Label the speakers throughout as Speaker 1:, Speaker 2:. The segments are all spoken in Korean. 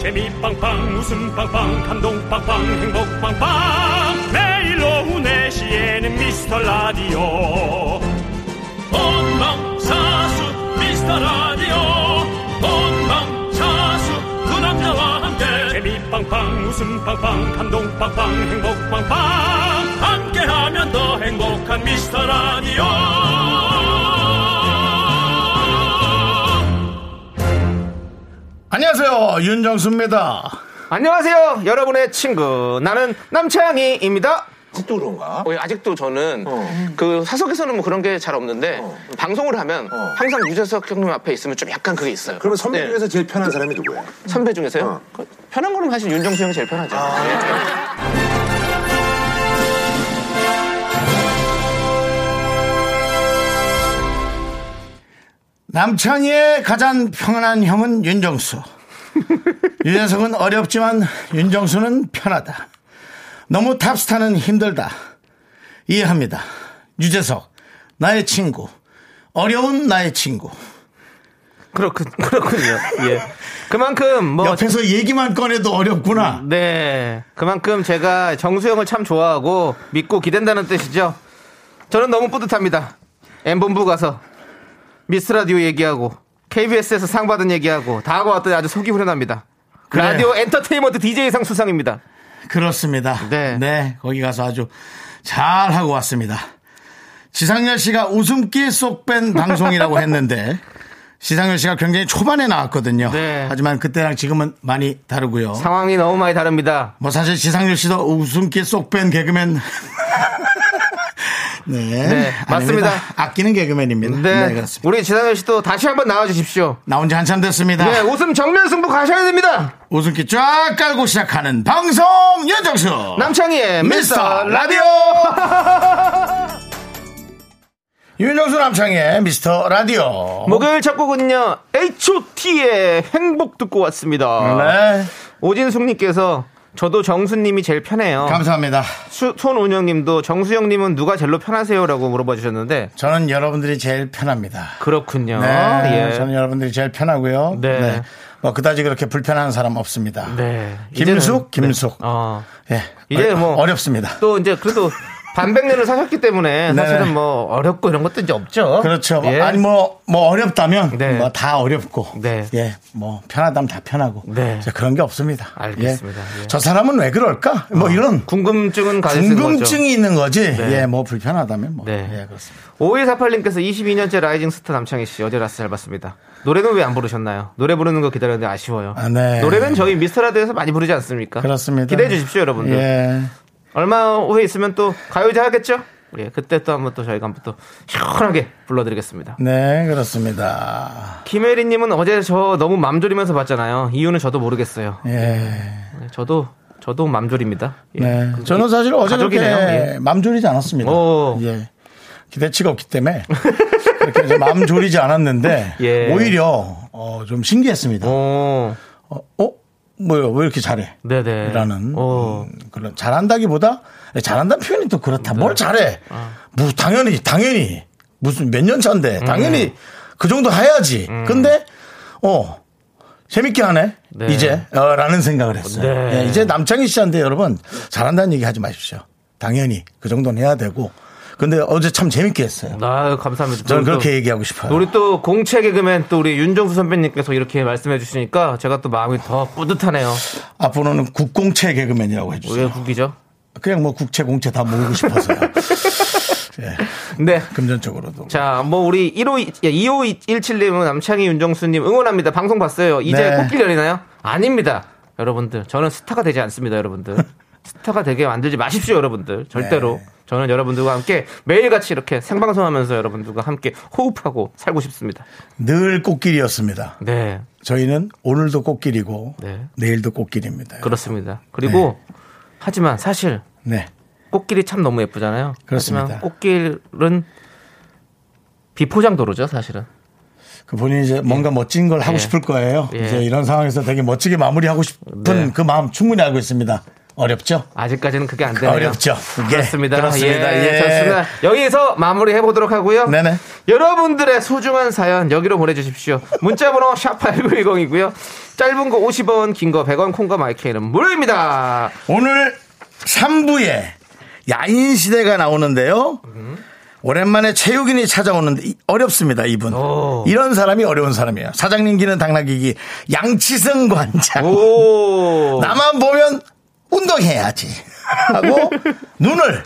Speaker 1: 재미 빵빵 웃음 빵빵 감동 빵빵 행복 빵빵 매일 오후 4시에는 미스터 라디오 본방사수 미스터 라디오 본방사수 그 남자와 함께 재미 빵빵 웃음 빵빵 감동 빵빵 행복 빵빵 함께하면 더 행복한 미스터 라디오
Speaker 2: 안녕하세요 윤정수입니다
Speaker 3: 안녕하세요, 여러분의 친구 나는 남창희입니다.
Speaker 4: 아직도 그런가?
Speaker 5: 어, 아직도 저는 그 사석에서는 뭐 그런 게 잘 없는데
Speaker 4: 어.
Speaker 5: 방송을 하면 항상 유재석 형님 앞에 있으면 좀 약간 그게 있어요.
Speaker 4: 그러면 선배
Speaker 5: 네.
Speaker 4: 중에서 어. 제일 편한 사람이 누구야?
Speaker 5: 선배 중에서요? 그 편한 거는 사실 윤정수 형이 제일 편하죠.
Speaker 3: 아.
Speaker 5: 네.
Speaker 2: 남창희의 가장 평안한 형은 윤정수 유재석은 어렵지만 윤정수는 편하다 너무 탑스타는 힘들다 이해합니다 유재석 나의 친구 어려운 나의 친구
Speaker 3: 그렇군, 그렇군요. 예. 그만큼 뭐
Speaker 2: 옆에서 얘기만 꺼내도 어렵구나
Speaker 3: 네, 그만큼 제가 정수영을 참 좋아하고 믿고 기댄다는 뜻이죠. 저는 너무 뿌듯합니다. M본부 가서 미스라디오 얘기하고 KBS에서 상 받은 얘기하고 다 하고 왔더니 아주 속이 후련합니다.
Speaker 2: 그래요.
Speaker 3: 라디오 엔터테인먼트 DJ상 수상입니다.
Speaker 2: 그렇습니다. 네.
Speaker 3: 네.
Speaker 2: 거기 가서 아주 잘 하고 왔습니다. 지상열 씨가 웃음기 쏙 뺀 방송이라고 했는데 지상열 씨가 굉장히 초반에 나왔거든요.
Speaker 3: 네.
Speaker 2: 하지만 그때랑 지금은 많이 다르고요.
Speaker 3: 상황이 너무 많이 다릅니다.
Speaker 2: 뭐 사실 지상열 씨도 웃음기 쏙 뺀 개그맨. 네.
Speaker 3: 네, 맞습니다.
Speaker 2: 아닙니다. 아끼는 개그맨입니다.
Speaker 3: 네,
Speaker 2: 네, 그렇습니다.
Speaker 3: 우리 지상현 씨도 다시 한번 나와 주십시오.
Speaker 2: 나온 지 한참 됐습니다.
Speaker 3: 네, 웃음 정면 승부 가셔야 됩니다.
Speaker 2: 웃음기 쫙 깔고 시작하는 방송 윤정수.
Speaker 3: 남창희의
Speaker 2: 미스터
Speaker 3: 미스터
Speaker 2: 라디오 윤정수 남창의 미스터 라디오
Speaker 3: 목요일 첫 곡은요 H.O.T의 행복 듣고 왔습니다
Speaker 2: 네
Speaker 3: 오진숙님께서 저도 정수님이 제일 편해요
Speaker 2: 감사합니다
Speaker 3: 수- 손운영님도 정수영님은 누가 제일로 편하세요? 라고 물어봐 주셨는데
Speaker 2: 저는 여러분들이 제일 편합니다
Speaker 3: 그렇군요
Speaker 2: 네
Speaker 3: 예.
Speaker 2: 저는 여러분들이 제일 편하고요
Speaker 3: 네.
Speaker 2: 뭐 그다지 그렇게 불편한 사람 없습니다
Speaker 3: 네.
Speaker 2: 김숙
Speaker 3: 이제는-
Speaker 2: 김숙
Speaker 3: 어.
Speaker 2: 예
Speaker 3: 이제
Speaker 2: 어-
Speaker 3: 뭐-
Speaker 2: 어렵습니다
Speaker 3: 또 이제 그래도 반백년을 사셨기 때문에
Speaker 2: 네네.
Speaker 3: 사실은 뭐 어렵고 이런 것도 이제 없죠
Speaker 2: 그렇죠
Speaker 3: 예.
Speaker 2: 아니 뭐 뭐 어렵다면
Speaker 3: 네.
Speaker 2: 뭐 다 어렵고
Speaker 3: 네.
Speaker 2: 예뭐 편하다면 다 편하고
Speaker 3: 네.
Speaker 2: 저 그런 게 없습니다
Speaker 3: 알겠습니다.
Speaker 2: 예.
Speaker 3: 예. 어.
Speaker 2: 저 사람은 왜 그럴까 뭐 이런
Speaker 3: 궁금증은 가졌을 거죠
Speaker 2: 궁금증이 있는 거지. 예, 뭐 불편하다면 뭐.
Speaker 3: 네.
Speaker 2: 예, 그렇습니다.
Speaker 3: 5148님께서 22년째 라이징 스타 남창희 씨 어제 라스 잘 봤습니다. 노래는 왜 안 부르셨나요? 노래 부르는 거 기다렸는데 아쉬워요.
Speaker 2: 아, 네.
Speaker 3: 노래는 저희 미스터라디오에서 많이 부르지 않습니까?
Speaker 2: 그렇습니다.
Speaker 3: 기대해 주십시오, 여러분들.
Speaker 2: 예.
Speaker 3: 얼마 후에 있으면 또 가요제 하겠죠? 예, 그때 또 한번 또 저희가 한번 또 시원하게 불러드리겠습니다.
Speaker 2: 네, 그렇습니다.
Speaker 3: 김혜리님은 어제 저 너무 맘졸이면서 봤잖아요. 이유는 저도 모르겠어요.
Speaker 2: 예.
Speaker 3: 네, 저도 저도 맘졸입니다. 예.
Speaker 2: 네. 저는 사실 어제 그렇게
Speaker 3: 가족이네요. 예.
Speaker 2: 맘 졸이지 않았습니다.
Speaker 3: 오.
Speaker 2: 예. 기대치가 없기 때문에 그렇게 이제 맘 졸이지 않았는데
Speaker 3: 예.
Speaker 2: 오히려 어, 좀 신기했습니다. 어,
Speaker 3: 오,
Speaker 2: 어? 뭐요? 왜 이렇게 잘해?
Speaker 3: 네네. 어.
Speaker 2: 라는
Speaker 3: 오.
Speaker 2: 음, 그런 잘한다기보다 잘한다는 표현이 또 그렇다. 뭘
Speaker 3: 네.
Speaker 2: 잘해?
Speaker 3: 아.
Speaker 2: 무 당연히 당연히 무슨 몇 년 차인데
Speaker 3: 음.
Speaker 2: 당연히 그 정도 해야지. 근데 어 재밌게 하네
Speaker 3: 네.
Speaker 2: 이제 어, 라는 생각을 했어요.
Speaker 3: 네.
Speaker 2: 예, 이제 남창희 씨한테 여러분 잘한다는 얘기 하지 마십시오. 당연히 그 정도는 해야 되고. 근데 어제 참 재밌게 했어요.
Speaker 3: 아유, 감사합니다.
Speaker 2: 저는
Speaker 3: 네, 또-
Speaker 2: 그렇게 얘기하고 싶어요.
Speaker 3: 우리 또 공채 개그맨 또 우리 윤정수 선배님께서 이렇게 말씀해 주시니까 제가 또 마음이 더 뿌듯하네요.
Speaker 2: 앞으로는 국공채 개그맨이라고 해주세요.
Speaker 3: 왜 국이죠?
Speaker 2: 그냥 뭐 국채 공채 다 모으고 싶어서요. 예,
Speaker 3: 네.
Speaker 2: 금전적으로도.
Speaker 3: 자, 뭐 우리 1호 2517님은 남창희 윤정수님 응원합니다. 방송 봤어요. 이제
Speaker 2: 네.
Speaker 3: 꽃길 열리나요? 아닙니다. 여러분들 저는 스타가 되지 않습니다. 여러분들 스타가 되게 만들지 마십시오. 여러분들 절대로.
Speaker 2: 네.
Speaker 3: 저는 여러분들과 함께 매일같이 이렇게 생방송하면서 여러분들과 함께 호흡하고 살고 싶습니다.
Speaker 2: 늘 꽃길이었습니다.
Speaker 3: 네,
Speaker 2: 저희는 오늘도 꽃길이고
Speaker 3: 네.
Speaker 2: 내일도 꽃길입니다.
Speaker 3: 그렇습니다. 그리고 하지만 사실
Speaker 2: 네.
Speaker 3: 꽃길이 참 너무 예쁘잖아요.
Speaker 2: 그렇습니다.
Speaker 3: 하지만 꽃길은 비포장 도로죠, 사실은.
Speaker 2: 그 본인이 이제 뭔가 멋진 걸 하고
Speaker 3: 예.
Speaker 2: 싶을 거예요.
Speaker 3: 예.
Speaker 2: 이제 이런 상황에서 되게 멋지게 마무리하고 싶은
Speaker 3: 네.
Speaker 2: 그 마음 충분히 알고 있습니다. 어렵죠?
Speaker 3: 아직까지는 그게 안 되네요.
Speaker 2: 어렵죠. 예,
Speaker 3: 그렇습니다.
Speaker 2: 그렇습니다.
Speaker 3: 예,
Speaker 2: 예.
Speaker 3: 좋습니다. 여기서 마무리해 보도록 하고요.
Speaker 2: 네네.
Speaker 3: 여러분들의 소중한 사연 여기로 보내주십시오. 문자번호 샵 #8910이고요. 짧은 거 50원, 긴 거 100원, 콩과 마이크는 무료입니다.
Speaker 2: 오늘 3부에 야인 시대가 나오는데요. 오랜만에 체육인이 찾아오는데 이- 어렵습니다, 이분.
Speaker 3: 오.
Speaker 2: 이런 사람이 어려운 사람이에요. 사장님 기는 당나귀기 양치승 관장.
Speaker 3: 오.
Speaker 2: 나만 보면 운동해야지 하고 눈을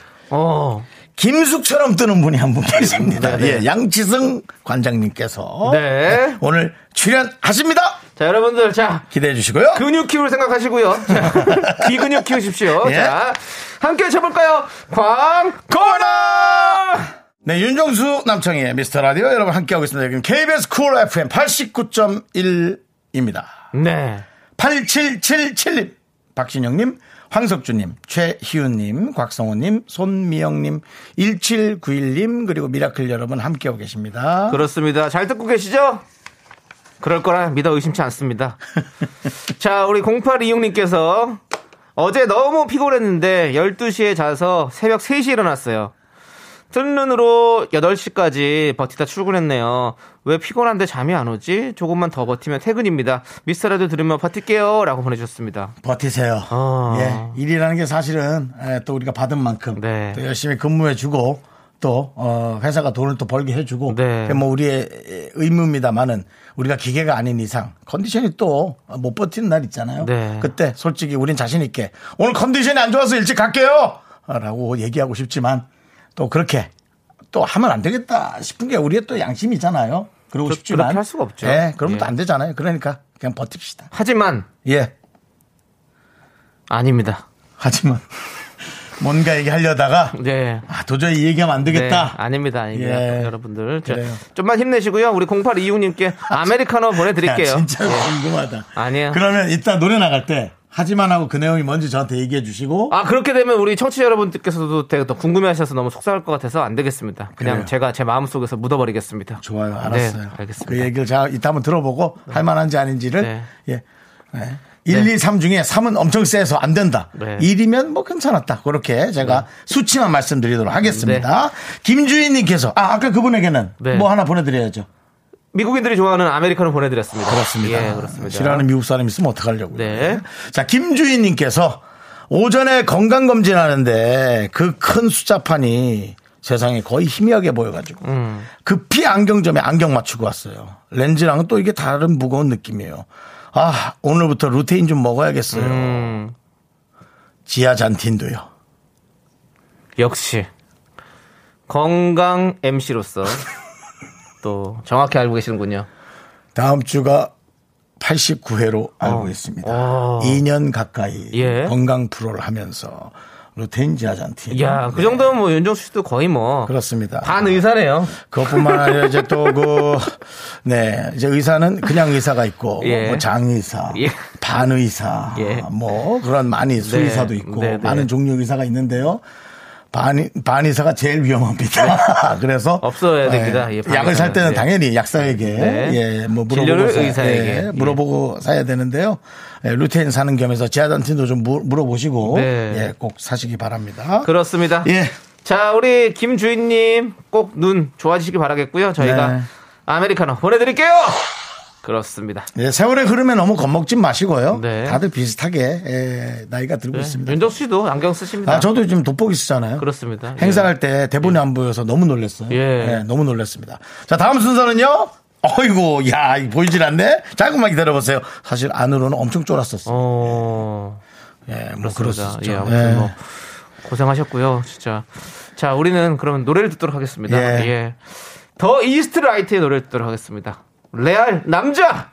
Speaker 3: 어.
Speaker 2: 김숙처럼 뜨는 분이 한 분 계십니다.
Speaker 3: 네, 네.
Speaker 2: 예, 양치승 관장님께서
Speaker 3: 네.
Speaker 2: 오늘 출연하십니다.
Speaker 3: 자 여러분들 자
Speaker 2: 기대해 주시고요.
Speaker 3: 근육 키울 생각하시고요. 자, 귀 근육 키우십시오.
Speaker 2: 예.
Speaker 3: 자 함께 쳐볼까요? 광고라.
Speaker 2: 네, 윤정수 남창희의 미스터 라디오 여러분 함께하고 있습니다. 여기는 KBS 쿨 FM 89.1입니다.
Speaker 3: 네.
Speaker 2: 8777님, 박신영님, 황석주님, 최희윤님, 곽성호님, 손미영님, 1791님, 그리고 미라클 여러분 함께하고 계십니다.
Speaker 3: 그렇습니다. 잘 듣고 계시죠? 그럴 거라 믿어 의심치 않습니다. 자, 우리 0826님께서 어제 너무 피곤했는데 12시에 자서 새벽 3시 에 일어났어요. 뜬 눈으로 8시까지 버티다 출근했네요. 왜 피곤한데 잠이 안 오지? 조금만 더 버티면 퇴근입니다. 미스터라도 들으면 버틸게요. 라고 보내주셨습니다.
Speaker 2: 버티세요.
Speaker 3: 어.
Speaker 2: 예, 일이라는 게 사실은 예, 또 우리가 받은 만큼
Speaker 3: 네.
Speaker 2: 또 열심히 근무해주고 또 어, 회사가 돈을 또 벌게 해주고
Speaker 3: 네.
Speaker 2: 그게 뭐 우리의 의무입니다만은 우리가 기계가 아닌 이상 컨디션이 또 못 버티는 날 있잖아요.
Speaker 3: 네.
Speaker 2: 그때 솔직히 우린 자신 있게 오늘 컨디션이 안 좋아서 일찍 갈게요 라고 얘기하고 싶지만 또 그렇게 또 하면 안 되겠다 싶은 게 우리의 또 양심이잖아요. 그러고
Speaker 3: 그-
Speaker 2: 싶지만
Speaker 3: 그렇게 할 수가 없죠.
Speaker 2: 예, 그러면
Speaker 3: 예.
Speaker 2: 또 안 되잖아요. 그러니까 그냥 버팁시다.
Speaker 3: 하지만
Speaker 2: 예.
Speaker 3: 아닙니다.
Speaker 2: 하지만 뭔가 얘기하려다가
Speaker 3: 네.
Speaker 2: 아, 도저히 이 얘기하면 안 되겠다.
Speaker 3: 네, 아닙니다, 아닙니다.
Speaker 2: 예.
Speaker 3: 여러분들. 자,
Speaker 2: 그래요.
Speaker 3: 좀만 힘내시고요. 우리 0826님께 아메리카노
Speaker 2: 야,
Speaker 3: 보내드릴게요.
Speaker 2: 진짜
Speaker 3: 예.
Speaker 2: 궁금하다.
Speaker 3: 아니에요.
Speaker 2: 그러면 이따 노래 나갈 때 하지만 하고 그 내용이 뭔지 저한테 얘기해 주시고
Speaker 3: 아, 그렇게 되면 우리 청취자 여러분들께서도 되게 더 궁금해 하셔서 너무 속상할 것 같아서 안 되겠습니다. 그냥
Speaker 2: 그래요.
Speaker 3: 제가 제 마음속에서 묻어버리겠습니다.
Speaker 2: 좋아요. 알았어요.
Speaker 3: 네, 알겠습니다.
Speaker 2: 그 얘기를 자 이따 한번 들어보고 할 만한지 아닌지를
Speaker 3: 네.
Speaker 2: 예. 1,
Speaker 3: 네.
Speaker 2: 2, 3 중에 3은 엄청 세서 안 된다.
Speaker 3: 네.
Speaker 2: 1이면 뭐 괜찮았다. 그렇게 제가 수치만 말씀드리도록 하겠습니다. 김주인님께서 아 아까 그분에게는
Speaker 3: 네.
Speaker 2: 뭐 하나 보내드려야죠.
Speaker 3: 미국인들이 좋아하는 아메리카노 보내드렸습니다.
Speaker 2: 그렇습니다.
Speaker 3: 예, 그렇습니다.
Speaker 2: 싫어하는 미국 사람 있으면 어떡하려고요.
Speaker 3: 네.
Speaker 2: 자, 김주인님께서 오전에 건강검진 하는데 그 큰 숫자판이 세상에 거의 희미하게 보여가지고
Speaker 3: 음.
Speaker 2: 급히 안경점에 안경 맞추고 왔어요. 렌즈랑은 또 이게 다른 무거운 느낌이에요. 아, 오늘부터 루테인 좀 먹어야겠어요.
Speaker 3: 음,
Speaker 2: 지하 잔틴도요.
Speaker 3: 역시 건강 MC로서 또 정확히 알고 계시는군요.
Speaker 2: 다음 주가 89회로 알고 있습니다.
Speaker 3: 어.
Speaker 2: 2년 가까이
Speaker 3: 예.
Speaker 2: 건강 프로를 하면서 루테인 지하 잔틴. 네,
Speaker 3: 이야, 그 정도면 뭐 윤정수 씨도 거의 뭐
Speaker 2: 그렇습니다.
Speaker 3: 반 의사네요.
Speaker 2: 그것뿐만 아니라 이제 또 그 네, 이제 의사는 그냥 의사가 있고
Speaker 3: 예.
Speaker 2: 뭐 장의사,
Speaker 3: 예.
Speaker 2: 반의사,
Speaker 3: 예.
Speaker 2: 뭐 그런 많이 수의사도 있고
Speaker 3: 네, 네.
Speaker 2: 많은 종류 의사가 있는데요. 반, 반의사가 제일 위험합니다. 그래서.
Speaker 3: 없어야 됩니다.
Speaker 2: 예,
Speaker 3: 예, 반의사는.
Speaker 2: 약을 살 때는
Speaker 3: 네.
Speaker 2: 당연히 약사에게.
Speaker 3: 네.
Speaker 2: 예, 뭐 물어보고.
Speaker 3: 진료를
Speaker 2: 사-
Speaker 3: 의사에게.
Speaker 2: 예, 물어보고 사야 되는데요. 예, 루테인 사는 겸해서 지하단틴도 좀 물- 물어보시고.
Speaker 3: 네.
Speaker 2: 예, 꼭 사시기 바랍니다.
Speaker 3: 그렇습니다.
Speaker 2: 예.
Speaker 3: 자, 우리 김주인님 꼭 눈 좋아지시기 바라겠고요. 저희가
Speaker 2: 네.
Speaker 3: 아메리카노 보내드릴게요. 그렇습니다.
Speaker 2: 예, 세월의 흐름에 너무 겁먹지 마시고요.
Speaker 3: 네.
Speaker 2: 다들 비슷하게 예, 나이가 들고 있습니다.
Speaker 3: 윤정 씨도 안경 쓰십니다.
Speaker 2: 아, 저도 지금 돋보기 쓰잖아요.
Speaker 3: 그렇습니다.
Speaker 2: 행사할 때 대본이 안 보여서 너무 놀랐어요.
Speaker 3: 예.
Speaker 2: 너무 놀랐습니다. 자, 다음 순서는요. 어이구, 야, 이거 보이질 않네. 잠깐만 기다려보세요. 사실 안으로는 엄청 쫄았었어요.
Speaker 3: 어,
Speaker 2: 예, 뭐
Speaker 3: 그렇습니다.
Speaker 2: 그렇습니다.
Speaker 3: 예, 아무튼 뭐 고생하셨고요, 진짜. 자, 우리는 그럼 노래를 듣도록 하겠습니다.
Speaker 2: 예.
Speaker 3: 예. 더 이스트 라이트의 노래를 듣도록 하겠습니다. 레알 남자.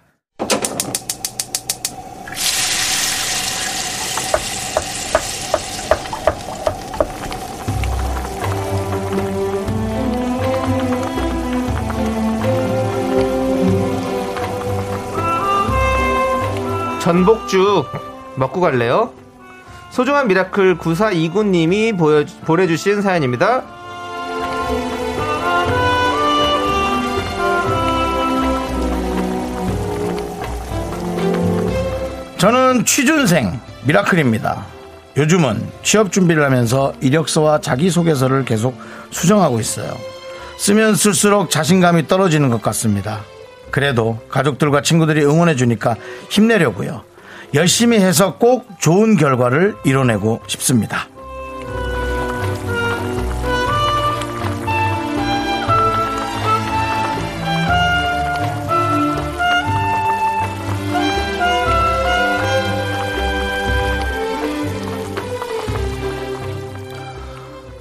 Speaker 3: 전복죽 먹고 갈래요? 소중한 미라클 9429님이 보여, 보내주신 사연입니다.
Speaker 2: 저는 취준생 미라클입니다. 요즘은 취업 준비를 하면서 이력서와 자기소개서를 계속 수정하고 있어요. 쓰면 쓸수록 자신감이 떨어지는 것 같습니다. 그래도 가족들과 친구들이 응원해주니까 힘내려고요. 열심히 해서 꼭 좋은 결과를 이뤄내고 싶습니다.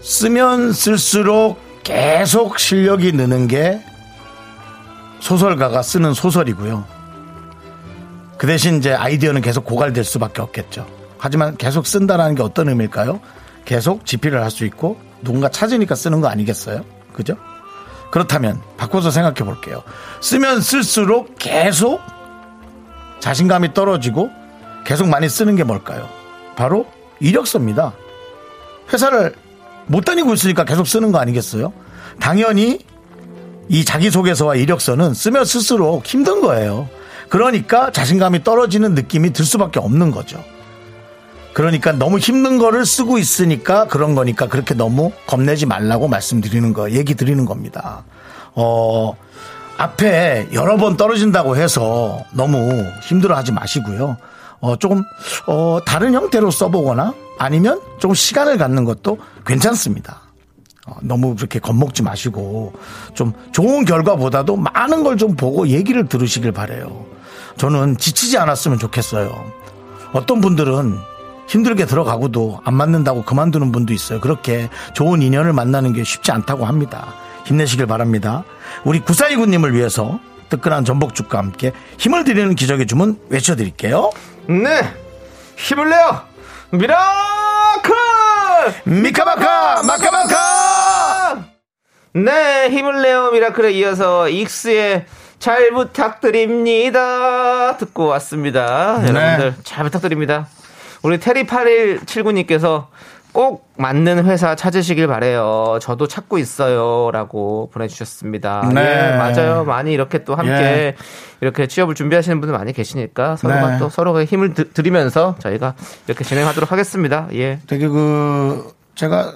Speaker 2: 쓰면 쓸수록 계속 실력이 느는 게 소설가가 쓰는 소설이고요. 그 대신 이제 아이디어는 계속 고갈될 수밖에 없겠죠. 하지만 계속 쓴다라는 게 어떤 의미일까요? 계속 집필을 할 수 있고 누군가 찾으니까 쓰는 거 아니겠어요? 그죠? 그렇다면 바꿔서 생각해 볼게요. 쓰면 쓸수록 계속 자신감이 떨어지고 계속 많이 쓰는 게 뭘까요? 바로 이력서입니다. 회사를 못 다니고 있으니까 계속 쓰는 거 아니겠어요? 당연히 이 자기소개서와 이력서는 쓰면 스스로 힘든 거예요. 그러니까 자신감이 떨어지는 느낌이 들 수밖에 없는 거죠. 그러니까 너무 힘든 거를 쓰고 있으니까 그런 거니까 그렇게 너무 겁내지 말라고 말씀드리는 거, 얘기 드리는 겁니다. 어, 앞에 여러 번 떨어진다고 해서 너무 힘들어 하지 마시고요. 어, 조금, 어, 다른 형태로 써보거나 아니면 조금 시간을 갖는 것도 괜찮습니다. 어, 너무 그렇게 겁먹지 마시고 좀 좋은 결과보다도 많은 걸 좀 보고 얘기를 들으시길 바래요. 저는 지치지 않았으면 좋겠어요. 어떤 분들은 힘들게 들어가고도 안 맞는다고 그만두는 분도 있어요. 그렇게 좋은 인연을 만나는 게 쉽지 않다고 합니다. 힘내시길 바랍니다. 우리 구사이구님을 위해서 뜨끈한 전복죽과 함께 힘을 드리는 기적의 주문 외쳐드릴게요.
Speaker 3: 네 힘을 내요 미라클
Speaker 2: 미카마카 마카마카
Speaker 3: 네, 힘을 내요 미라클에 이어서 익스의 잘 부탁드립니다 듣고 왔습니다.
Speaker 2: 네.
Speaker 3: 여러분들 잘 부탁드립니다. 우리 테리 8179님께서 꼭 맞는 회사 찾으시길 바래요. 저도 찾고 있어요라고 보내주셨습니다.
Speaker 2: 네.
Speaker 3: 예, 맞아요. 많이 이렇게 또 함께
Speaker 2: 예.
Speaker 3: 이렇게 취업을 준비하시는 분들 많이 계시니까 서로가
Speaker 2: 네.
Speaker 3: 또 서로가 힘을 드- 드리면서 저희가 이렇게 진행하도록 하겠습니다. 예,
Speaker 2: 되게 그 제가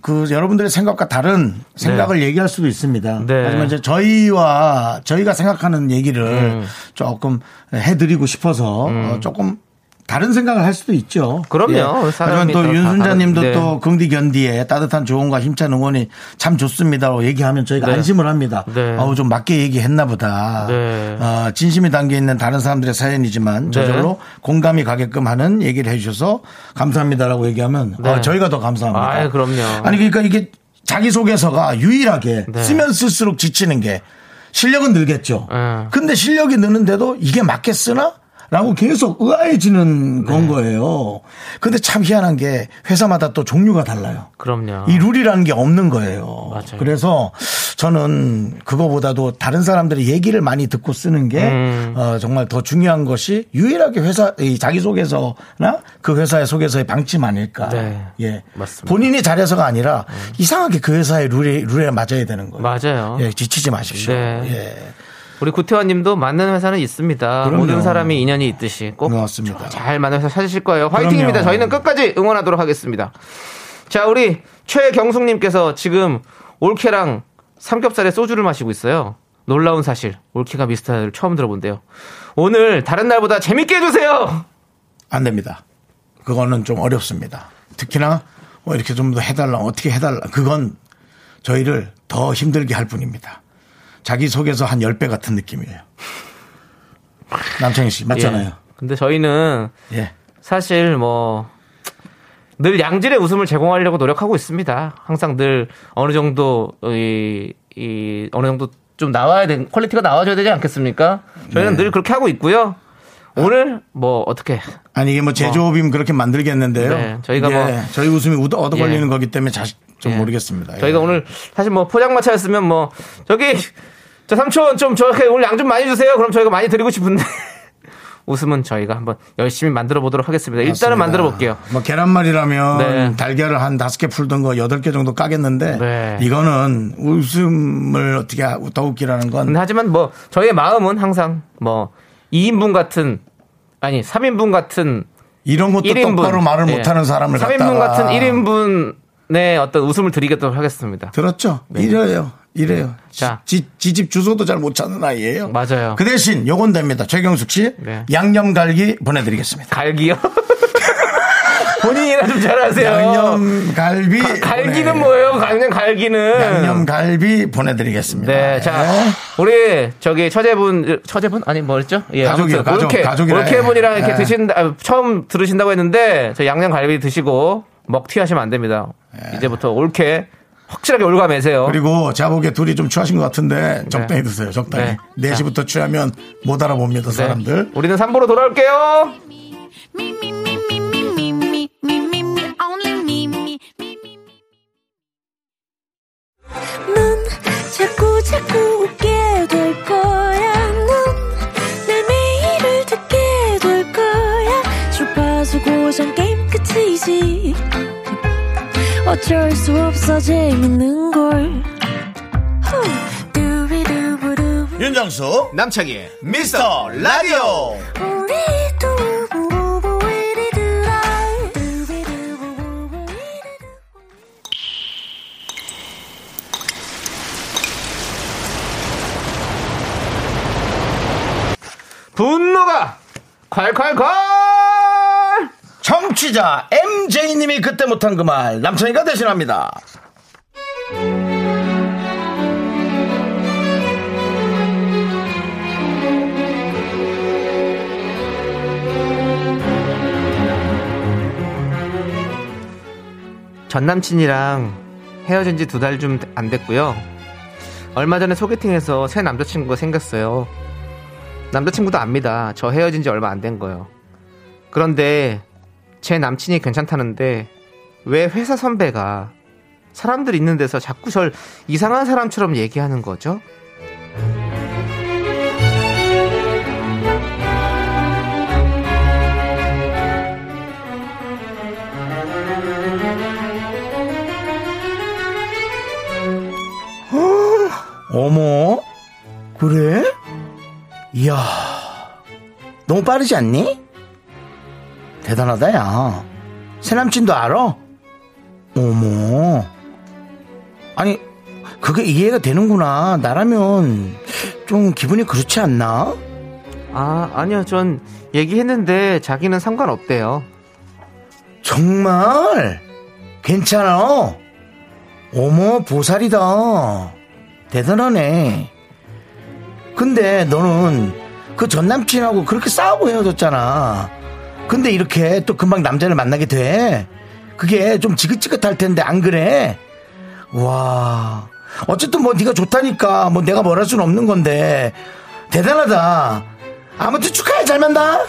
Speaker 2: 그 여러분들의 생각과 다른 생각을 얘기할 수도 있습니다.
Speaker 3: 네.
Speaker 2: 하지만 이제 저희와 저희가 생각하는 얘기를
Speaker 3: 음.
Speaker 2: 조금 해드리고 싶어서 어, 조금 다른 생각을 할 수도 있죠. 예.
Speaker 3: 그럼요.
Speaker 2: 하지만
Speaker 3: 사람이
Speaker 2: 또
Speaker 3: 또다
Speaker 2: 윤순자님도
Speaker 3: 다른- 네.
Speaker 2: 또 긍디 견디에 따뜻한 조언과 힘찬 응원이 참 좋습니다라고 얘기하면 저희가
Speaker 3: 네.
Speaker 2: 안심을 합니다.
Speaker 3: 네.
Speaker 2: 아우 좀 맞게 얘기했나 보다.
Speaker 3: 네.
Speaker 2: 어, 진심이 담겨 있는 다른 사람들의 사연이지만 저절로 공감이 가게끔 하는 얘기를 해주셔서 감사합니다라고 얘기하면
Speaker 3: 네.
Speaker 2: 아, 저희가 더 감사합니다.
Speaker 3: 아이, 예, 그럼요.
Speaker 2: 아니 그러니까 이게 자기 소개서가 유일하게
Speaker 3: 네.
Speaker 2: 쓰면 쓸수록 지치는 게 실력은 늘겠죠.
Speaker 3: 네.
Speaker 2: 근데 실력이 느는데도 이게 맞겠으나? 라고 계속 의아해지는
Speaker 3: 네.
Speaker 2: 건 거예요. 근데 참 희한한 게 회사마다 또 종류가 달라요.
Speaker 3: 그럼요.
Speaker 2: 이 룰이라는 게 없는 거예요.
Speaker 3: 맞아요.
Speaker 2: 그래서 저는 그거보다도 다른 사람들의 얘기를 많이 듣고 쓰는 게
Speaker 3: 음.
Speaker 2: 어, 정말 더 중요한 것이 유일하게 회사 이 자기소개서나 그 회사의 소개서의 방침 아닐까.
Speaker 3: 네.
Speaker 2: 예.
Speaker 3: 맞습니다. 음.
Speaker 2: 본인이 잘해서가 아니라 이상하게 그 회사의 룰에 룰에 맞아야 되는 거예요.
Speaker 3: 맞아요.
Speaker 2: 예, 지치지 마십시오.
Speaker 3: 네.
Speaker 2: 예.
Speaker 3: 우리 구태환 님도 맞는 회사는 있습니다.
Speaker 2: 그럼요.
Speaker 3: 모든 사람이 인연이 있듯이 꼭
Speaker 2: 맞습니다.
Speaker 3: 잘 맞는 회사 찾으실 거예요. 화이팅입니다.
Speaker 2: 그럼요.
Speaker 3: 저희는 끝까지 응원하도록 하겠습니다. 자, 우리 최경숙 님께서 지금 올케랑 삼겹살에 소주를 마시고 있어요. 놀라운 사실. 올케가 미스터를 처음 들어본대요. 오늘 다른 날보다 재밌게 해주세요!
Speaker 2: 안 됩니다. 그거는 좀 어렵습니다. 특히나 뭐 이렇게 좀 더 해달라 어떻게 해달라 그건 저희를 더 힘들게 할 뿐입니다. 자기 속에서 한 10배 같은 느낌이에요. 남창희 씨 맞잖아요.
Speaker 3: 예. 근데 저희는
Speaker 2: 예.
Speaker 3: 사실 뭐 늘 양질의 웃음을 제공하려고 노력하고 있습니다. 항상 늘 어느 정도 이, 이 어느 정도 좀 나와야 된 퀄리티가 나와줘야 되지 않겠습니까?
Speaker 2: 네.
Speaker 3: 저희는 늘 그렇게 하고 있고요. 오늘 뭐 어떻게
Speaker 2: 아니 이게 뭐 제조업이면 그렇게 만들겠는데요.
Speaker 3: 네, 저희가 뭐-
Speaker 2: 저희 웃음이 얻어, 얻어
Speaker 3: 예.
Speaker 2: 걸리는 거기 때문에 자, 좀
Speaker 3: 예.
Speaker 2: 모르겠습니다.
Speaker 3: 저희가
Speaker 2: 예.
Speaker 3: 오늘 사실 뭐 포장마차였으면 뭐 저기 저 삼촌 좀 저렇게 오늘 양 좀 많이 주세요. 그럼 저희가 많이 드리고 싶은데 웃음은 저희가 한번 열심히 만들어 보도록 하겠습니다.
Speaker 2: 맞습니다.
Speaker 3: 일단은 만들어 볼게요.
Speaker 2: 뭐 계란말이라면
Speaker 3: 네.
Speaker 2: 달걀을 한 다섯 개 풀던 거 여덟 개 정도 까겠는데
Speaker 3: 네.
Speaker 2: 이거는 웃음을 어떻게 하- 더 웃기라는 건
Speaker 3: 음, 하지만 뭐 저희의 마음은 항상 뭐 2인분 같은 아니 3인분 같은
Speaker 2: 이런 것도 똑바로 말을 못하는 사람을 갖다가
Speaker 3: 3인분 같은 1인분의 어떤 웃음을 드리겠도록 하겠습니다.
Speaker 2: 들었죠? 이래요. 이래요.
Speaker 3: 네. 자.
Speaker 2: 지, 집 주소도 잘 못 찾는 아이예요.
Speaker 3: 맞아요.
Speaker 2: 그 대신 요건 됩니다. 최경숙 씨
Speaker 3: 네.
Speaker 2: 양념 갈기 보내드리겠습니다.
Speaker 3: 갈기요? 본인이나 좀 잘하세요.
Speaker 2: 양념 갈비
Speaker 3: 네. 갈기는
Speaker 2: 보내-
Speaker 3: 뭐예요? 그냥 갈기는.
Speaker 2: 양념 갈비 보내드리겠습니다.
Speaker 3: 네, 자,
Speaker 2: 예.
Speaker 3: 우리 저기 처제분, 처제분 아니 뭐였죠? 예,
Speaker 2: 가족이요, 가족,
Speaker 3: 올케,
Speaker 2: 가족이라
Speaker 3: 올케 분이랑
Speaker 2: 해.
Speaker 3: 이렇게
Speaker 2: 예.
Speaker 3: 드신 아, 처음 들으신다고 했는데 저 양념갈비 드시고 먹튀하시면 안 됩니다. 이제부터 올케 확실하게 올가매세요.
Speaker 2: 예. 그리고 제가 보기에 둘이 좀 취하신 것 같은데 적당히 드세요. 적당히.
Speaker 3: 네.
Speaker 2: 네. 4시부터 취하면 못 알아봅니다.
Speaker 3: 네.
Speaker 2: 사람들.
Speaker 3: 우리는 3부로 돌아올게요.
Speaker 4: Me, me, me, me, me, me, me, me, me, me, only me, me, me, me.
Speaker 6: 넌 자꾸 자꾸 웃게 될 거야. 넌내 매일을 듣게 될 거야. 주파수 고정 게임 끝이지. 어쩔 수 없어 재밌는 걸. 후. 두비두부두.
Speaker 2: 윤정수 남창희 미스터 라디오
Speaker 6: 우리 두부부부 우리 두라. 두비두부부부 우리 두라.
Speaker 3: 분노가 콸콸콸!
Speaker 2: 청취자 MJ님이 그때 못한 그 말 남창희가 대신합니다.
Speaker 3: 전 남친이랑 헤어진 지 두 달 좀 안 됐고요. 얼마 전에 소개팅에서 새 남자친구가 생겼어요. 남자친구도 압니다. 저 헤어진 지 얼마 안 된 거예요. 그런데 제 남친이 괜찮다는데 왜 회사 선배가 사람들 있는 데서 자꾸 절 이상한 사람처럼 얘기하는 거죠?
Speaker 2: 어머 그래? 이야 너무 빠르지 않니? 대단하다 야 새남친도 알아? 어머 아니 그게 이해가 되는구나 나라면 좀 기분이 그렇지 않나?
Speaker 3: 아, 아니요. 전 얘기했는데 자기는 상관없대요.
Speaker 2: 정말 괜찮아. 어머 보살이다. 대단하네. 근데 너는 그 전 남친하고 그렇게 싸우고 헤어졌잖아. 근데 이렇게 또 금방 남자를 만나게 돼. 그게 좀 지긋지긋할 텐데 안 그래? 와. 어쨌든 뭐 네가 좋다니까 뭐 내가 뭘 할 수는 없는 건데 대단하다. 아무튼 축하해 잘 만나.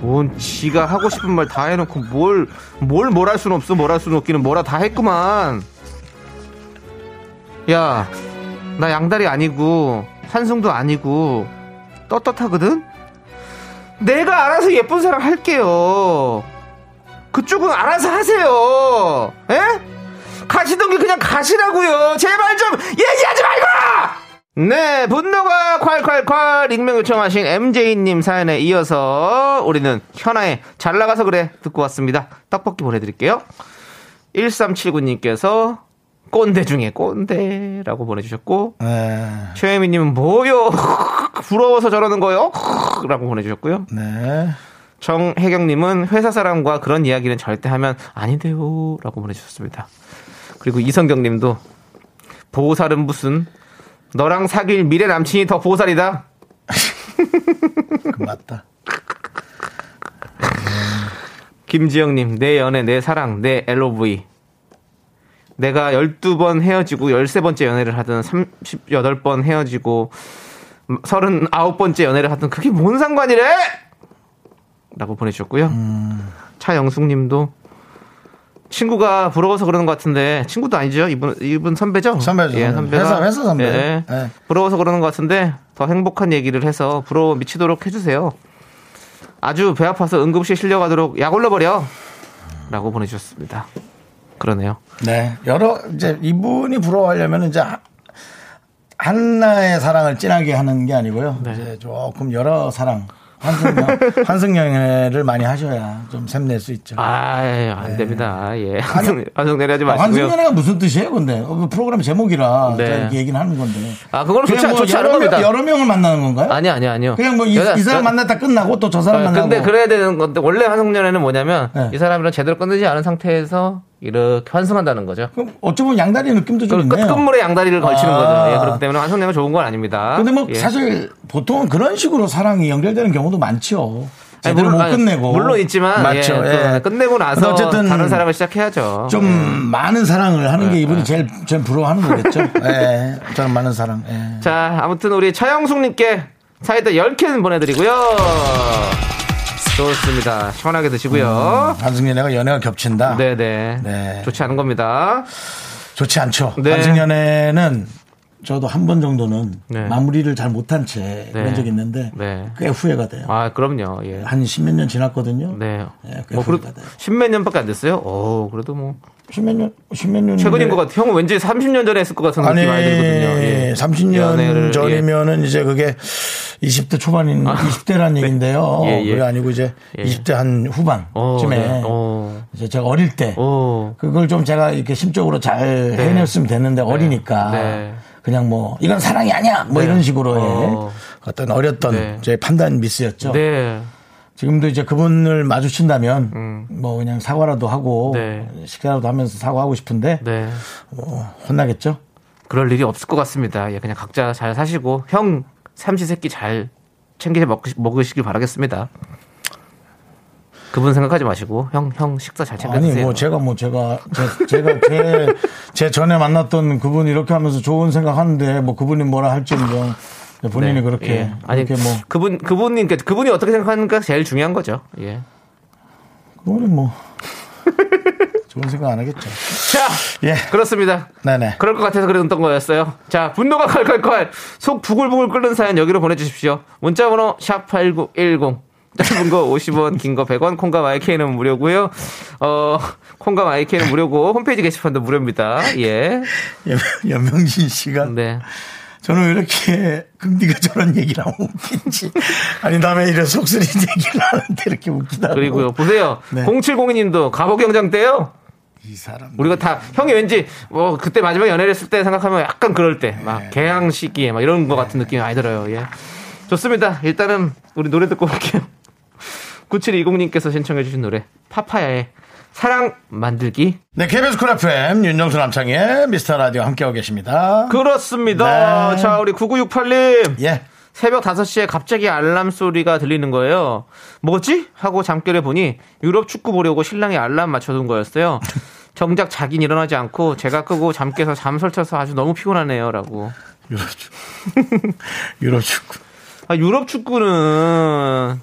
Speaker 3: 뭔 지가 하고 싶은 말 다 해놓고 뭘 뭘 뭘 할 순 없어 뭘 할 순 없기는 뭐라 다 했구만 야 나 양다리 아니고 한승도 아니고 떳떳하거든 내가 알아서 예쁜 사람 할게요 그쪽은 알아서 하세요 에? 가시던 게 그냥 가시라고요 제발 좀 얘기하지 말고 네, 분노가 콸콸콸 익명 요청하신 MJ님 사연에 이어서 우리는 현아의 잘 나가서 그래 듣고 왔습니다. 떡볶이 보내드릴게요. 1379님께서 꼰대 중에 꼰대라고 보내주셨고 네, 최혜미님은 뭐요? 부러워서 저러는 거요? 라고 보내주셨고요.
Speaker 2: 네.
Speaker 3: 정혜경님은 회사 사람과 그런 이야기는 절대 하면 아닌데요. 라고 보내주셨습니다. 그리고 이성경님도 보살은 무슨 너랑 사귈 미래 남친이 더 보살이다.
Speaker 2: 그 맞다.
Speaker 3: 김지영님, 내 연애, 내 사랑, 내 LOV. 내가 12번 헤어지고 13번째 연애를 하든 38번 헤어지고 39번째 연애를 하든 그게 뭔 상관이래? 라고 보내주셨고요.
Speaker 2: 음.
Speaker 3: 차영숙 님도 친구가 부러워서 그러는 것 같은데 친구도 아니죠? 이분 이분 선배죠?
Speaker 2: 선배죠,
Speaker 3: 예,
Speaker 2: 선배.
Speaker 3: 선배가.
Speaker 2: 회사- 회사 선배. 예.
Speaker 3: 부러워서 그러는 것 같은데 더 행복한 얘기를 해서 부러워 미치도록 해주세요. 아주 배 아파서 응급실 실려가도록 약 올려버려. 라고 보내주셨습니다. 그러네요.
Speaker 2: 네. 여러, 이제 이분이 부러워하려면 이제 아- 한나의 사랑을 진하게 하는 게 아니고요.
Speaker 3: 네.
Speaker 2: 이제 조금 여러 사랑. 한승연, 한승연애를 많이 하셔야 좀 샘낼 수 있죠.
Speaker 3: 아, 예, 안 됩니다. 예.
Speaker 2: 네. 아니요.
Speaker 3: 한성 내려하지 마시고요.
Speaker 2: 한승연애가 무슨 뜻이에요, 근데? 어, 그 프로그램 제목이라
Speaker 3: 네.
Speaker 2: 제가 이렇게 얘기는 하는 건데.
Speaker 3: 아, 그거는
Speaker 2: 그냥
Speaker 3: 좋지, 않-
Speaker 2: 뭐
Speaker 3: 좋지 않은
Speaker 2: 여러,
Speaker 3: 겁니다.
Speaker 2: 명- 여러 명을 만나는 건가요?
Speaker 3: 아니, 아니, 아니요.
Speaker 2: 그냥 뭐 이
Speaker 3: 여자-
Speaker 2: 사람 만났다 끝나고 또 저 사람
Speaker 3: 아,
Speaker 2: 만나고.
Speaker 3: 근데 그래야 되는 건데 원래 환승연애는 뭐냐면
Speaker 2: 네.
Speaker 3: 이 사람이랑 제대로 끊이지 않은 상태에서 이렇게 환승한다는 거죠.
Speaker 2: 그럼 어쩌면 양다리 느낌도 좀
Speaker 3: 그 끝,
Speaker 2: 있네요.
Speaker 3: 끝물에 양다리를 걸치는
Speaker 2: 아.
Speaker 3: 거죠. 예, 그렇기 때문에 환승연애가 좋은 건 아닙니다.
Speaker 2: 근데 뭐
Speaker 3: 예.
Speaker 2: 사실 보통은 그런 식으로 사랑이 연결되는 경우도 많죠.
Speaker 3: 아니,
Speaker 2: 제대로 못
Speaker 3: 아니,
Speaker 2: 끝내고.
Speaker 3: 물론 있지만
Speaker 2: 맞죠.
Speaker 3: 예,
Speaker 2: 예.
Speaker 3: 그 끝내고 나서
Speaker 2: 근데 어쨌든
Speaker 3: 다른 사람을 예. 어, 시작해야죠.
Speaker 2: 좀 많은 사랑을 하는 게 이분이 제일 제일 부러워하는 거겠죠. 예. 저는 많은 사랑. 예.
Speaker 3: 자, 아무튼 우리 차영숙님께 사이다 10캔 보내드리고요. 좋습니다. 시원하게 드시고요.
Speaker 2: 한승연애가 연애가 겹친다.
Speaker 3: 네네.
Speaker 2: 음. 네.
Speaker 3: 좋지 않은 겁니다.
Speaker 2: 좋지 않죠.
Speaker 3: 네.
Speaker 2: 한승연애는 저도 한 번 정도는
Speaker 3: 네.
Speaker 2: 마무리를 잘 못한 채
Speaker 3: 네.
Speaker 2: 그런 적이 있는데
Speaker 3: 네.
Speaker 2: 꽤 후회가 돼요.
Speaker 3: 아, 그럼요. 예.
Speaker 2: 한 십몇 년 지났거든요.
Speaker 3: 네.
Speaker 2: 예, 꽤
Speaker 3: 뭐 그래
Speaker 2: 후회가 돼요.
Speaker 3: 십몇 년밖에 안 됐어요. 오, 그래도 뭐
Speaker 2: 십몇 년, 십몇 년.
Speaker 3: 최근인 것 같아요. 형은 왠지 30년 전에 했을 것 같은
Speaker 2: 아니,
Speaker 3: 느낌 많이 들거든요. 예.
Speaker 2: 30년
Speaker 3: 연애를,
Speaker 2: 전이면은 이제 그게 20대 초반인 20대란 얘기인데요.
Speaker 3: 예, 예.
Speaker 2: 그게 아니고 이제
Speaker 3: 예.
Speaker 2: 20대 한
Speaker 3: 어,
Speaker 2: 후반쯤에
Speaker 3: 네. 어.
Speaker 2: 이제 제가 어릴 때
Speaker 3: 어.
Speaker 2: 그걸 좀 제가 이렇게 심적으로 잘 해냈으면 됐는데 어리니까
Speaker 3: 네.
Speaker 2: 그냥 뭐 이건 사랑이 아니야 뭐
Speaker 3: 네.
Speaker 2: 이런 식으로의
Speaker 3: 어.
Speaker 2: 어떤 어렸던
Speaker 3: 네.
Speaker 2: 제 판단 미스였죠.
Speaker 3: 네.
Speaker 2: 지금도 이제 그분을 마주친다면 뭐 그냥 사과라도 하고
Speaker 3: 음. 네.
Speaker 2: 식사라도 하면서 사과하고 싶은데
Speaker 3: 네.
Speaker 2: 뭐 혼나겠죠.
Speaker 3: 그럴 일이 없을 것 같습니다. 예, 그냥 각자 잘 사시고 형 삼시세끼 잘 챙기셔 먹, 먹으시길 바라겠습니다. 그분 생각하지 마시고 형 형 식사 잘 챙겨드세요.
Speaker 2: 아니 뭐 제가 뭐 제가 제, 제가 제, 제 전에 만났던 그분 이렇게 하면서 좋은 생각하는데 뭐 그분이 뭐라 할지는 본인이 그렇게
Speaker 3: 예. 아니
Speaker 2: 그렇게 뭐
Speaker 3: 그분 그분이 그러니까 그분이 어떻게 생각하는가 제일 중요한 거죠. 예.
Speaker 2: 그분이 뭐 좋은 생각 안 하겠죠.
Speaker 3: 자,
Speaker 2: 예.
Speaker 3: 그렇습니다.
Speaker 2: 네네.
Speaker 3: 그럴 것 같아서 그랬던 거였어요. 자, 분노가 칼칼칼. 속 부글부글 끓는 사연 여기로 보내주십시오. 문자번호 샵8910. 짧은 거 50원, 긴 거 100원, 콩과 마이크는 무료고요. 어, 콩과 마이크는 무료고 홈페이지 게시판도 무료입니다. 예.
Speaker 2: 연- 연명진 씨가
Speaker 3: 네.
Speaker 2: 저는 왜 이렇게 금디가 저런 얘기를 하면 웃긴지 아니 남의 이런 속쓰리 얘기를 하는데 이렇게 웃기다.
Speaker 3: 그리고요. 보세요.
Speaker 2: 네.
Speaker 3: 0702님도 가보경장 때요.
Speaker 2: 이 사람
Speaker 3: 우리가 다 형이 왠지 뭐 그때 마지막 연애를 했을 때 생각하면 약간 그럴 때 막 개항 시기에 막 이런 거 같은 느낌이 많이 들어요. 예. 좋습니다. 일단은 우리 노래 듣고 올게요. 9720님께서 신청해 주신 노래 파파야의 사랑 만들기
Speaker 2: 네 KBS 쿨 FM 윤정수 남창의 미스터 라디오 함께하고 계십니다. 네.
Speaker 3: 그렇습니다. 자 우리 9968님
Speaker 2: 예.
Speaker 3: 새벽 5시에 갑자기 알람 소리가 들리는 거예요. 뭐지? 하고 잠결에 보니 유럽 축구 보려고 신랑이 알람 맞춰둔 거였어요. 정작 자긴 일어나지 않고 제가 끄고 잠 깨서 잠 설쳐서 아주 너무 피곤하네요. 라고.
Speaker 2: 유럽 축구. 유럽 축구.
Speaker 3: 아, 유럽 축구는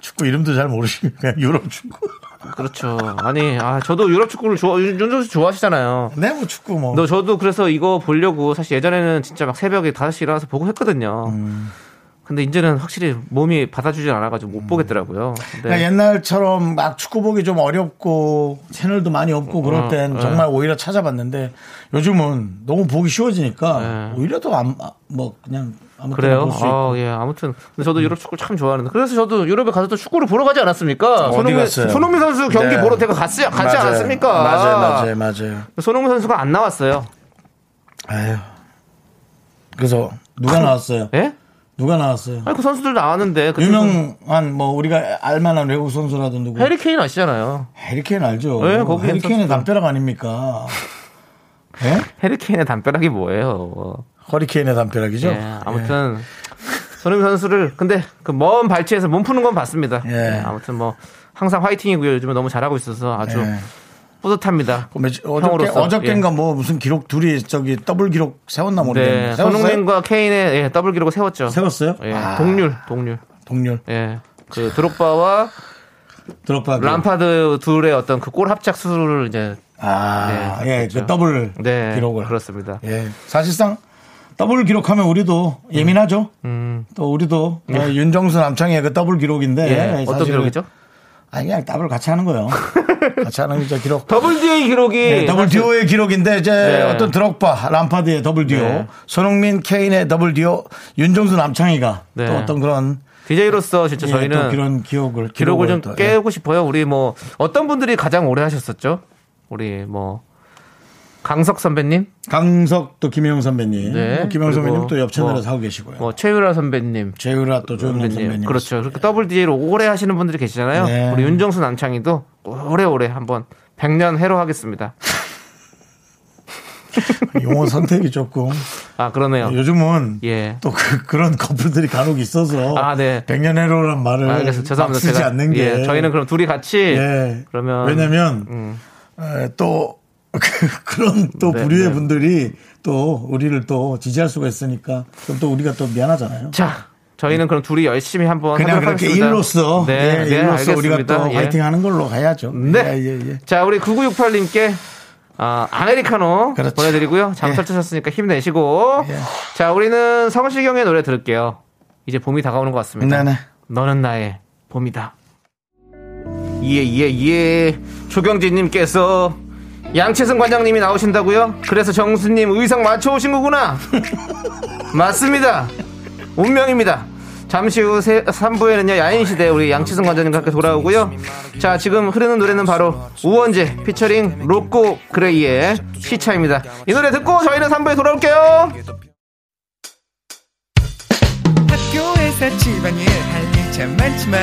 Speaker 2: 축구 이름도 잘 모르시고 그냥 유럽 축구.
Speaker 3: 그렇죠. 아니, 아, 저도 유럽 축구를 좋아, 윤정수 씨 좋아하시잖아요.
Speaker 2: 네, 뭐 축구 뭐.
Speaker 3: 너 저도 그래서 이거 보려고 사실 예전에는 진짜 막 새벽에 5시 일어나서 보고 했거든요. 근데 이제는 확실히 몸이 받아주질 않아가지고 못 보겠더라고요. 근데
Speaker 2: 그러니까 옛날처럼 막 축구 보기 좀 어렵고 채널도 많이 없고 그럴
Speaker 3: 어,
Speaker 2: 땐 정말 오히려 찾아봤는데 요즘은 너무 보기 쉬워지니까 오히려 더안뭐 그냥 아무 때나
Speaker 3: 네. 그래요?
Speaker 2: 볼수 있고.
Speaker 3: 아, 예. 아무튼 근데 저도 유럽 축구를 참 좋아하는데 그래서 저도 유럽에 가서 또 축구를 보러 가지 않았습니까?
Speaker 2: 어디
Speaker 3: 손흥민,
Speaker 2: 갔어요?
Speaker 3: 손흥민 선수 경기
Speaker 2: 네.
Speaker 3: 보러 제가 갔어요. 가지
Speaker 2: 맞아요.
Speaker 3: 않았습니까?
Speaker 2: 맞아요, 맞아요, 맞아요.
Speaker 3: 손흥민 선수가 안 나왔어요.
Speaker 2: 아유. 그래서 누가 나왔어요?
Speaker 3: 예?
Speaker 2: 누가 나왔어요?
Speaker 3: 아니 그 선수들 나왔는데 그
Speaker 2: 유명한 뭐 우리가 알만한 외국 선수라도 누구?
Speaker 3: 해리 케인 아시잖아요.
Speaker 2: 해리케인 알죠?
Speaker 3: 네, 거기
Speaker 2: 해리케인의
Speaker 3: 선수들.
Speaker 2: 담벼락 아닙니까? 예?
Speaker 3: 해리케인의 담벼락이 뭐예요?
Speaker 2: 허리케인의 담벼락이죠?
Speaker 3: 예, 아무튼 손흥민 선수를 근데 그 먼 발치에서 몸 푸는 건 봤습니다.
Speaker 2: 예.
Speaker 3: 예, 아무튼 뭐 항상 화이팅이고요. 요즘에 너무 잘하고 있어서 아주
Speaker 2: 예.
Speaker 3: 뿌듯합니다.
Speaker 2: 그 며칠- 어저께,
Speaker 3: 형으로서.
Speaker 2: 어저께인가 뭐 무슨 기록 둘이 저기 더블 기록 세웠나 모르겠네.
Speaker 3: 예. 네,
Speaker 2: 세웠어요?
Speaker 3: 손흥민과 케인의 예, 더블 기록을 세웠죠.
Speaker 2: 세웠어요?
Speaker 3: 예,
Speaker 2: 아,
Speaker 3: 동률, 동률.
Speaker 2: 동률.
Speaker 3: 예. 그 드록바와
Speaker 2: 드롭바.
Speaker 3: 람파드 둘의 어떤 그 골 합작 수를 이제
Speaker 2: 아,
Speaker 3: 네,
Speaker 2: 예,
Speaker 3: 그렇죠.
Speaker 2: 그 더블
Speaker 3: 네,
Speaker 2: 기록을.
Speaker 3: 그렇습니다.
Speaker 2: 예, 사실상 더블 기록하면 우리도
Speaker 3: 음.
Speaker 2: 예민하죠. 또 우리도 어, 윤정수 뭐 남창의 그 더블 기록인데
Speaker 3: 네. 예, 어떤
Speaker 2: 사실은
Speaker 3: 기록이죠?
Speaker 2: 아니 그냥 답을 같이 하는 거예요. 같이 하는 이제 기록.
Speaker 3: 더블 듀의 기록이
Speaker 2: 네, 더블
Speaker 3: 사실-
Speaker 2: 듀오의 기록인데 이제
Speaker 3: 네.
Speaker 2: 어떤 드럭바, 람파드의 더블 듀오,
Speaker 3: 네.
Speaker 2: 손흥민, 케인의 더블 듀오, 윤종수, 남창희가
Speaker 3: 네.
Speaker 2: 또 어떤 그런
Speaker 3: DJ로서 진짜
Speaker 2: 예,
Speaker 3: 저희는
Speaker 2: 또 그런 기록을
Speaker 3: 기록을 좀
Speaker 2: 또, 예.
Speaker 3: 깨고 싶어요. 우리 뭐 어떤 분들이 가장 오래 하셨었죠? 우리 뭐 강석 선배님,
Speaker 2: 강석 또 김영 선배님,
Speaker 3: 네.
Speaker 2: 또 김영
Speaker 3: 그리고
Speaker 2: 선배님 또 옆 채널에서
Speaker 3: 뭐,
Speaker 2: 하고 계시고요.
Speaker 3: 뭐 최유라 선배님,
Speaker 2: 제유라 또 조용남
Speaker 3: 선배님.
Speaker 2: 네. 선배님, 예.
Speaker 3: 그렇죠. 그렇게 더블 DJ로 오래 하시는 분들이 계시잖아요.
Speaker 2: 네.
Speaker 3: 우리 윤정수 남창희도 오래오래 한번 100년 해로 하겠습니다.
Speaker 2: 용어 선택이 조금
Speaker 3: 아 그러네요.
Speaker 2: 요즘은
Speaker 3: 예.
Speaker 2: 또 그, 런 커플들이 간혹 있어서
Speaker 3: 아, 네.
Speaker 2: 백년 해로란 말을
Speaker 3: 아, 그래서
Speaker 2: 음, 막
Speaker 3: 죄송합니다.
Speaker 2: 쓰지
Speaker 3: 제가
Speaker 2: 않는 게
Speaker 3: 예, 저희는 그럼 둘이 같이
Speaker 2: 예.
Speaker 3: 그러면 음.
Speaker 2: 왜냐면 에, 또 그, 런또
Speaker 3: 네,
Speaker 2: 부류의
Speaker 3: 네.
Speaker 2: 분들이 또 우리를 또 지지할 수가 있으니까 그럼 또 우리가 또 미안하잖아요.
Speaker 3: 자 저희는 그럼 둘이 열심히 한번
Speaker 2: 그냥
Speaker 3: 하도록
Speaker 2: 그렇게
Speaker 3: 하겠습니다.
Speaker 2: 일로서
Speaker 3: 네,
Speaker 2: 예,
Speaker 3: 네,
Speaker 2: 일로서
Speaker 3: 알겠습니다.
Speaker 2: 우리가 또
Speaker 3: 예.
Speaker 2: 화이팅하는 걸로 가야죠.
Speaker 3: 네.
Speaker 2: 예, 예, 예.
Speaker 3: 자, 우리 9968님께 아, 아메리카노
Speaker 2: 그렇죠.
Speaker 3: 보내드리고요. 잠
Speaker 2: 예.
Speaker 3: 설치셨으니까 힘내시고.
Speaker 2: 예.
Speaker 3: 자, 우리는 성시경의 노래 들을게요. 이제 봄이 다가오는 것 같습니다.
Speaker 2: 네네.
Speaker 3: 너는 나의 봄이다. 예, 예, 예. 조경진님께서 양채승 관장님이 나오신다고요? 그래서 정수님 의상 맞춰오신 거구나. 맞습니다. 운명입니다. 잠시 후 세, 3부에는요, 야인시대 우리 양치승 관장님과 함께 돌아오고요. 자, 지금 흐르는 노래는 바로 우원재 피처링 로꼬 그레이의 시차입니다. 이 노래 듣고 저희는 3부에 돌아올게요.
Speaker 7: 학교에서 집안일 할 일 참 많지만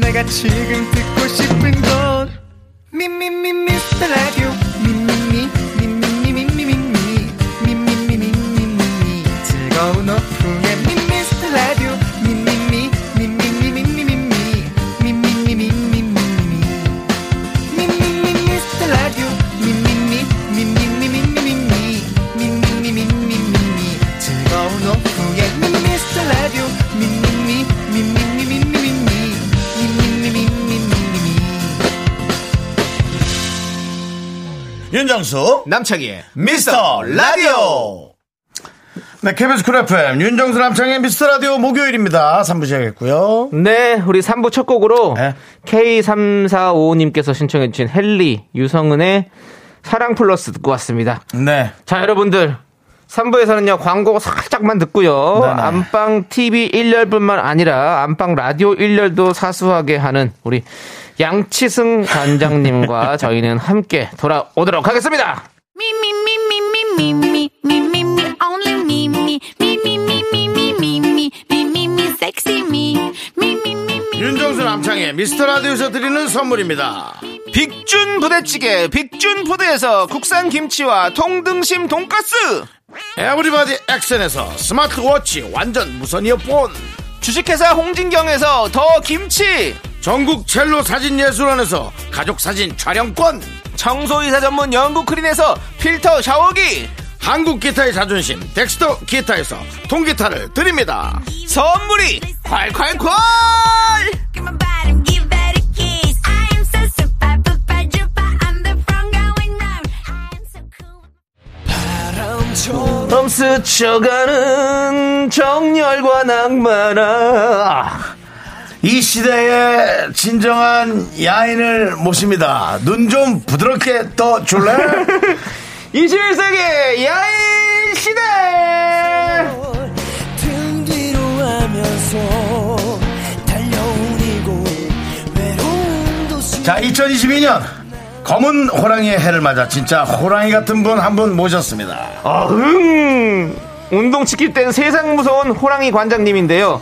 Speaker 7: 내가 지금 듣고 싶은 건 미미미 미스터 라디오 미미미 미미미 미미미 미미미 미미미 즐거운 오후에 미스터 라디오 미미미 미미미 미미미 미미미 미미미
Speaker 2: 윤정수
Speaker 3: 남창희의
Speaker 2: 미스터 라디오. 네, KBS 쿨 FM 윤정수 남창의 미스터 라디오 목요일입니다. 3부 시작했고요.
Speaker 3: 네, 우리 3부 첫 곡으로
Speaker 2: 네.
Speaker 3: K3455님께서 신청해주신 헨리, 유성은의 사랑 플러스 듣고 왔습니다.
Speaker 2: 네.
Speaker 3: 자, 여러분들. 3부에서는요, 광고 살짝만 듣고요.
Speaker 2: 네네.
Speaker 3: 안방 TV 1열뿐만 아니라 안방 라디오 1열도 사수하게 하는 우리 양치승 관장님과 저희는 함께 돌아오도록 하겠습니다.
Speaker 4: Me, me, me, me, me, me, me, me, me, me, only me, me, me, me, me, me, me, me, me, me, me, me, sexy me, me, me, me, me.
Speaker 2: 윤정수 남창의 미스터 라디오에서 드리는 선물입니다.
Speaker 3: 빅준 부대찌개, 빅준 푸드에서 국산 김치와 통등심 돈가스!
Speaker 2: 에브리바디 액션에서 스마트워치 완전 무선 이어폰
Speaker 3: 주식회사 홍진경에서 더 김치!
Speaker 2: 전국 첼로 사진예술원에서 가족사진 촬영권
Speaker 3: 청소이사 전문 영국 크린에서 필터 샤워기
Speaker 2: 한국 기타의 자존심 덱스터 기타에서 통기타를 드립니다
Speaker 3: 선물이 콸콸콸
Speaker 4: Give my body, give that a kiss. I am so super, super, duper. I'm the front going round. I am so cool.
Speaker 3: 멈스쳐가는 정열과 낭만아
Speaker 2: 이 시대의 진정한 야인을 모십니다 눈 좀 부드럽게 떠 줄래?
Speaker 3: 21세기 예. 야인 시대
Speaker 7: 등 뒤로 하면서 달려온 이곳 외로운 도시
Speaker 2: 자 2022년 검은 호랑이의 해를 맞아 진짜 호랑이 같은 분 한 분 모셨습니다
Speaker 3: 아흥 운동 지킬 땐 세상 무서운 호랑이 관장님인데요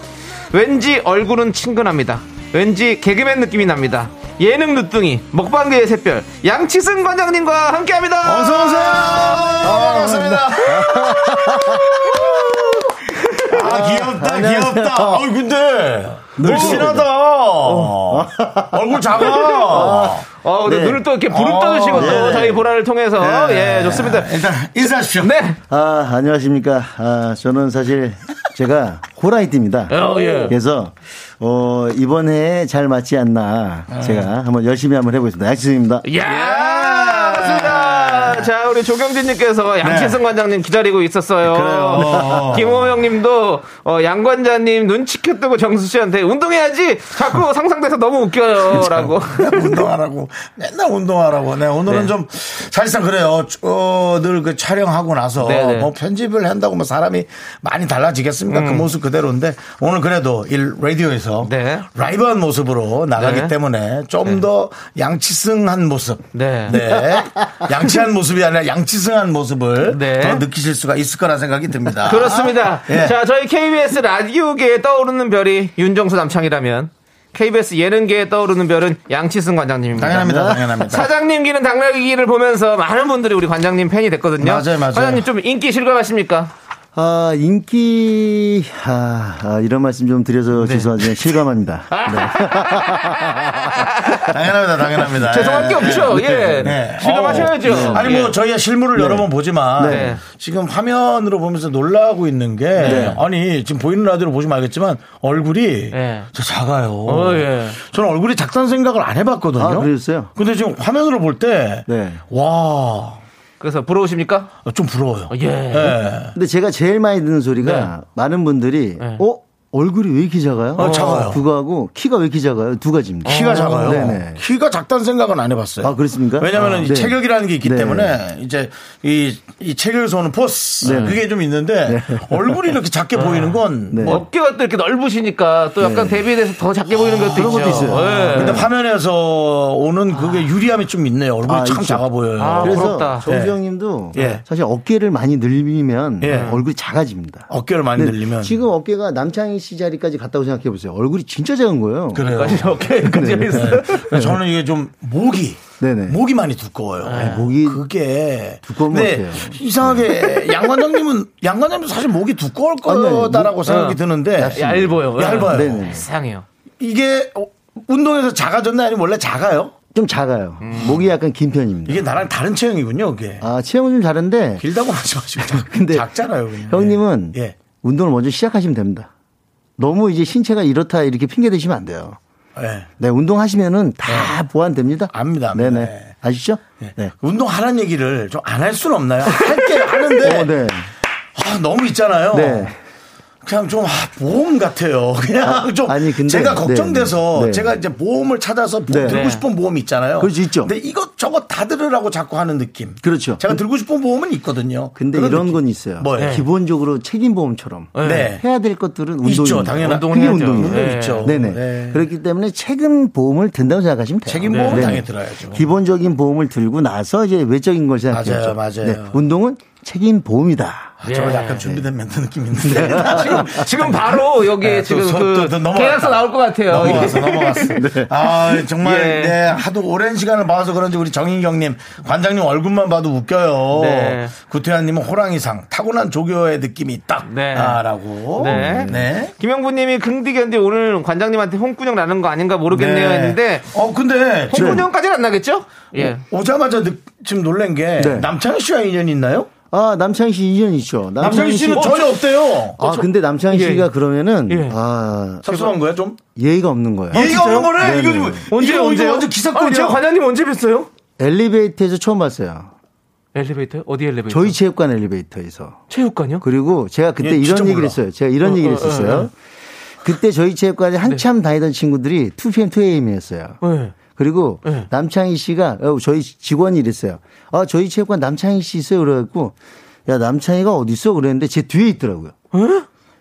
Speaker 3: 왠지 얼굴은 친근합니다 왠지 개그맨 느낌이 납니다 예능 누뚱이 먹방계의 샛별 양치승 관장님과 함께합니다
Speaker 2: 어서오세요 반갑습니다 아 귀엽다 귀엽다 아 근데 늘씬하다 얼굴 작아
Speaker 3: 어, 근데
Speaker 2: 네.
Speaker 3: 눈을 또 이렇게 부릅 떠주시고
Speaker 2: 어,
Speaker 3: 또
Speaker 2: 네.
Speaker 3: 자기 보라를 통해서
Speaker 2: 네.
Speaker 3: 예 좋습니다.
Speaker 2: 일단 인사하십시오
Speaker 3: 네.
Speaker 8: 아, 안녕하십니까. 아, 저는 사실 제가 호랑이띠입니다.
Speaker 3: 어, 예.
Speaker 8: 그래서, 어, 이번 해에 잘 맞지
Speaker 3: 아.
Speaker 2: 예.
Speaker 8: 않나. 제가 한번 열심히 한번 해보겠습니다. 약수입니다.
Speaker 2: 아.
Speaker 3: 야. 반갑습니다. 예, 자,
Speaker 2: 네.
Speaker 3: 우리 조경진님께서 양채승 관장님 기다리고 있었어요.
Speaker 2: 그래요.
Speaker 3: 김호영님도 어, 양 관장님 눈치켜 뜨고 정수 씨한테 운동해야지 자꾸 상상돼서 너무 웃겨요라고.
Speaker 2: 운동하라고 맨날 운동하라고. 네 오늘은
Speaker 3: 네.
Speaker 2: 좀 사실상 그래요. 늘 그 촬영하고 나서
Speaker 3: 네, 네.
Speaker 2: 뭐 편집을 한다고 뭐 사람이 많이 달라지겠습니까? 그 모습 그대로인데 오늘 그래도 일 라디오에서
Speaker 3: 음. 네.
Speaker 2: 라이브한 모습으로 나가기
Speaker 3: 네.
Speaker 2: 때문에 좀 더 양치승한 모습.
Speaker 3: 네.
Speaker 2: 네. 양치한 모습이 아니라 양치승한 모습을
Speaker 3: 네.
Speaker 2: 더 느끼실 수가 있을 거라 생각이 듭니다.
Speaker 3: 그렇습니다.
Speaker 2: 예.
Speaker 3: 자, 저희 KBS 라디오계에 떠오르는 별이 윤정수 남창이라면 KBS 예능계에 떠오르는 별은 양치승 관장님입니다.
Speaker 2: 당연합니다. 당연합니다.
Speaker 3: 사장님 기는 당나귀기를 보면서 많은 분들이 우리 관장님 팬이 됐거든요.
Speaker 2: 맞아요, 맞아요.
Speaker 3: 관장님 좀 인기 실감하십니까?
Speaker 8: 아, 인기, 아, 아, 이런 말씀 좀 드려서
Speaker 2: 네.
Speaker 8: 죄송하지만 실감합니다.
Speaker 2: 아. 당연합니다. 당연합니다.
Speaker 3: 죄송할 게
Speaker 2: 예.
Speaker 3: 없죠. 예.
Speaker 2: 네.
Speaker 3: 실감하셔야죠.
Speaker 2: 어, 아니 뭐 저희가 실물을 여러 번 보지만
Speaker 3: 예. 네.
Speaker 2: 지금 화면으로 보면서 놀라고 있는 게 아니 지금 보이는 라디오로 보시면 알겠지만 얼굴이
Speaker 3: 네.
Speaker 2: 저 작아요.
Speaker 3: 어, 예.
Speaker 2: 저는 얼굴이 작다는 생각을 안 해봤거든요.
Speaker 8: 아, 그러셨어요?
Speaker 2: 근데 지금 화면으로 볼 때 와 좀
Speaker 8: 네.
Speaker 3: 그래서 부러우십니까?
Speaker 2: 부러워요.
Speaker 3: 예.
Speaker 2: 예.
Speaker 8: 근데 제가 제일 많이 듣는 소리가 많은 분들이, 어? 얼굴이 왜 이렇게 작아요?
Speaker 2: 네. 어, 작아요.
Speaker 8: 그거 하고 키가 왜 이렇게 작아요? 두
Speaker 3: 어.
Speaker 8: 가지입니다. 어,
Speaker 2: 키가 작아요.
Speaker 8: 네네.
Speaker 2: 키가 작다는 생각은 안 해봤어요.
Speaker 8: 아, 그렇습니까?
Speaker 2: 왜냐하면
Speaker 8: 아, 네.
Speaker 2: 체격이라는 게 있기
Speaker 8: 네.
Speaker 2: 때문에 이제 이, 이 체격에서 오는 포스
Speaker 8: 네.
Speaker 2: 그게 좀 있는데 얼굴이 이렇게 작게 보이는 건
Speaker 8: 네.
Speaker 2: 뭐
Speaker 3: 어깨가 또 이렇게 넓으시니까 또 약간 데뷔에 대해서 더 작게 보이는 것도
Speaker 8: 그런
Speaker 3: 있죠.
Speaker 8: 것도 있어요.
Speaker 3: 예.
Speaker 2: 근데 화면에서 오는 그게 유리함이 좀 있네요. 얼굴이
Speaker 8: 아,
Speaker 2: 참
Speaker 8: 있죠.
Speaker 2: 작아 보여요.
Speaker 3: 아,
Speaker 8: 그래서
Speaker 3: 부럽다.
Speaker 8: 정수
Speaker 2: 예.
Speaker 8: 형님도
Speaker 2: 예.
Speaker 8: 사실 어깨를 많이 늘리면
Speaker 2: 예.
Speaker 8: 얼굴이 작아집니다.
Speaker 2: 어깨를 많이
Speaker 8: 근데
Speaker 2: 늘리면
Speaker 8: 지금 어깨가 남창희 씨 자리까지 갔다고 생각해 보세요. 얼굴이 진짜 작은 거예요.
Speaker 2: 그래요.
Speaker 3: 여기까지 어깨까지 있어요.
Speaker 2: 네. 저는 이게 좀 목이
Speaker 8: 네네.
Speaker 2: 목이 많이 두꺼워요.
Speaker 8: 목이
Speaker 2: 그게
Speaker 8: 두꺼운 것
Speaker 2: 근데
Speaker 8: 같아요. 네.
Speaker 2: 이상하게 양관장님은 양관장님 사실 목이 두꺼울
Speaker 8: 아니,
Speaker 2: 거다라고 생각이
Speaker 3: 어.
Speaker 2: 드는데
Speaker 3: 얇아요.
Speaker 2: 얇아요.
Speaker 8: 네네.
Speaker 3: 이상해요.
Speaker 2: 이게 어, 운동에서 작아졌나 아니면 원래 작아요?
Speaker 8: 좀 작아요. 목이 약간 긴
Speaker 2: 음.
Speaker 8: 편입니다.
Speaker 2: 이게 나랑 다른 체형이군요. 이게
Speaker 8: 아 체형은 좀 다른데
Speaker 2: 길다고 하지 마시고 작-
Speaker 8: 근데
Speaker 2: 작잖아요. 그냥.
Speaker 8: 형님은
Speaker 2: 예. 예.
Speaker 8: 운동을 먼저 시작하시면 됩니다. 너무 이제 신체가 이렇다 이렇게 핑계 대시면 안 돼요.
Speaker 2: 예.
Speaker 8: 네 운동하시면은 다 보완됩니다.
Speaker 2: 압니다, 압니다.
Speaker 8: 네네
Speaker 2: 네.
Speaker 8: 아시죠? 네.
Speaker 2: 운동하라는 얘기를 좀 안 할 수는 없나요? 아, 할게 하는데
Speaker 8: 어, 네.
Speaker 2: 아, 너무 있잖아요.
Speaker 8: 네.
Speaker 2: 그냥 좀 아, 보험 같아요. 그냥 좀
Speaker 8: 아니, 근데-
Speaker 2: 제가
Speaker 8: 네,
Speaker 2: 걱정돼서
Speaker 8: 네, 네.
Speaker 2: 제가 이제 보험을 찾아서 보-
Speaker 8: 네.
Speaker 2: 들고
Speaker 8: 네.
Speaker 2: 싶은 보험이 있잖아요.
Speaker 8: 그렇죠, 있죠.
Speaker 2: 근데 이것 저것 다 들으라고 자꾸 하는 느낌.
Speaker 8: 그렇죠.
Speaker 2: 제가 들고 싶은 보험은 있거든요.
Speaker 8: 근데
Speaker 2: 그런
Speaker 8: 이런
Speaker 2: 느낌.
Speaker 8: 건 있어요.
Speaker 2: 뭐예요?
Speaker 8: 기본적으로 책임보험처럼
Speaker 2: 네.
Speaker 8: 해야 될 것들은 운동입니다.
Speaker 2: 있죠. 예. 당연한
Speaker 3: 운동은
Speaker 8: 그게
Speaker 3: 해야죠.
Speaker 8: 운동이에요.
Speaker 3: 네.
Speaker 2: 있죠.
Speaker 8: 네네.
Speaker 2: 네.
Speaker 8: 그렇기 때문에 책임 보험을 든다고 생각하시면 돼요.
Speaker 2: 책임 보험
Speaker 8: 네네.
Speaker 2: 당연히 들어야죠.
Speaker 8: 기본적인 보험을 들고 나서 이제 외적인 걸 생각해야죠.
Speaker 2: 맞아요, 맞아요.
Speaker 8: 운동은 책임 보험이다.
Speaker 2: 아,
Speaker 3: 예.
Speaker 2: 저 약간 준비된 멘트 느낌 있는데
Speaker 8: 네.
Speaker 2: 지금
Speaker 3: 지금 바로 여기
Speaker 2: 네, 또
Speaker 3: 지금
Speaker 2: 서-
Speaker 3: 그
Speaker 2: 또- 또 넘어갔다.
Speaker 3: 계약서 나올 것 같아요.
Speaker 2: 넘어갔어, 넘어갔어. 아, 정말,
Speaker 3: 네. 예.
Speaker 2: 네, 하도 오랜 시간을 봐서 그런지 우리 정인경님, 관장님 얼굴만 봐도 웃겨요.
Speaker 3: 네.
Speaker 2: 구태환님은 호랑이상, 타고난 조교의 느낌이 있다.
Speaker 3: 네.
Speaker 2: 아, 라고.
Speaker 3: 네.
Speaker 2: 네.
Speaker 3: 김영구님이 긍디견디 오늘 관장님한테 홍군형 나는 거 아닌가 모르겠네요
Speaker 2: 네.
Speaker 3: 했는데
Speaker 2: 어, 근데 지금
Speaker 3: 홍군형까지는 안 나겠죠? 예.
Speaker 2: 오자마자 늦, 지금 놀란 게
Speaker 8: 네.
Speaker 2: 남창희 씨와 인연이 있나요?
Speaker 8: 아, 남창희 씨 인연이죠.
Speaker 2: 남창희
Speaker 3: 어,
Speaker 2: 씨는 전혀 없대요.
Speaker 8: 아, 근데 남창희
Speaker 3: 예.
Speaker 8: 씨가 그러면은
Speaker 3: 예.
Speaker 8: 아,
Speaker 2: 섭섭한 거야, 좀?
Speaker 8: 예의가 없는
Speaker 3: 아,
Speaker 8: 거예요.
Speaker 2: 얘기가 없는 거래? 이거
Speaker 8: 네네.
Speaker 2: 지금. 이거 완전
Speaker 3: 아니, 제가
Speaker 2: 기사거리야.
Speaker 3: 관장님 언제 뵀어요?
Speaker 8: 엘리베이터에서 처음 봤어요.
Speaker 3: 엘리베이터요? 어디 엘리베이터?
Speaker 8: 저희 체육관 엘리베이터에서.
Speaker 3: 그러니까. 체육관요?
Speaker 8: 그리고 제가
Speaker 2: 예,
Speaker 8: 그때
Speaker 2: 진짜
Speaker 8: 이런 얘기를
Speaker 2: 몰라.
Speaker 8: 했어요. 제가 이런 얘기를 했었어요. 그때 저희 체육관에 한참 다니던 친구들이 2PM, 2AM이었어요.
Speaker 3: 네.
Speaker 8: 그리고
Speaker 3: 네.
Speaker 8: 남창희 씨가 어, 저희 직원이 이랬어요. 아, 저희 체육관 남창희 씨 있어요. 그래갖고 야, 남창희가 어디 있어? 그랬는데 제 뒤에 있더라고요.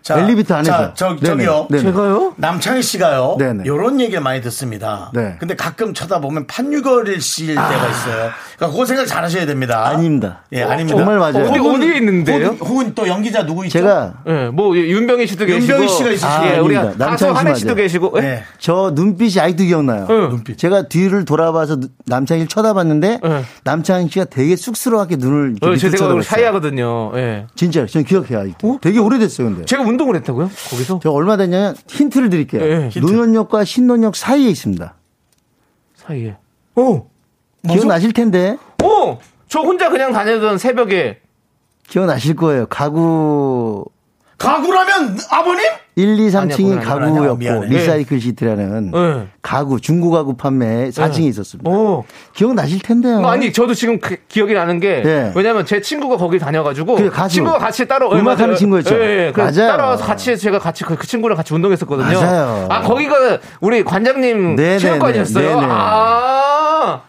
Speaker 2: 자,
Speaker 8: 엘리베이터 안에서.
Speaker 2: 자, 저,
Speaker 8: 네네.
Speaker 2: 저기요.
Speaker 8: 네네.
Speaker 3: 제가요?
Speaker 2: 남창희 씨가요.
Speaker 8: 네네.
Speaker 2: 요런 얘기를 많이 듣습니다.
Speaker 8: 네. 아.
Speaker 2: 근데 가끔 쳐다보면 판유걸일 씨일 때가 있어요. 그러니까 그거 생각 잘 하셔야 됩니다.
Speaker 8: 아닙니다.
Speaker 2: 예, 아닙니다.
Speaker 8: 정말 맞아요.
Speaker 3: 어디, 어디에 있는데요?
Speaker 2: 혹은, 혹은 또 연기자 누구 있죠?
Speaker 8: 제가
Speaker 3: 예, 뭐 예, 윤병희 씨도 계시고
Speaker 2: 윤병희 씨가 있으시죠?
Speaker 3: 예, 우리
Speaker 8: 아닙니다.
Speaker 3: 가수
Speaker 8: 남창희 씨
Speaker 3: 한혜 씨도
Speaker 8: 맞아요.
Speaker 3: 계시고. 예.
Speaker 2: 네.
Speaker 8: 저 눈빛이 아직도 기억나요.
Speaker 3: 네.
Speaker 2: 눈빛.
Speaker 8: 네. 제가 뒤를 돌아봐서 누- 남창희를 쳐다봤는데
Speaker 3: 네.
Speaker 8: 남창희 씨가 되게 쑥스러워하게 눈을 이렇게
Speaker 3: 어, 제
Speaker 8: 밑으로
Speaker 3: 생각으로
Speaker 8: 쳐다봤어요.
Speaker 3: 샤이하거든요. 예.
Speaker 8: 진짜요. 저는 기억해요. 아직도. 되게 오래됐어요, 근데.
Speaker 3: 제가 운동을 했다고요? 거기서?
Speaker 8: 저 얼마 됐냐면 힌트를 드릴게요.
Speaker 3: 예, 힌트.
Speaker 8: 노현역과 신논역 사이에 있습니다.
Speaker 3: 사이에.
Speaker 8: 어.
Speaker 3: 오!
Speaker 8: 기억나실 텐데
Speaker 3: 오! 저 혼자 그냥 다니던 새벽에
Speaker 8: 기억나실 거예요. 가구
Speaker 2: 가구라면 아버님?
Speaker 8: 1, 2, 3층이
Speaker 3: 아니야, 그건 아니야.
Speaker 2: 아,
Speaker 8: 가구였고
Speaker 2: 미안해.
Speaker 8: 리사이클 시티라는
Speaker 3: 네.
Speaker 8: 가구 중고 가구 판매 4층에 있었습니다.
Speaker 3: 오.
Speaker 8: 기억 나실 텐데요.
Speaker 3: 뭐 아니 저도 지금 그- 기억이 나는 게
Speaker 8: 예.
Speaker 3: 왜냐면 제 친구가 거기 다녀가지고
Speaker 8: 그래, 가수.
Speaker 3: 친구가 같이 따로 예,
Speaker 8: 음악하는
Speaker 3: 맞아요.
Speaker 8: 친구였죠.
Speaker 3: 예, 예. 그래서
Speaker 8: 맞아요.
Speaker 3: 따라와서 같이 제가 같이 그, 그 친구랑 같이 운동했었거든요.
Speaker 8: 맞아요.
Speaker 3: 아 거기가 우리 관장님
Speaker 8: 네네네.
Speaker 3: 체육관이었어요.
Speaker 8: 네네.
Speaker 3: 아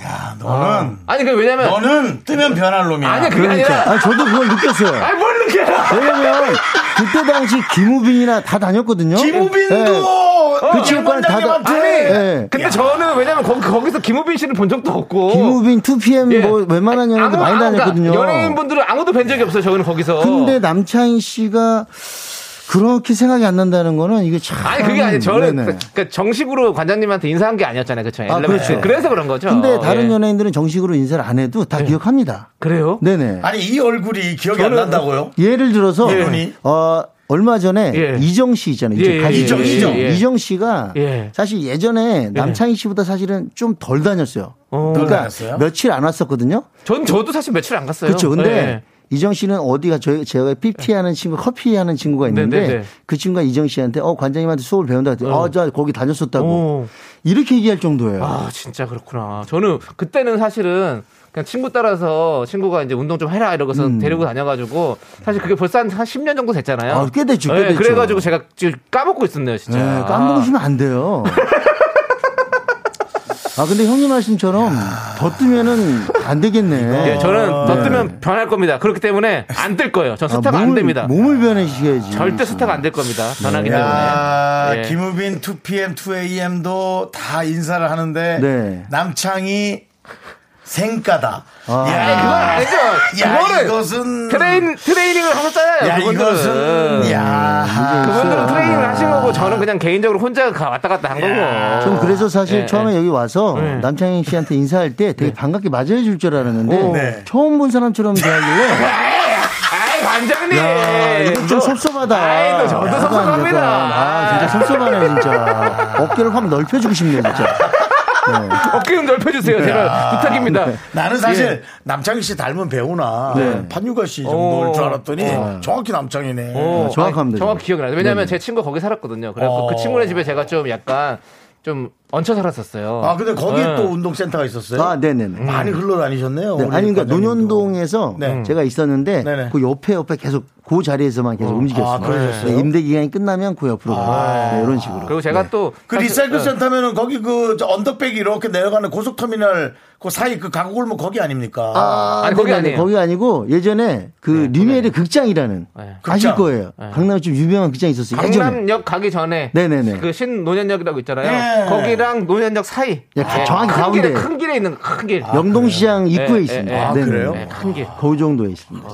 Speaker 2: 야, 너는
Speaker 3: 아니 그 왜냐면
Speaker 2: 너는 뜨면 변할 놈이야.
Speaker 3: 아니 그게
Speaker 8: 그러니까
Speaker 3: 아니라
Speaker 8: 아니, 저도 그걸 느꼈어요.
Speaker 3: 아니 뭘 이렇게
Speaker 8: 왜냐면 그때 당시 김우빈이나 다 다녔거든요. 예.
Speaker 2: 김우빈도
Speaker 8: 그
Speaker 2: 그
Speaker 8: 친구가
Speaker 2: 원장님한테
Speaker 8: 다-
Speaker 3: 아니
Speaker 8: 예.
Speaker 3: 근데 저는 왜냐면 거기 거기서 김우빈 씨를 본 적도 없고
Speaker 8: 김우빈 2PM
Speaker 3: 예.
Speaker 8: 뭐 웬만한 연예인도
Speaker 3: 아무-
Speaker 8: 많이
Speaker 3: 아무-
Speaker 8: 다녔거든요.
Speaker 3: 그러니까 연예인분들은 아무도 뵌 적이 없어요. 저는 거기서.
Speaker 8: 근데 남창희 씨가 그렇게 생각이 안 난다는 거는 이게 참
Speaker 3: 아니 그게 아니 저는
Speaker 8: 네네.
Speaker 3: 그- 그러니까 정식으로 관장님한테 인사한 게 아니었잖아요, 그렇죠?
Speaker 8: 아, 그렇죠.
Speaker 3: 래서 그런 거죠.
Speaker 8: 근데 다른
Speaker 3: 예.
Speaker 8: 연예인들은 정식으로 인사를 안 해도 다 기억합니다.
Speaker 3: 그래요?
Speaker 8: 네네.
Speaker 2: 아니 이 얼굴이 기억이 안
Speaker 3: 저는-
Speaker 2: 난다고요?
Speaker 8: 예를 들어서
Speaker 2: 예.
Speaker 8: 어 얼마 전에
Speaker 3: 예.
Speaker 8: 이정 씨 있잖아요. 이정,
Speaker 3: 예, 예,
Speaker 8: 가수.
Speaker 2: 이정, 이정.
Speaker 3: 예.
Speaker 8: 이정 씨가
Speaker 3: 예.
Speaker 8: 사실 예전에 남창희 씨보다 사실은 좀 덜 다녔어요.
Speaker 3: 어.
Speaker 2: 덜
Speaker 8: 그러니까
Speaker 2: 다녔어요?
Speaker 8: 며칠 안 왔었거든요.
Speaker 3: 전 저도 사실 며칠 안 갔어요.
Speaker 8: 그렇죠. 근데
Speaker 3: 예.
Speaker 8: 이정 씨는 어디가 저희 제가 피티 하는 친구, 커피 하는 친구가 있는데
Speaker 3: 네네네.
Speaker 8: 그 친구가 이정 씨한테 어 관장님한테 수업을 배운다 그랬더니
Speaker 3: 어.
Speaker 8: 아저 거기 다녔었다고
Speaker 3: 어.
Speaker 8: 이렇게 얘기할 정도예요.
Speaker 3: 아 진짜 그렇구나. 저는 그때는 사실은 그냥 친구 따라서 친구가 이제 운동 좀 해라 이러고서
Speaker 8: 음.
Speaker 3: 데리고 다녀가지고 사실 그게 벌써 한, 한 10년 정도 됐잖아요. 예,
Speaker 8: 아, 꽤 됐죠, 꽤 됐죠.
Speaker 3: 그래가지고 제가 지금 까먹고 있었네요, 진짜.
Speaker 8: 네, 까먹으시면 안 돼요. 아 근데 형님 말씀처럼 더 뜨면은 안 되겠네.
Speaker 3: 아. 예, 저는 더 뜨면 변할 겁니다. 그렇기 때문에 안 뜰 거예요. 전 스타가
Speaker 8: 아, 몸을,
Speaker 3: 안 됩니다.
Speaker 8: 몸을 변해시켜야지.
Speaker 3: 절대 스타가 안 될 겁니다. 변하기
Speaker 2: 야,
Speaker 3: 때문에. 예.
Speaker 2: 김우빈 2PM, 2AM도 다 인사를 하는데
Speaker 8: 네.
Speaker 2: 남창이 생까다.
Speaker 8: 아.
Speaker 2: 야,
Speaker 3: 아니, 그건 아니죠.
Speaker 2: 야,
Speaker 3: 그거는
Speaker 2: 이것은
Speaker 3: 트레인, 트레이닝을 하셨잖아요.
Speaker 2: 야,
Speaker 3: 그분들은.
Speaker 2: 이것은 야.
Speaker 3: 그분들은 트레이닝을 하신 거고, 저는 그냥 개인적으로 혼자 가- 왔다 갔다 한 거고.
Speaker 8: 전 그래서 사실
Speaker 3: 예,
Speaker 8: 처음에
Speaker 3: 예.
Speaker 8: 여기 와서
Speaker 3: 예.
Speaker 8: 남창희 씨한테 인사할 때 되게 반갑게 맞아야 줄 줄 알았는데
Speaker 3: 네. 오.
Speaker 2: 네.
Speaker 8: 처음 본 사람처럼 대하길래
Speaker 3: 아이, 관장님!
Speaker 8: 야, 예. 이건 좀
Speaker 3: 너-
Speaker 8: 섭섭하다.
Speaker 3: 네, 뭐, 아이, 너 저도
Speaker 8: 약간
Speaker 3: 섭섭합니다.
Speaker 8: 약간, 아, 진짜 섭섭하네, 진짜. 어깨를 확 넓혀주고 싶네요, 진짜. 네.
Speaker 3: 어깨 좀 넓혀주세요. 제가 부탁입니다.
Speaker 2: 나는 사실
Speaker 3: 예.
Speaker 2: 남창희 씨 닮은 배우나
Speaker 8: 네.
Speaker 2: 판유가 씨 정도일 줄
Speaker 3: 어.
Speaker 2: 알았더니 정확히 남창이네.
Speaker 3: 오,
Speaker 8: 아, 정확합니다,
Speaker 3: 아니, 정확히
Speaker 8: 지금.
Speaker 3: 기억이 나요. 왜냐면
Speaker 8: 네네.
Speaker 3: 제 친구가 거기 살았거든요. 그래서
Speaker 2: 어.
Speaker 3: 그 친구네 집에 제가 좀 약간 좀 얹혀 살았었어요.
Speaker 2: 아, 근데 거기에
Speaker 3: 예.
Speaker 2: 또 운동센터가 있었어요?
Speaker 8: 아,
Speaker 3: 음.
Speaker 8: 네네네.
Speaker 2: 많이 흘러다니셨네요.
Speaker 8: 네,
Speaker 2: 우리
Speaker 8: 아니, 그러니까
Speaker 2: 과장님도.
Speaker 8: 논현동에서 음.
Speaker 2: 네.
Speaker 8: 제가 있었는데
Speaker 2: 네네.
Speaker 8: 그 옆에 옆에 계속 그 자리에서만
Speaker 3: 음.
Speaker 8: 계속 움직였어요. 네,
Speaker 2: 아, 그러셨어요?
Speaker 8: 임대 기간이 끝나면 그 옆으로 가요. 네, 이런 식으로.
Speaker 3: 아. 그리고 제가 또.
Speaker 2: 그
Speaker 3: 사실-
Speaker 2: 리사이클
Speaker 3: 예.
Speaker 2: 센터면은 거기 그저 언덕백이 이렇게 내려가는 고속터미널 그 사이 그 가구 골목 거기 아닙니까?
Speaker 8: 아,
Speaker 3: 아니, 거기
Speaker 8: 네네네.
Speaker 3: 아니에요.
Speaker 8: 거기 아니고 예전에 그 리메일의 극장이라는
Speaker 3: 네.
Speaker 8: 아실
Speaker 2: 극장.
Speaker 8: 거예요. 강남에 좀 유명한 극장이 있었어요. 예전에.
Speaker 3: 강남역 가기 전에
Speaker 8: 네네네.
Speaker 3: 그 신논현역이라고 있잖아요.
Speaker 2: 네.
Speaker 3: 거기랑 논현역 사이. 아,
Speaker 8: 예, 가- 정확히
Speaker 3: 큰
Speaker 8: 가운데.
Speaker 3: 길에, 큰 길에 있는 큰 길.
Speaker 8: 영동시장 입구에
Speaker 3: 예,
Speaker 8: 있습니다.
Speaker 3: 예, 예. 아,
Speaker 8: 네네네.
Speaker 2: 그래요?
Speaker 3: 네, 큰 길.
Speaker 8: 그 정도에 있습니다.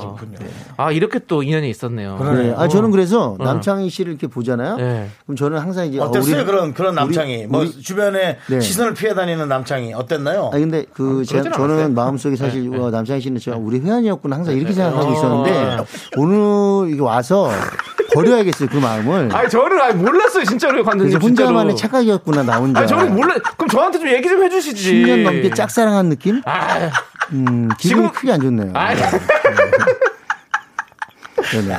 Speaker 3: 아 이렇게 또 인연이 있었네요. 어.
Speaker 8: 네. 아,
Speaker 2: 어.
Speaker 8: 저는 그래서 남창희 씨를 이렇게 보잖아요.
Speaker 3: 네.
Speaker 8: 그럼 저는 항상 이제 아,
Speaker 2: 어땠어요
Speaker 8: 우리-
Speaker 2: 그런 그런 남창이
Speaker 8: 우리-
Speaker 2: 뭐
Speaker 8: 우리-
Speaker 2: 주변에
Speaker 8: 네.
Speaker 2: 시선을 피해 다니는 남창이 어땠나요?
Speaker 8: 아 근데 그 제가-
Speaker 3: 그러진 않았어요. 네,
Speaker 8: 저는 마음속에 사실 와, 남창희 씨는 제가 우리 회원이었구나 항상 이렇게 생각하고
Speaker 3: 어,
Speaker 8: 있었는데 오늘 이게 와서 버려야겠어요 그 마음을.
Speaker 3: 아니 저는 아니 몰랐어요 진짜로 관두님
Speaker 8: 그래서 혼자만의
Speaker 3: 진짜로.
Speaker 8: 착각이었구나 나 혼자.
Speaker 3: 아니 저는 몰라. 그럼 저한테 좀 얘기 좀 해주시지.
Speaker 8: 10년 넘게 짝사랑한 느낌?
Speaker 3: 아,
Speaker 8: 음, 기분이
Speaker 3: 지금-
Speaker 8: 크게 안 좋네요.
Speaker 3: 아,
Speaker 8: 네네.
Speaker 3: 근데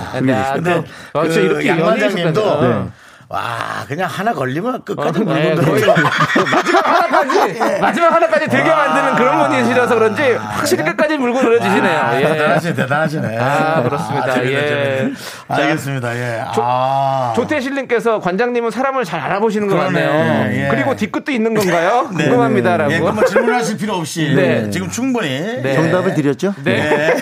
Speaker 2: 근데
Speaker 3: 아,
Speaker 2: 그
Speaker 3: 진짜 이렇게
Speaker 2: 양반장님도
Speaker 3: 연예인
Speaker 8: 네.
Speaker 2: 와 그냥 하나 걸리면 끝까지
Speaker 3: 어, 네,
Speaker 2: 물고
Speaker 3: 거의
Speaker 2: 들어요.
Speaker 3: 마지막 하나까지
Speaker 2: 네.
Speaker 3: 마지막 하나까지 되게
Speaker 2: 아.
Speaker 3: 만드는 그런 분이시라서 그런지 확실히 끝까지 물고 늘어지시네요.
Speaker 2: 네. 아,
Speaker 3: 예.
Speaker 2: 대단하시네 대단하시네.
Speaker 3: 아, 그렇습니다.
Speaker 2: 재밌네,
Speaker 3: 예.
Speaker 2: 재밌네.
Speaker 3: 자,
Speaker 2: 알겠습니다. 예. 아.
Speaker 3: 조태실님께서 관장님은 사람을 잘 알아보시는 것
Speaker 2: 그러네,
Speaker 3: 같네요.
Speaker 2: 예.
Speaker 3: 그리고 뒷끝도 있는 건가요?
Speaker 2: 네.
Speaker 3: 궁금합니다라고.
Speaker 2: 예, 그뭐 질문하실 필요 없이
Speaker 3: 네.
Speaker 2: 지금 충분히 예.
Speaker 3: 네.
Speaker 8: 정답을 드렸죠?
Speaker 3: 네.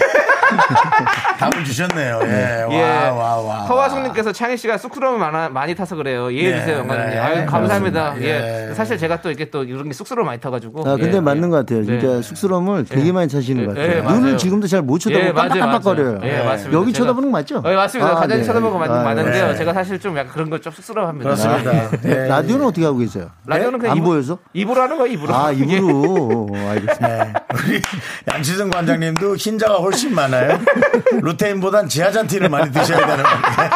Speaker 2: 답을 주셨네요. 예.
Speaker 3: 예.
Speaker 2: 와, 와, 와.
Speaker 3: 허화숙님께서 창희 씨가 쑥스러움을 많아- 많이 타서 그래요. 이해해 주세요,
Speaker 2: 네,
Speaker 3: 영광님.
Speaker 2: 네,
Speaker 3: 아유, 감사합니다.
Speaker 2: 그렇습니다.
Speaker 3: 예.
Speaker 2: 예.
Speaker 3: 사실 제가 또 이렇게 또 이런 게 쑥스러움 많이 타가지고.
Speaker 8: 아, 근데
Speaker 3: 예,
Speaker 8: 맞는
Speaker 3: 예.
Speaker 8: 것 같아요. 진짜
Speaker 3: 네.
Speaker 8: 쑥스러움을 되게 많이 사시는 것
Speaker 3: 예, 예,
Speaker 8: 같아요.
Speaker 3: 맞아요.
Speaker 8: 눈을 지금도 잘 못 쳐다보고
Speaker 3: 예, 맞아요,
Speaker 8: 깜빡깜빡거려요.
Speaker 3: 맞아요. 예,
Speaker 2: 네.
Speaker 3: 맞습니다.
Speaker 8: 여기
Speaker 3: 제가-
Speaker 8: 쳐다보는 거 맞죠?
Speaker 3: 예, 맞습니다.
Speaker 8: 아,
Speaker 3: 가장
Speaker 8: 네.
Speaker 3: 쳐다보고 맞,
Speaker 8: 아,
Speaker 3: 맞는데요.
Speaker 2: 네.
Speaker 3: 제가 사실 좀 약간 그런 거 좀 쑥스러워합니다.
Speaker 2: 그렇습니다.
Speaker 3: 아,
Speaker 2: 예.
Speaker 8: 라디오는 어떻게 하고 계세요? 네?
Speaker 3: 라디오는 그냥
Speaker 8: 안
Speaker 3: 입으-
Speaker 8: 보여서?
Speaker 3: 입으로 하는 거야, 입으로.
Speaker 8: 아,
Speaker 3: 예.
Speaker 8: 입으로. 어, 알겠습니다.
Speaker 2: 네. 우리 양치승 관장님도 흰자가 훨씬 많아요. 루테인보단 지하잔티를 많이 드셔야 되는 건데.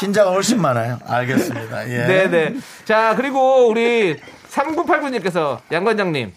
Speaker 2: 흰자가 훨씬 많아요. 알겠습니다.
Speaker 3: 네,
Speaker 8: 네.
Speaker 2: 예.
Speaker 3: 네네. 자, 그리고 우리 3989님께서 양관장님.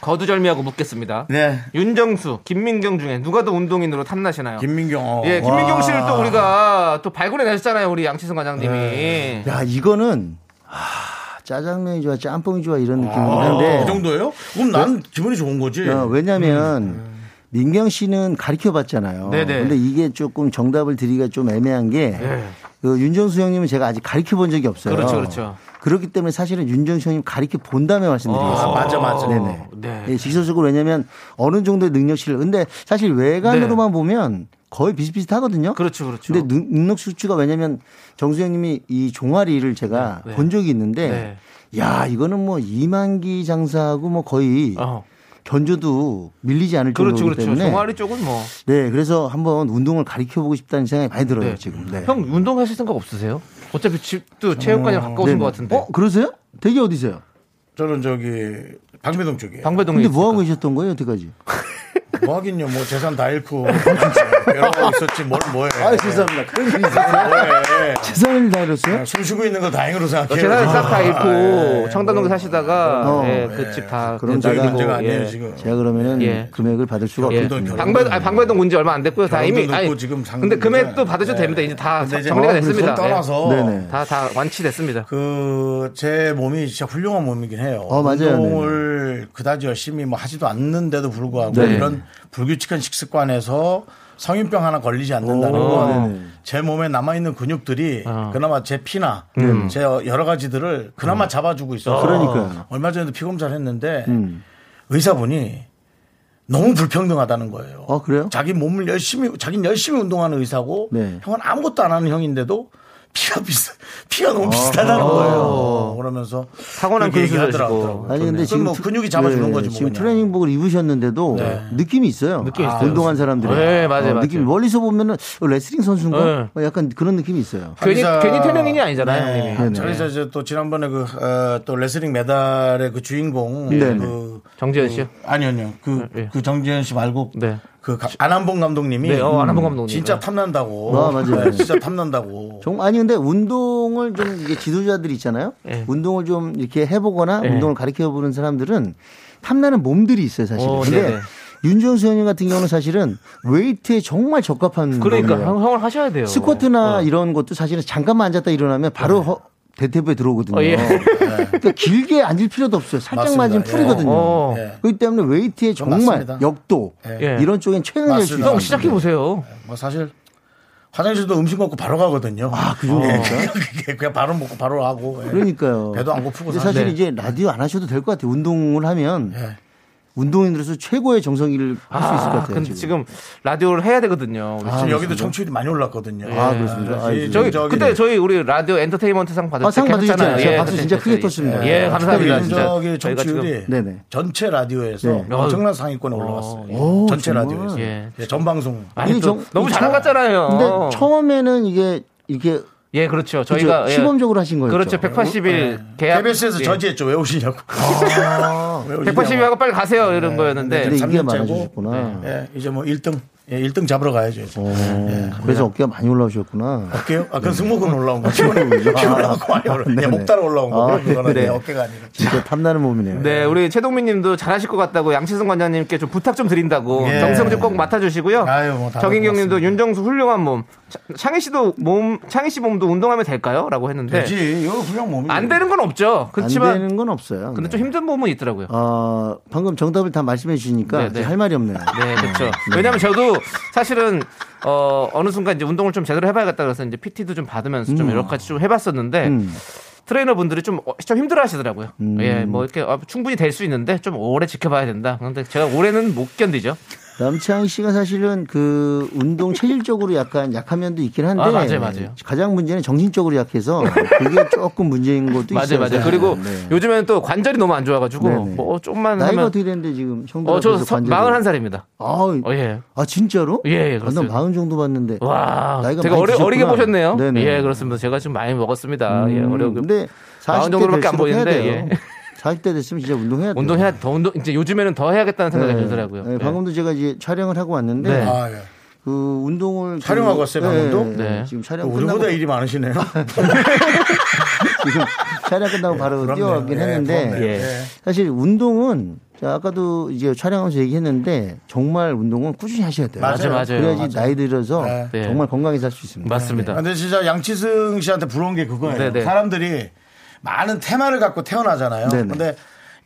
Speaker 3: 거두절미하고 묻겠습니다.
Speaker 2: 네.
Speaker 3: 윤정수, 김민경 중에 누가 더 운동인으로 탐나시나요?
Speaker 2: 김민경. 어.
Speaker 3: 예,
Speaker 2: 와.
Speaker 3: 김민경 씨를 또 우리가 또 발굴해 내셨잖아요, 우리 양치승 과장님이.
Speaker 8: 야, 이거는 하, 짜장면이 좋아, 짬뽕이 좋아 이런 느낌이긴
Speaker 2: 그
Speaker 8: 한데. 네?
Speaker 2: 정도예요? 그럼 난 기분이 좋은 거지. 음.
Speaker 8: 어, 왜냐면 민경 씨는 가르쳐 봤잖아요.
Speaker 3: 네네.
Speaker 8: 근데 이게 조금 정답을 드리기가 좀 애매한 게
Speaker 2: 네.
Speaker 8: 그 윤정수 형님은 제가 아직 가르쳐 본 적이 없어요.
Speaker 3: 그렇죠, 그렇죠.
Speaker 8: 그렇기 때문에 사실은 윤정수 형님 가르쳐 본 다음에 말씀드리겠습니다.
Speaker 3: 아, 맞아,
Speaker 2: 어.
Speaker 3: 맞아.
Speaker 8: 어, 네네.
Speaker 3: 네.
Speaker 8: 예, 직설적으로 왜냐면 어느 정도의 능력치를 근데 사실 외관으로만 보면 거의 비슷비슷하거든요.
Speaker 3: 네. 그렇죠, 그렇죠.
Speaker 8: 근데 능, 능력 수치가 왜냐면 정수 형님이 이 종아리를 제가
Speaker 3: 네, 네.
Speaker 8: 본 적이 있는데 야 이거는 뭐 이만기 장사하고 뭐 거의
Speaker 3: 어.
Speaker 8: 견조도 밀리지 않을
Speaker 3: 그렇죠,
Speaker 8: 정도이기
Speaker 3: 그렇죠.
Speaker 8: 때문에
Speaker 3: 종아리 쪽은 뭐.
Speaker 8: 네 그래서 한번 운동을 가르쳐 보고 싶다는 생각이 많이 들어요
Speaker 3: 네.
Speaker 8: 지금. 네.
Speaker 3: 형 운동하실 생각 없으세요? 어차피 집도 체육관이랑 가까우신
Speaker 8: 네네.
Speaker 3: 것 같은데.
Speaker 8: 어 그러세요? 되게 어디세요?
Speaker 2: 저는 저기 방배동 쪽이에요.
Speaker 3: 방배동에.
Speaker 8: 근데 뭐
Speaker 3: 있으니까.
Speaker 8: 하고 계셨던 거예요 여태까지?
Speaker 2: 뭐 하긴요. 뭐 재산 다 잃고 괴로워 있었지 뭘 뭐해.
Speaker 8: 아 죄송합니다. 그런 일이 있었어요.
Speaker 2: 뭐해.
Speaker 8: 재산을 다 잃었어요?
Speaker 2: 그냥 숨 쉬고 있는 걸 다행으로 생각해요.
Speaker 3: 어, 재산을 싹 다 잃고
Speaker 2: 예.
Speaker 3: 청담동에 사시다가
Speaker 8: 아, 네. 어,
Speaker 3: 예,
Speaker 2: 예.
Speaker 3: 그 집 다
Speaker 8: 그럼
Speaker 2: 저희
Speaker 8: 제가-
Speaker 2: 문제가 아니에요
Speaker 3: 예.
Speaker 2: 지금.
Speaker 8: 제가 그러면은
Speaker 3: 예.
Speaker 8: 금액을 받을 수가
Speaker 3: 예.
Speaker 8: 없겠군요.
Speaker 2: 방금
Speaker 3: 방배 아, 방배동 온지 얼마 안 됐고요. 다
Speaker 2: 결혼도
Speaker 3: 이미
Speaker 2: 늦고
Speaker 3: 아니
Speaker 2: 지금 상황도
Speaker 3: 근데 금액도
Speaker 2: 괜찮아요.
Speaker 3: 받으셔도
Speaker 2: 네.
Speaker 3: 됩니다. 이제 다
Speaker 2: 근데 이제
Speaker 3: 정리가
Speaker 2: 뭐
Speaker 3: 됐습니다. 예.
Speaker 2: 그걸 떠나서
Speaker 8: 네네.
Speaker 3: 다 다 완치됐습니다.
Speaker 2: 그 제 몸이 진짜 훌륭한 몸이긴 해요.
Speaker 8: 어, 맞아요.
Speaker 2: 운동을 그다지 열심히 뭐 하지도 않는데도 불구하고
Speaker 8: 네.
Speaker 2: 이런 불규칙한 식습관에서 성인병 하나 걸리지 않는다는
Speaker 3: 오.
Speaker 8: 네,
Speaker 2: 건 제 몸에 남아 있는 근육들이 그나마 제 피나 음. 제 여러 가지들을 그나마 잡아주고 있어서
Speaker 8: 네. 그러니까요. 음.
Speaker 2: 얼마 전에도 피 검사를 했는데 의사분이 너무 불평등하다는 거예요.
Speaker 8: 아, 그래요?
Speaker 2: 자기 몸을 열심히 자기는 열심히 운동하는 의사고
Speaker 8: 네.
Speaker 2: 형은 아무것도 안 하는 형인데도 피가 비슷 피가
Speaker 8: 아.
Speaker 2: 너무 비슷하다는 거예요. 그러면서
Speaker 3: 타고난
Speaker 2: 그렇게
Speaker 3: 근육을
Speaker 2: 얘기하더라고요.
Speaker 3: 가지고.
Speaker 8: 아니 근데
Speaker 2: 그건
Speaker 8: 지금
Speaker 2: 뭐
Speaker 8: 투-
Speaker 2: 근육이 잡아주는 거지 뭐
Speaker 8: 지금
Speaker 2: 그냥. 네. 아,
Speaker 8: 트레이닝복을 입으셨는데도 느낌이 있어요. 아,
Speaker 3: 느낌이 있어요.
Speaker 8: 운동한 사람들이.
Speaker 3: 네, 맞아요, 맞아요.
Speaker 8: 느낌 멀리서 보면은 어, 레슬링 선수인가?
Speaker 3: 네.
Speaker 8: 어, 약간 그런 느낌이 있어요.
Speaker 3: 괜히
Speaker 2: 한의사-
Speaker 3: 괜히 태명인이 아니잖아요,
Speaker 2: 네.
Speaker 3: 형님이.
Speaker 2: 그래서 이제 또 지난번에 그 또 레슬링 메달의 그 주인공
Speaker 8: 네.
Speaker 2: 그
Speaker 3: 정재현 씨요.
Speaker 2: 아니요 아니요 그,
Speaker 3: 예.
Speaker 2: 그 정재현 씨 말고
Speaker 3: 네.
Speaker 2: 그 가- 안한봉 감독님이
Speaker 3: 네, 어, 안한봉 감독님.
Speaker 2: 진짜
Speaker 3: 네.
Speaker 2: 탐난다고
Speaker 8: 아, 맞아요.
Speaker 2: 네, 진짜 탐난다고
Speaker 8: 정, 아니 근데 운동을 좀 이게 지도자들이 있잖아요.
Speaker 3: 네.
Speaker 8: 운동을 좀 이렇게 해보거나
Speaker 3: 네.
Speaker 8: 운동을 가르쳐 보는 사람들은 탐나는 몸들이 있어요 사실.
Speaker 3: 어,
Speaker 8: 은 근데
Speaker 3: 네네.
Speaker 8: 윤정수 형님 같은 경우는 사실은 웨이트에 정말 적합한
Speaker 3: 그러니까
Speaker 2: 예.
Speaker 8: 몸이에요.
Speaker 3: 형, 형을 하셔야 돼요.
Speaker 2: 어,
Speaker 8: 스쿼트나 이런 것도 사실은 잠깐만 앉았다 일어나면
Speaker 2: 네.
Speaker 8: 바로 허- 대퇴부에 들어오거든요.
Speaker 3: 어, 예.
Speaker 8: 그러니까 길게 앉을 필요도 없어요. 살짝만 지금
Speaker 2: 맞습니다.
Speaker 8: 풀이거든요. 네.
Speaker 3: 어.
Speaker 2: 예.
Speaker 8: 그렇기 때문에 웨이트에 정말
Speaker 2: 맞습니다.
Speaker 8: 역도
Speaker 3: 예.
Speaker 8: 이런 쪽엔 최능일 수
Speaker 2: 맞습니다.
Speaker 8: 있어요.
Speaker 3: 형 시작해 보세요.
Speaker 2: 뭐 사실 화장실도 음식 먹고 바로 가거든요. 아, 그 정도니까 그냥 바로 먹고 바로 하고. 예.
Speaker 8: 그러니까요.
Speaker 2: 배도 안 고프고
Speaker 8: 근데 사실
Speaker 2: 사실. 네. 예.
Speaker 8: 이제 라디오 안 하셔도 될 것 같아요. 운동을 하면 운동인으로서 최고의 정성기를 할 수 있을 것
Speaker 3: 아,
Speaker 8: 같아요.
Speaker 3: 근데 지금 라디오를 해야 되거든요. 우리
Speaker 2: 지금 여기도 청취율이 많이 올랐거든요. 예.
Speaker 8: 아, 그렇습니다. 아,
Speaker 2: 이-
Speaker 3: 저기
Speaker 2: 아, 저기- 네.
Speaker 3: 그때 저희 우리 라디오 엔터테인먼트 상 받을
Speaker 8: 아, 상
Speaker 3: 때
Speaker 8: 받으셨잖아요.
Speaker 3: 했잖아요.
Speaker 8: 제가 박수 진짜 크게
Speaker 3: 그때.
Speaker 8: 쳤습니다.
Speaker 3: 예,
Speaker 8: 아,
Speaker 3: 감사합니다.
Speaker 2: 저기
Speaker 3: 진짜.
Speaker 2: 저기
Speaker 3: 저희가 지금
Speaker 2: 정치율이
Speaker 8: 네네.
Speaker 2: 전체 라디오에서
Speaker 8: 네.
Speaker 2: 엄청난 상위권에 올라갔어요. 예. 전체
Speaker 8: 정말.
Speaker 2: 라디오에서
Speaker 3: 예.
Speaker 2: 예, 전방송.
Speaker 3: 아니,
Speaker 8: 아니,
Speaker 3: 또
Speaker 8: 정-
Speaker 3: 너무
Speaker 8: 이
Speaker 3: 잘
Speaker 8: 처-
Speaker 3: 나갔잖아요.
Speaker 2: 어.
Speaker 8: 근데 처음에는 이게 이렇게
Speaker 2: 네,
Speaker 3: 예, 그렇죠.
Speaker 8: 그죠?
Speaker 3: 저희가 예.
Speaker 8: 시범적으로 하신 거였죠.
Speaker 3: 그렇죠. 180일 계약.
Speaker 2: 어? 네. KBS에서
Speaker 3: 예.
Speaker 2: 저지했죠. 왜 오시냐고.
Speaker 8: 아.
Speaker 2: 왜 오시냐고.
Speaker 3: 180일 하고 빨리 가세요. 이런 거였는데.
Speaker 8: 네. 근데 이게
Speaker 2: 삼년째고.
Speaker 8: 많아지셨구나.
Speaker 2: 예, 이제 뭐 1등 예, 1등 잡으러 가야죠.
Speaker 8: 어.
Speaker 2: 이제. 네.
Speaker 8: 그래서 어깨가 많이 올라오셨구나.
Speaker 2: 어깨요? 아, 그건 승모근 올라온 거죠. 피곤하고 많이 올라.
Speaker 8: 네. 아. 네네.
Speaker 2: 예, 목 따라 올라온
Speaker 8: 아,
Speaker 2: 거고. 그거는
Speaker 8: 네네.
Speaker 2: 내 어깨가 아니라.
Speaker 8: 진짜 탐나는 몸이네요.
Speaker 3: 네, 우리 최동민 님도 잘하실 것 같다고 양치승 관장님께 좀 부탁 좀 드린다고
Speaker 2: 예.
Speaker 3: 정성 좀 꼭 맡아주시고요.
Speaker 2: 아유, 뭐 다들
Speaker 3: 정인경 님도
Speaker 2: 고맙습니다.
Speaker 3: 윤정수 훌륭한 몸. 차- 창희 씨도 몸, 창희 씨 몸도 운동하면 될까요? 라고 했는데.
Speaker 2: 되지. 이거 훌륭한 몸이.
Speaker 3: 네. 안 되는 건 없죠.
Speaker 8: 안
Speaker 3: 그렇지만.
Speaker 8: 되는 건 없어요.
Speaker 3: 근데
Speaker 8: 네.
Speaker 3: 좀 힘든 몸은 있더라고요.
Speaker 8: 어, 방금 정답을 다 말씀해 주시니까
Speaker 3: 네,
Speaker 8: 이제
Speaker 3: 네.
Speaker 8: 할 말이 없네요.
Speaker 3: 네, 그렇죠. 왜냐면 저도 사실은 어 어느 순간 이제 운동을 좀 제대로 해봐야겠다 그래서 이제 PT도 좀 받으면서 좀 여러 가지 좀 해봤었는데 트레이너 분들이 좀 어, 좀 힘들어하시더라고요. 예, 뭐 이렇게 아, 충분히 될 수 있는데 좀 오래 지켜봐야 된다. 그런데 제가 올해는 못 견디죠.
Speaker 8: 남창희 씨가 사실은 그 운동 체질적으로 약간 약한 면도 있긴 한데
Speaker 3: 아, 맞아요, 맞아요.
Speaker 8: 가장 문제는 정신적으로 약해서 그게 조금 문제인 것도
Speaker 3: 맞아요,
Speaker 8: 있어요.
Speaker 3: 맞아요.
Speaker 8: 사실은.
Speaker 3: 그리고
Speaker 8: 네.
Speaker 3: 요즘에는 또 관절이 너무 안 좋아가지고
Speaker 8: 네, 네.
Speaker 3: 뭐 좀만
Speaker 8: 나이가
Speaker 3: 하면
Speaker 8: 어떻게 되는데 지금 형도
Speaker 3: 어저 41살입니다.
Speaker 8: 아,
Speaker 3: 어, 예.
Speaker 8: 아 진짜로?
Speaker 3: 예, 예,
Speaker 8: 아, 난
Speaker 3: 그렇습니다.
Speaker 8: 마흔 정도 봤는데.
Speaker 3: 와,
Speaker 8: 나이가
Speaker 3: 제가
Speaker 8: 많이
Speaker 3: 어려, 어리게
Speaker 8: 드셨구나.
Speaker 3: 보셨네요.
Speaker 8: 네네.
Speaker 3: 예, 그렇습니다. 제가 좀 많이 먹었습니다. 예, 어려게
Speaker 8: 음, 근데 40대
Speaker 3: 40대 정도밖에 안
Speaker 8: 될수록 해야
Speaker 3: 보이는데, 예.
Speaker 8: 돼요. 40대 됐으면 진짜 운동해야 돼요.
Speaker 3: 운동해야 더 운동 이제 요즘에는 더 해야겠다는 생각이
Speaker 8: 네.
Speaker 3: 들더라고요.
Speaker 8: 네,
Speaker 3: 예.
Speaker 8: 방금도 제가 이제 촬영을 하고 왔는데
Speaker 3: 네.
Speaker 2: 아, 예.
Speaker 8: 그 운동을
Speaker 2: 촬영하고
Speaker 8: 그-
Speaker 2: 왔어요, 방금도? 그
Speaker 8: 네.
Speaker 3: 네.
Speaker 8: 지금 촬영 끝나고
Speaker 2: 우리보다 일이 많으시네요.
Speaker 8: 지금 촬영 끝나고 바로
Speaker 2: 부럽네요.
Speaker 8: 뛰어가긴
Speaker 2: 예,
Speaker 8: 했는데
Speaker 2: 부럽네요.
Speaker 3: 예.
Speaker 8: 사실 운동은 자, 아까도 이제 촬영하면서 얘기했는데 정말 운동은 꾸준히 하셔야 돼요.
Speaker 2: 맞아요.
Speaker 3: 맞아요.
Speaker 8: 그래야지 나이 들어서
Speaker 2: 네.
Speaker 8: 정말 건강히 살 수 있습니다.
Speaker 2: 아,
Speaker 3: 맞습니다.
Speaker 2: 근데 진짜 양치승 씨한테 부러운 게 그거예요.
Speaker 3: 네네.
Speaker 2: 사람들이 많은 테마를 갖고 태어나잖아요.
Speaker 8: 네네.
Speaker 2: 근데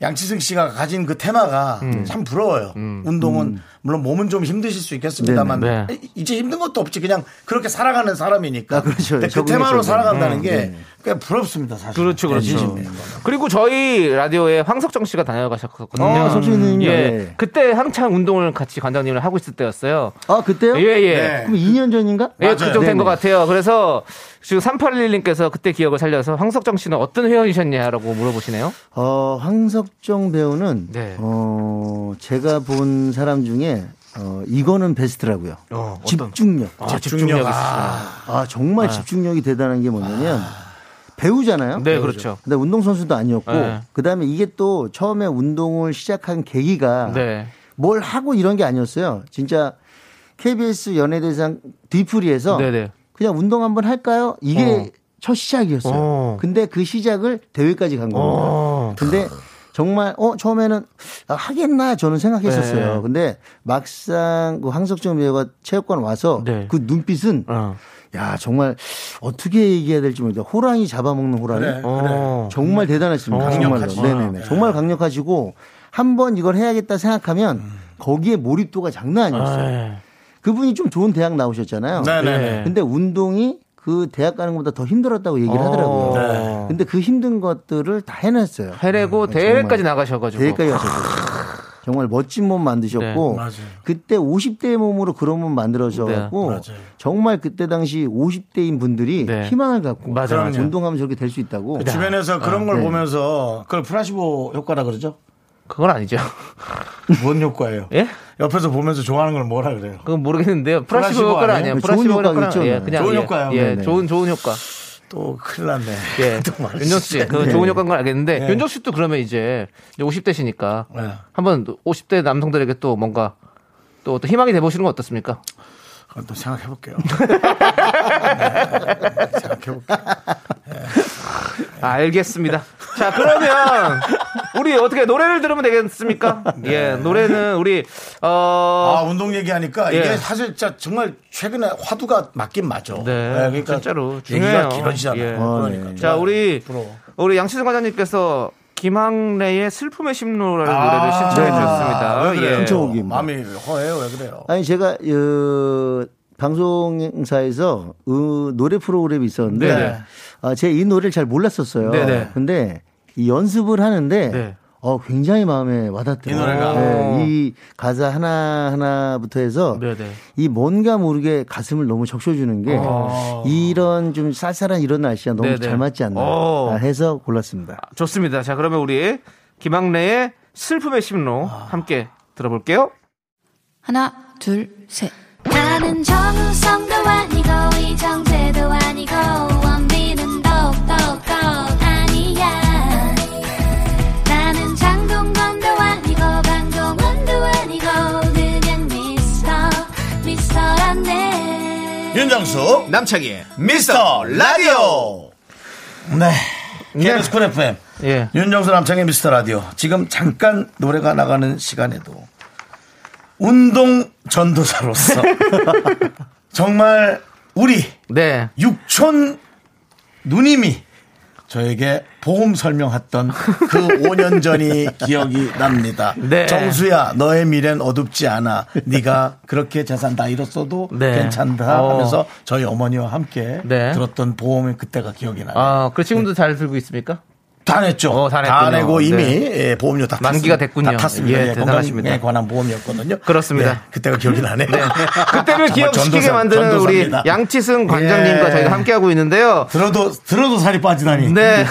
Speaker 2: 양치승 씨가 가진 그 테마가
Speaker 3: 음.
Speaker 2: 참 부러워요. 운동은
Speaker 8: 음.
Speaker 2: 물론 몸은 좀 힘드실 수 있겠습니다만
Speaker 3: 네네. 네.
Speaker 2: 이- 이제 힘든 것도 없지 그냥 그렇게 살아가는 사람이니까.
Speaker 8: 아, 그렇죠.
Speaker 2: 근데 그
Speaker 8: 적응이 음,
Speaker 2: 테마로
Speaker 8: 적응.
Speaker 2: 살아간다는 게 꽤 부럽습니다, 사실. 네,
Speaker 3: 그렇죠, 그렇죠. 그리고 저희 라디오에 황석정 씨가 다녀가셨거든요.
Speaker 8: 아, 석정 선생님이요.
Speaker 3: 예.
Speaker 8: 예.
Speaker 3: 그때 한창 운동을 같이 관장님을 하고 있을 때였어요.
Speaker 8: 아 그때요?
Speaker 3: 예, 예.
Speaker 2: 네.
Speaker 8: 그럼 2년 전인가?
Speaker 3: 예,
Speaker 2: 맞아요.
Speaker 3: 그쪽 된
Speaker 8: 네네.
Speaker 3: 것 같아요. 그래서 지금 3811님께서 그때 기억을 살려서 황석정 씨는 어떤 회원이셨냐라고 물어보시네요.
Speaker 8: 어, 황석정 배우는
Speaker 3: 네.
Speaker 8: 어, 제가 본 사람 중에 어, 이거는 베스트라고요.
Speaker 3: 어, 어떤-
Speaker 8: 집중력.
Speaker 3: 아, 집중력 있으시네요.
Speaker 8: 아, 정말 집중력이 대단한 게 뭐냐면 배우잖아요.
Speaker 3: 아. 네, 그렇죠.
Speaker 8: 근데 운동선수도 아니었고
Speaker 3: 네.
Speaker 8: 그다음에 이게 또 처음에 운동을 시작한 계기가
Speaker 3: 네.
Speaker 8: 뭘 하고 이런 게 아니었어요. 진짜 KBS 연예대상 뒤풀이에서
Speaker 3: 네네.
Speaker 8: 그냥 운동 한번 할까요? 이게 첫 시작이었어요.
Speaker 3: 어.
Speaker 8: 근데 그 시작을 대회까지 간 겁니다.
Speaker 3: 어.
Speaker 8: 근데 정말 어 처음에는 아, 하겠나 저는 생각했었어요.
Speaker 3: 네.
Speaker 8: 근데 막상 그 황석정 배우가 체육관 와서
Speaker 3: 네.
Speaker 8: 그 눈빛은
Speaker 3: 어.
Speaker 8: 야 정말 어떻게 얘기해야 될지 모르겠다. 호랑이 잡아먹는 호랑이
Speaker 2: 그래.
Speaker 3: 어.
Speaker 8: 정말 대단하십니다. 정말로.
Speaker 2: 강력하지. 어.
Speaker 8: 네네네. 정말 강력하시고 한 번 이걸 해야겠다 생각하면
Speaker 2: 음.
Speaker 8: 거기에 몰입도가 장난 아니었어요.
Speaker 3: 네.
Speaker 8: 그분이 좀 좋은 대학 나오셨잖아요.
Speaker 2: 네네.
Speaker 8: 근데 운동이 그 대학 가는 것보다 더 힘들었다고 얘기를
Speaker 3: 어.
Speaker 8: 하더라고요.
Speaker 3: 네.
Speaker 8: 근데 그 힘든 것들을 다 해냈어요.
Speaker 3: 해내고 대회까지 나가셔가지고.
Speaker 8: 대회까지 가셨어요. 정말 멋진 몸 만드셨고
Speaker 2: 아. 네. 맞아요. 네.
Speaker 8: 그때 50대의 몸으로 그런 몸 만들어져 갖고
Speaker 2: 맞아요.
Speaker 8: 정말 그때 당시 50대인 분들이
Speaker 3: 네.
Speaker 8: 희망을 갖고
Speaker 3: 맞아, 맞아.
Speaker 8: 운동하면 저렇게 될 수 있다고
Speaker 2: 주변에서
Speaker 3: 아,
Speaker 2: 그런 걸
Speaker 8: 네.
Speaker 2: 보면서 그걸 플라시보 효과라 그러죠?
Speaker 3: 그건 아니죠.
Speaker 2: 뭔 효과예요?
Speaker 3: 예?
Speaker 2: 옆에서 보면서 좋아하는 걸 뭐라 그래요?
Speaker 3: 그건 모르겠는데요. 프라시보
Speaker 2: 플라시보
Speaker 3: 효과는
Speaker 2: 아니에요?
Speaker 3: 아니에요.
Speaker 8: 좋은
Speaker 3: 프라시보
Speaker 8: 효과가
Speaker 3: 효과는
Speaker 8: 있죠.
Speaker 3: 예, 그냥
Speaker 2: 좋은
Speaker 3: 예,
Speaker 2: 효과요.
Speaker 3: 예,
Speaker 2: 네네.
Speaker 3: 좋은 좋은 효과.
Speaker 2: 또 큰일 났네.
Speaker 3: 예.
Speaker 2: 또 네. 말이지.
Speaker 3: 윤정수 씨, 그 좋은 효과인 건 알겠는데
Speaker 2: 예.
Speaker 3: 윤정수 씨도 그러면 이제 50대시니까
Speaker 2: 네.
Speaker 3: 한번 50대 남성들에게 또 뭔가 또 어떤 희망이 돼 보시는 건 어떻습니까?
Speaker 2: 그건 또 생각해 볼게요. 네, 생각해 볼게요.
Speaker 3: 아, 알겠습니다. 자, 그러면 우리 어떻게 노래를 들으면 되겠습니까? 예, 노래는 우리
Speaker 2: 네. 아
Speaker 3: 어
Speaker 2: 운동 얘기하니까 이게
Speaker 3: 예.
Speaker 2: 사실 진짜 정말 최근에 화두가 맞긴 맞죠.
Speaker 3: 네, 진짜로 중요해요.
Speaker 2: 얘기가 길어지잖아요.
Speaker 3: 예.
Speaker 8: 아, 네.
Speaker 2: 그러니까
Speaker 3: 자, 우리
Speaker 2: 부러워.
Speaker 3: 우리 양치승 과장님께서 김학래의 슬픔의 심로라는
Speaker 2: 아,
Speaker 3: 노래를 신청해 주셨습니다.
Speaker 2: 왜 그래요?
Speaker 3: 예.
Speaker 8: 신청곡이 뭐.
Speaker 2: 마음이 허해요. 왜 그래요?
Speaker 8: 아니 제가 어, 방송사에서 어, 노래 프로그램이 있었는데
Speaker 3: 네네.
Speaker 8: 아, 제가 이 노래를 잘 몰랐었어요.
Speaker 3: 네네.
Speaker 8: 근데 이 연습을 하는데
Speaker 3: 네.
Speaker 8: 어, 굉장히 마음에 와닿더라고요.
Speaker 2: 이 노래가? 어.
Speaker 8: 네, 이 가사 하나 하나부터 해서
Speaker 3: 네네.
Speaker 8: 이 뭔가 모르게 가슴을 너무 적셔주는 게 이런 좀 쌀쌀한 이런 날씨와 너무
Speaker 3: 아. 네네.
Speaker 8: 잘 맞지 않나 아,
Speaker 3: 어.
Speaker 8: 해서 골랐습니다.
Speaker 3: 좋습니다. 자, 그러면 우리 김학래의 슬픔의 심로
Speaker 2: 아.
Speaker 3: 함께 들어볼게요.
Speaker 4: 하나, 둘, 셋.
Speaker 6: 나는 정우성도 아니고 이정재도 아니고 원빈은 더욱더 아니야 나는 장동건도 아니고 방종원도 아니고 그냥 미스터 미스터란데
Speaker 3: 예.
Speaker 2: 윤정수
Speaker 3: 남창희의
Speaker 2: 미스터 라디오. 네. KBS 쿨 FM
Speaker 3: 예.
Speaker 2: 윤정수 남창의 미스터 라디오. 지금 잠깐 노래가 나가는 시간에도 운동 전도사로서 정말 우리
Speaker 3: 네.
Speaker 2: 육촌 누님이 저에게 보험 설명했던 그 5년 전이 기억이 납니다.
Speaker 3: 네.
Speaker 2: 정수야, 너의 미래는 어둡지 않아. 네가 그렇게 재산 다 잃었어도
Speaker 3: 네.
Speaker 2: 괜찮다
Speaker 3: 어.
Speaker 2: 하면서 저희 어머니와 함께
Speaker 3: 네.
Speaker 2: 들었던 보험의 그때가 기억이 나요.
Speaker 3: 아, 그 지금도 잘 들고 있습니까?
Speaker 2: 다 냈죠.
Speaker 3: 어, 다 냈군요.
Speaker 2: 내고 이미
Speaker 3: 네.
Speaker 2: 예, 보험료 다
Speaker 3: 만기가
Speaker 2: 탔습니다.
Speaker 3: 됐군요.
Speaker 2: 다 탔습니다.
Speaker 3: 예,
Speaker 2: 예,
Speaker 3: 대단하십니다.
Speaker 2: 건강에 관한 보험이었거든요.
Speaker 3: 그렇습니다.
Speaker 2: 네, 그때가 기억이 나네요.
Speaker 3: 그때를
Speaker 2: 아, 정말
Speaker 3: 기억시키게
Speaker 2: 전도사,
Speaker 3: 만드는 우리
Speaker 2: 전도사입니다.
Speaker 3: 양치승 관장님과
Speaker 2: 예.
Speaker 3: 저희가 함께하고 있는데요.
Speaker 2: 들어도 들어도 살이 빠지다니.
Speaker 3: 네.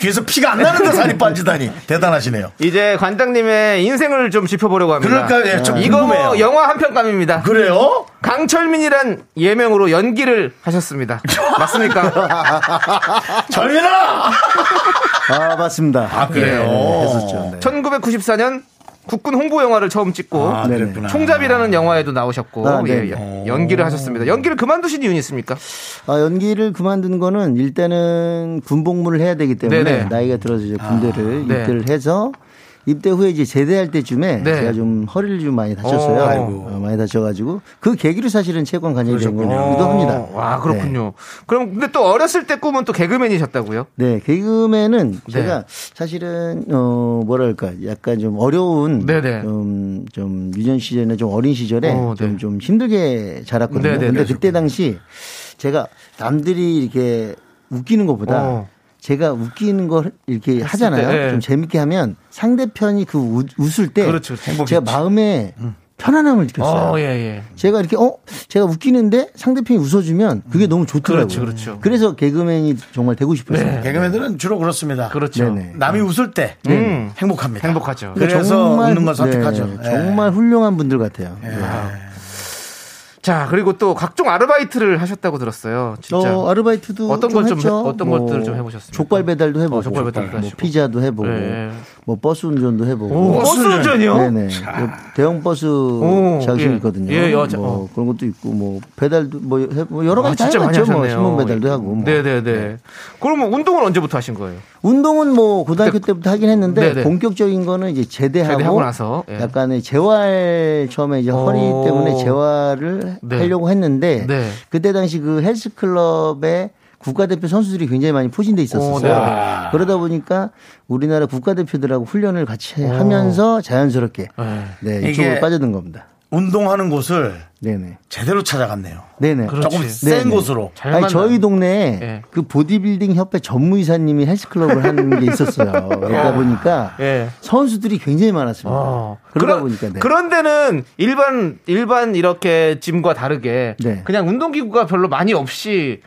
Speaker 2: 귀에서 피가 안 나는데 살이 빠지다니 대단하시네요.
Speaker 3: 이제 관장님의 인생을 좀 짚어보려고 합니다.
Speaker 2: 그럴까요? 예, 좀
Speaker 3: 이거 뭐
Speaker 2: 궁금해요.
Speaker 3: 영화 한 편감입니다.
Speaker 2: 그래요?
Speaker 3: 강철민이란 예명으로 연기를 하셨습니다. 맞습니까?
Speaker 2: 절민아!
Speaker 8: 아 맞습니다.
Speaker 2: 아, 그래요.
Speaker 3: 아,
Speaker 8: 네, 했었죠. 네.
Speaker 3: 1994년 예. 국군 홍보 영화를 처음 찍고
Speaker 2: 아,
Speaker 8: 네네.
Speaker 2: 그랬구나.
Speaker 3: 총잡이라는 영화에도 나오셨고
Speaker 8: 아,
Speaker 3: 예,
Speaker 8: 네.
Speaker 3: 예. 연기를 하셨습니다. 연기를 그만두신 이유는 있습니까?
Speaker 8: 아, 연기를 그만둔 거는 일단은 군복무를 해야 되기 때문에
Speaker 3: 네네.
Speaker 8: 나이가 들어서 이제 군대를
Speaker 3: 네.
Speaker 8: 입대를 해서 입대 후에 이제 제대할 때쯤에
Speaker 3: 네.
Speaker 8: 제가 좀 허리를 좀 많이 다쳤어요.
Speaker 3: 어,
Speaker 2: 아이고.
Speaker 8: 어, 많이 다쳐가지고 그 계기로 사실은 채권 간염이 된
Speaker 2: 그러셨군요. 네.
Speaker 8: 거기도 합니다.
Speaker 3: 어, 와 그렇군요. 그럼 근데 또 어렸을 때 꿈은 또 개그맨이셨다고요?
Speaker 8: 네, 개그맨은
Speaker 3: 네.
Speaker 8: 제가 사실은 어 뭐랄까 약간 좀 어려운
Speaker 3: 네네.
Speaker 8: 좀, 좀 유년 시절이나 좀 어린 시절에
Speaker 3: 어, 네.
Speaker 8: 좀, 좀 힘들게 자랐거든요.
Speaker 3: 네네,
Speaker 8: 근데
Speaker 3: 그러셨군요.
Speaker 8: 그때 당시 제가 남들이 이렇게 웃기는 것보다
Speaker 3: 어.
Speaker 8: 제가 웃기는 걸 이렇게 하잖아요.
Speaker 3: 때, 네.
Speaker 8: 좀 재밌게 하면 상대편이 그 우- 웃을 때
Speaker 3: 그렇죠. 행복이
Speaker 8: 제가 마음에 편안함을 느꼈어요.
Speaker 3: 어, 예, 예.
Speaker 8: 제가 이렇게 어 제가 웃기는데 상대편이 웃어주면 그게 너무 좋더라고요.
Speaker 3: 그렇죠, 네. 그렇죠.
Speaker 8: 래서 개그맨이 정말 되고 싶었어요.
Speaker 2: 개그맨들은 주로 그렇습니다.
Speaker 3: 그렇죠.
Speaker 8: 네네.
Speaker 2: 남이 웃을 때
Speaker 3: 음.
Speaker 2: 행복합니다.
Speaker 3: 행복하죠.
Speaker 2: 그래서
Speaker 8: 정말
Speaker 2: 웃는 건
Speaker 8: 훌-
Speaker 2: 선택하죠.
Speaker 8: 네,
Speaker 2: 예.
Speaker 8: 정말 훌륭한 분들 같아요.
Speaker 3: 네,
Speaker 8: 네.
Speaker 3: 자 그리고 또 각종 아르바이트를 하셨다고 들었어요. 진짜.
Speaker 8: 어, 아르바이트도
Speaker 3: 어떤
Speaker 8: 좀
Speaker 3: 걸좀
Speaker 8: 했죠. 뭐
Speaker 3: 해- 어떤 것들을 좀 해보셨습니까?
Speaker 8: 족발 배달도 해보고,
Speaker 3: 어, 족발 배달도
Speaker 8: 뭐
Speaker 3: 하시고.
Speaker 8: 피자도 해보고,
Speaker 3: 예.
Speaker 8: 뭐 버스 운전도 해보고.
Speaker 3: 오, 버스 운전이요?
Speaker 8: 네네. 뭐 대형 버스 자격증
Speaker 3: 예.
Speaker 8: 있거든요.
Speaker 3: 예, 여- 자-
Speaker 8: 뭐
Speaker 3: 어. 아,
Speaker 8: 그런 것도 있고 뭐 배달도 뭐, 해- 뭐 여러 가지
Speaker 3: 진짜
Speaker 8: 다
Speaker 3: 많이
Speaker 8: 해봤죠. 뭐
Speaker 3: 하셨네요.
Speaker 8: 신문 배달도 하고. 뭐.
Speaker 3: 네네네. 그러면 운동은 언제부터 하신 거예요?
Speaker 8: 운동은 뭐 고등학교 때부터 하긴 했는데
Speaker 3: 네. 네네.
Speaker 8: 본격적인 거는 이제 제대하고,
Speaker 3: 제대하고 나서, 예.
Speaker 8: 약간의 재활 처음에 이제 허리
Speaker 3: 오.
Speaker 8: 때문에 재활을
Speaker 3: 네.
Speaker 8: 하려고 했는데
Speaker 3: 네.
Speaker 8: 그때 당시 그 헬스클럽에 국가대표 선수들이 굉장히 많이 포진돼
Speaker 3: 오, 네.
Speaker 8: 있었어요. 그러다 보니까 우리나라 국가대표들하고 훈련을 같이 하면서 자연스럽게 네, 이쪽으로
Speaker 2: 이게-
Speaker 8: 빠져든 겁니다.
Speaker 2: 운동하는 곳을
Speaker 8: 네네.
Speaker 2: 제대로 찾아갔네요.
Speaker 8: 네네.
Speaker 3: 그렇지.
Speaker 2: 조금 센
Speaker 8: 네네.
Speaker 2: 곳으로.
Speaker 3: 잘
Speaker 8: 아니,
Speaker 3: 만나요.
Speaker 8: 저희 동네에
Speaker 3: 예.
Speaker 8: 그 보디빌딩 협회 전무이사님이 헬스클럽을 하는 게 있었어요. 그러다 보니까
Speaker 3: 예.
Speaker 8: 선수들이 굉장히 많았습니다.
Speaker 3: 어.
Speaker 8: 그러다
Speaker 3: 그런-
Speaker 8: 보니까 네.
Speaker 3: 그런 데는 일반 일반 이렇게 짐과 다르게
Speaker 8: 네.
Speaker 3: 그냥 운동 기구가 별로 많이 없이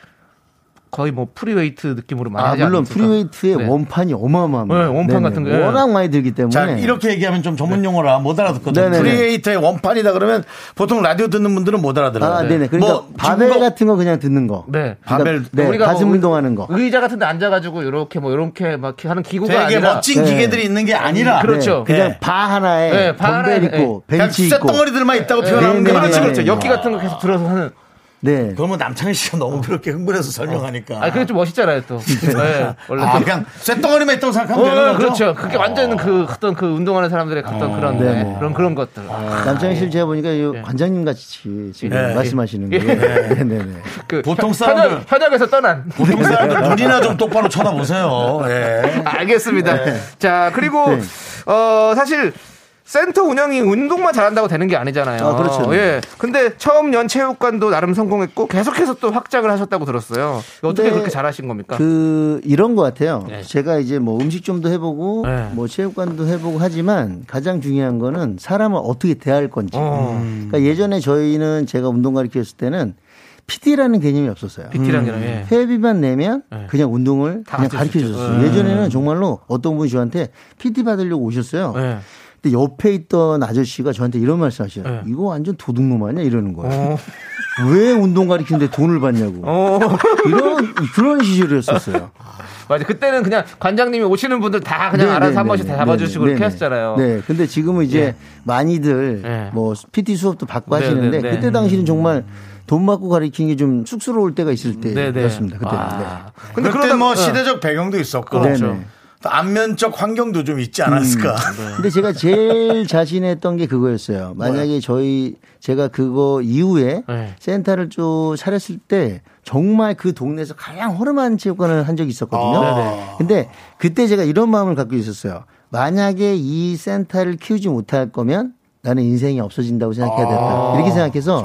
Speaker 3: 거의 뭐 프리웨이트 느낌으로 많이
Speaker 8: 아,
Speaker 3: 하지
Speaker 8: 물론
Speaker 3: 않습니까?
Speaker 8: 프리웨이트의
Speaker 3: 네.
Speaker 8: 원판이 어마어마합니다.
Speaker 3: 네, 원판 같은 거, 예.
Speaker 8: 워낙 많이 들기 때문에
Speaker 2: 자, 이렇게 얘기하면 좀 전문 용어라 못 알아듣거든요.
Speaker 8: 네. 네네네.
Speaker 2: 프리에이터의 원판이다 그러면 보통 라디오 듣는 분들은 못 알아들어요.
Speaker 8: 아, 네네. 그러니까
Speaker 2: 뭐
Speaker 8: 바벨
Speaker 2: 중국-
Speaker 8: 같은 거 그냥 듣는 거.
Speaker 3: 네.
Speaker 2: 바벨.
Speaker 8: 네,
Speaker 3: 우리가
Speaker 8: 가슴
Speaker 3: 뭐
Speaker 8: 운동하는 거.
Speaker 3: 의자 같은 데 앉아 가지고 요렇게 뭐 요렇게 막 이렇게 하는 기구가
Speaker 2: 되게
Speaker 3: 아니라
Speaker 2: 멋진
Speaker 8: 네.
Speaker 2: 기계들이 있는 게 아니라
Speaker 3: 그렇죠.
Speaker 8: 그냥
Speaker 2: 예.
Speaker 8: 바 하나에
Speaker 3: 네, 바
Speaker 8: 덤벨
Speaker 3: 하나에,
Speaker 8: 있고
Speaker 2: 그냥
Speaker 8: 벤치 있고.
Speaker 2: 쇳덩어리들만 있다고 표현하는
Speaker 8: 네,
Speaker 2: 게
Speaker 8: 네,
Speaker 3: 그렇죠.
Speaker 8: 네,
Speaker 3: 그렇죠.
Speaker 8: 네.
Speaker 3: 역기 같은 거 계속 들어서 하는
Speaker 8: 네.
Speaker 2: 그러면 뭐 남창희 씨가 너무 그렇게 흥분해서 설명하니까.
Speaker 3: 어. 아, 그게 좀 멋있잖아요, 또. 네, 원래
Speaker 2: 아,
Speaker 3: 또.
Speaker 2: 그냥 쇳덩어리만 있다고 생각하면 되는
Speaker 3: 어,
Speaker 2: 거죠.
Speaker 3: 그렇죠. 그게 완전 그 어떤 그 운동하는 사람들의 어떤 그런
Speaker 8: 네,
Speaker 3: 네,
Speaker 8: 뭐.
Speaker 3: 그런 그런 것들.
Speaker 8: 남창희 씨를 제가 보니까 이 관장님 같이 지금
Speaker 2: 예.
Speaker 8: 말씀하시는
Speaker 3: 예.
Speaker 8: 게. 네, 네, 네.
Speaker 3: 그
Speaker 2: 보통
Speaker 3: 현-
Speaker 2: 사람들-
Speaker 3: 현역, 현역에서 떠난.
Speaker 2: 보통 사람들 눈이나 좀 똑바로 쳐다보세요. 예.
Speaker 3: 아, 알겠습니다.
Speaker 8: 네.
Speaker 3: 자, 그리고 어 사실 센터 운영이 운동만 잘한다고 되는 게 아니잖아요.
Speaker 8: 아, 그렇죠.
Speaker 3: 예. 근데 처음 연 체육관도 나름 성공했고 계속해서 또 확장을 하셨다고 들었어요. 어떻게
Speaker 8: 근데
Speaker 3: 그렇게 잘하신 겁니까?
Speaker 8: 네. 그 이런 것 같아요.
Speaker 3: 네.
Speaker 8: 제가 이제 뭐 음식점도 해보고
Speaker 3: 네.
Speaker 8: 뭐 체육관도 해보고 하지만 가장 중요한 거는 사람을 어떻게 대할 건지.
Speaker 3: 어.
Speaker 8: 그러니까 예전에 저희는 제가 운동 가르쳤을 때는 PD라는 개념이 없었어요.
Speaker 3: PT랑 이랑 예.
Speaker 8: 음. 회비만 내면 그냥 운동을
Speaker 3: 네. 다
Speaker 8: 그냥
Speaker 3: 가르쳐
Speaker 8: 가르쳐
Speaker 3: 주죠. 네.
Speaker 8: 줬어요. 예전에는 정말로 어떤 분이 저한테 PT 받으려고 오셨어요.
Speaker 3: 예.
Speaker 8: 근데 옆에 있던 아저씨가 저한테 이런 말씀 하셔요.
Speaker 3: 네.
Speaker 8: 이거 완전 도둑놈 아니야? 이러는 거예요. 왜 운동 가르치는데 돈을 받냐고.
Speaker 3: 어.
Speaker 8: 이런, 그런 시절이었었어요.
Speaker 3: 맞아. 그때는 그냥 관장님이 오시는 분들 다 그냥
Speaker 8: 네,
Speaker 3: 알아서
Speaker 8: 네,
Speaker 3: 한
Speaker 8: 네,
Speaker 3: 번씩
Speaker 8: 네,
Speaker 3: 다 잡아주시고
Speaker 8: 네,
Speaker 3: 이렇게
Speaker 8: 네.
Speaker 3: 했잖아요.
Speaker 8: 네. 근데 지금은 이제 많이들
Speaker 3: 예.
Speaker 8: 뭐 PT 수업도 받고
Speaker 3: 네,
Speaker 8: 하시는데
Speaker 3: 네, 네.
Speaker 8: 그때 당시는 정말 돈 받고 가르치는 게 좀 쑥스러울 때가 있을
Speaker 3: 네, 네.
Speaker 8: 때였습니다. 그때.
Speaker 3: 아.
Speaker 2: 근데 그때
Speaker 3: 그러다-
Speaker 2: 뭐
Speaker 3: 어.
Speaker 2: 시대적 배경도 있었고 네,
Speaker 8: 그렇죠.
Speaker 2: 또 안면적 환경도 좀
Speaker 3: 음,
Speaker 2: 있지 않았을까.
Speaker 3: 네.
Speaker 8: 근데 제가 제일 자신했던 게 그거였어요. 만약에 저희 제가 그거 이후에
Speaker 3: 네.
Speaker 8: 센터를 좀 차렸을 때 정말 그 동네에서 가장 허름한 체육관을 한 적이 있었거든요. 근데 그때 제가 이런 마음을 갖고 있었어요. 만약에 이 센터를 키우지 못할 거면 나는 인생이 없어진다고 생각해야 된다. 이렇게 생각해서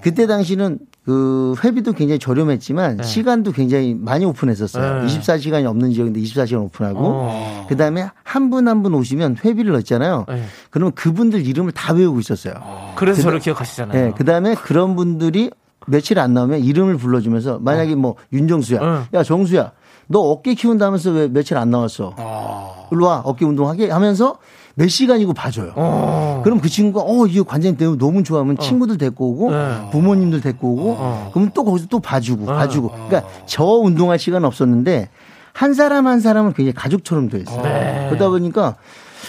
Speaker 8: 그때 당시는 그 회비도 굉장히 저렴했지만 시간도 굉장히 많이 오픈했었어요. 24시간이 없는 지역인데 24시간 오픈하고 그다음에 한 분 한 분 오시면 회비를 넣었잖아요. 그러면 그분들 이름을 다 외우고 있었어요.
Speaker 3: 그래서 저를 기억하시잖아요.
Speaker 8: 예, 그다음에 그런 분들이 며칠 안 나오면 이름을 불러주면서 만약에
Speaker 3: 어.
Speaker 8: 뭐 윤정수야, 야 정수야, 너 어깨 키운다면서 왜 며칠 안 나왔어?
Speaker 3: 아.
Speaker 8: 일로 와 어깨 운동하게 하면서 몇 시간이고 봐줘요. 그럼 그 친구가 어 이거 관장님 때문에 너무
Speaker 3: 어.
Speaker 8: 좋아하면 친구들 데리고 오고
Speaker 3: 네.
Speaker 8: 부모님들 데리고 오고 그러면 또 거기서 또
Speaker 3: 어.
Speaker 8: 봐주고 봐주고. 그러니까 저
Speaker 3: 네.
Speaker 8: 운동할 시간 없었는데 한 사람 한 사람은 굉장히 가족처럼 돼 있어요. 그러다 보니까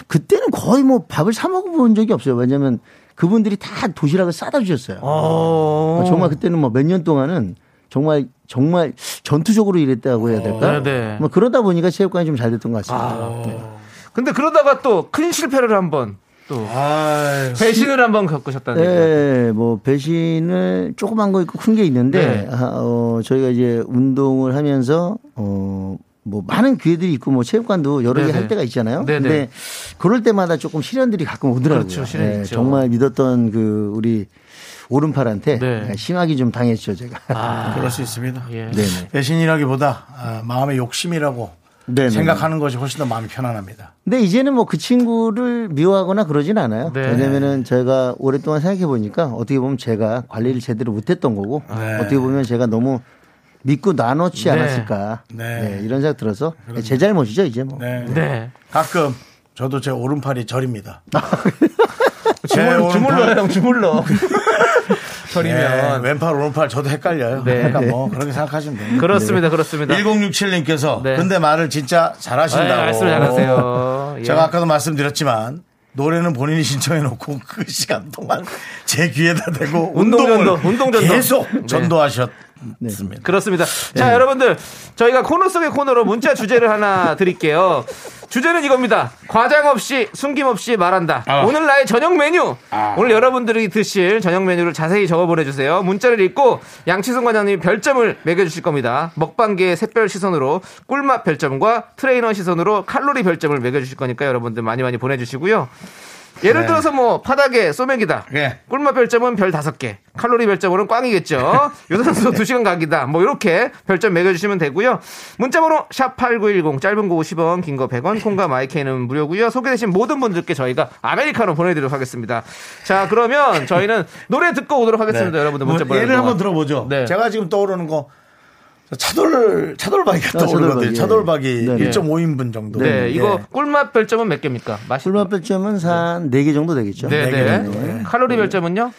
Speaker 8: 그때는 거의 뭐 밥을 사 먹어본 적이 없어요. 왜냐면 그분들이 다 도시락을 싸다 주셨어요.
Speaker 3: 어.
Speaker 8: 어, 정말 그때는 뭐 몇 년 동안은 정말 정말 전투적으로 일했다고 해야 될까?
Speaker 3: 네네. 아.
Speaker 8: 뭐 그러다 보니까 체육관이 좀 잘 됐던 것 같습니다. 네.
Speaker 3: 근데 그러다가 또 큰 실패를 한번 또
Speaker 2: 아,
Speaker 3: 배신을 한번 겪으셨다는 얘기.
Speaker 8: 네, 뭐 배신을 조그만 거 있고 큰 게 있는데
Speaker 3: 예. 네.
Speaker 8: 아, 어, 저희가 이제 운동을 하면서 어. 뭐 많은 기회들이 있고 뭐 체육관도 여러 개
Speaker 3: 네네.
Speaker 8: 할 때가 있잖아요.
Speaker 3: 네네.
Speaker 8: 근데 그럴 때마다 조금 시련들이 가끔 오더라고요. 예,
Speaker 3: 그렇죠, 시련이 있죠.
Speaker 8: 정말 믿었던 그 우리 오른팔한테 예,
Speaker 3: 네. 아,
Speaker 8: 심하게 좀 당했죠 제가.
Speaker 2: 그럴 수 있습니다.
Speaker 3: 예.
Speaker 8: 네네.
Speaker 2: 배신이라기보다 아, 마음의 욕심이라고
Speaker 8: 네네.
Speaker 2: 생각하는 것이 훨씬 더 마음이 편안합니다.
Speaker 8: 근데 이제는 뭐 그 친구를 미워하거나 그러진 않아요.
Speaker 3: 네.
Speaker 8: 왜냐면은 제가 오랫동안 생각해 보니까 어떻게 보면 제가 관리를 제대로 못했던 거고 어떻게 보면 제가 너무 믿고 나눠지
Speaker 3: 네.
Speaker 8: 않았을까.
Speaker 2: 네.
Speaker 8: 네, 이런 생각 들어서 제 잘못이죠 이제 뭐.
Speaker 2: 네.
Speaker 3: 네.
Speaker 2: 가끔 저도 제 오른팔이 저립니다. 제
Speaker 3: 주물러, 주물러요, 형, 주물러.
Speaker 2: 예,
Speaker 3: 저리면.
Speaker 2: 네, 왼팔 오른팔 저도 헷갈려요.
Speaker 3: 네.
Speaker 2: 그러니까 뭐 그렇게 생각하시면 됩니다.
Speaker 3: 그렇습니다, 그렇습니다.
Speaker 2: 1067님께서
Speaker 3: 네.
Speaker 2: 근데 말을 진짜 잘하신다고.
Speaker 3: 아, 말씀 잘하세요. 예.
Speaker 2: 제가 아까도 말씀드렸지만 노래는 본인이 신청해놓고 그 시간 동안 제 귀에다 대고
Speaker 3: 운동
Speaker 2: 운동을
Speaker 3: 전도, 운동 전도.
Speaker 2: 계속
Speaker 3: 네.
Speaker 2: 전도하셨습니다.
Speaker 3: 그렇습니다. 자, 여러분들. 저희가 코너 속의 코너로 문자 주제를 하나 드릴게요. 주제는 이겁니다. 과장 없이, 숨김 없이 말한다. 오늘 나의 저녁 메뉴. 오늘 여러분들이 드실 저녁 메뉴를 자세히 적어 보내주세요. 문자를 읽고 양치승 과장님이 별점을 매겨주실 겁니다. 먹방계의 샛별 시선으로 꿀맛 별점과 트레이너 시선으로 칼로리 별점을 매겨주실 거니까 여러분들 많이 많이 보내주시고요. 예를 들어서 뭐 파닥에 소맥이다.
Speaker 2: 네.
Speaker 3: 꿀맛 별점은 별 다섯 개. 칼로리 별점으로는 꽝이겠죠. 요산소 두시간 각이다. 뭐 이렇게 별점 매겨 주시면 되고요. 문자 번호 샵8910 짧은 거 50원, 긴 거 100원, 콩과 마이크는 무료고요. 소개되신 모든 분들께 저희가 아메리카노 보내 드리도록 하겠습니다. 자, 그러면 저희는 노래 듣고 오도록 하겠습니다. 여러분들 문자
Speaker 2: 뭐
Speaker 3: 보내
Speaker 2: 예를 한번 들어보죠.
Speaker 3: 네.
Speaker 2: 제가 지금 떠오르는 거 차돌 차돌박이가
Speaker 8: 아,
Speaker 2: 떠오르거든요.
Speaker 8: 차돌박이,
Speaker 2: 차돌박이
Speaker 8: 예. 네, 네.
Speaker 2: 1.5인분 정도.
Speaker 3: 네, 이거
Speaker 2: 예.
Speaker 3: 꿀맛 별점은 몇 개입니까? 맛있
Speaker 8: 꿀맛 별점은 한 네 개 정도 되겠죠.
Speaker 3: 네,
Speaker 2: 네
Speaker 3: 네.
Speaker 2: 개 정도.
Speaker 3: 칼로리 별점은요?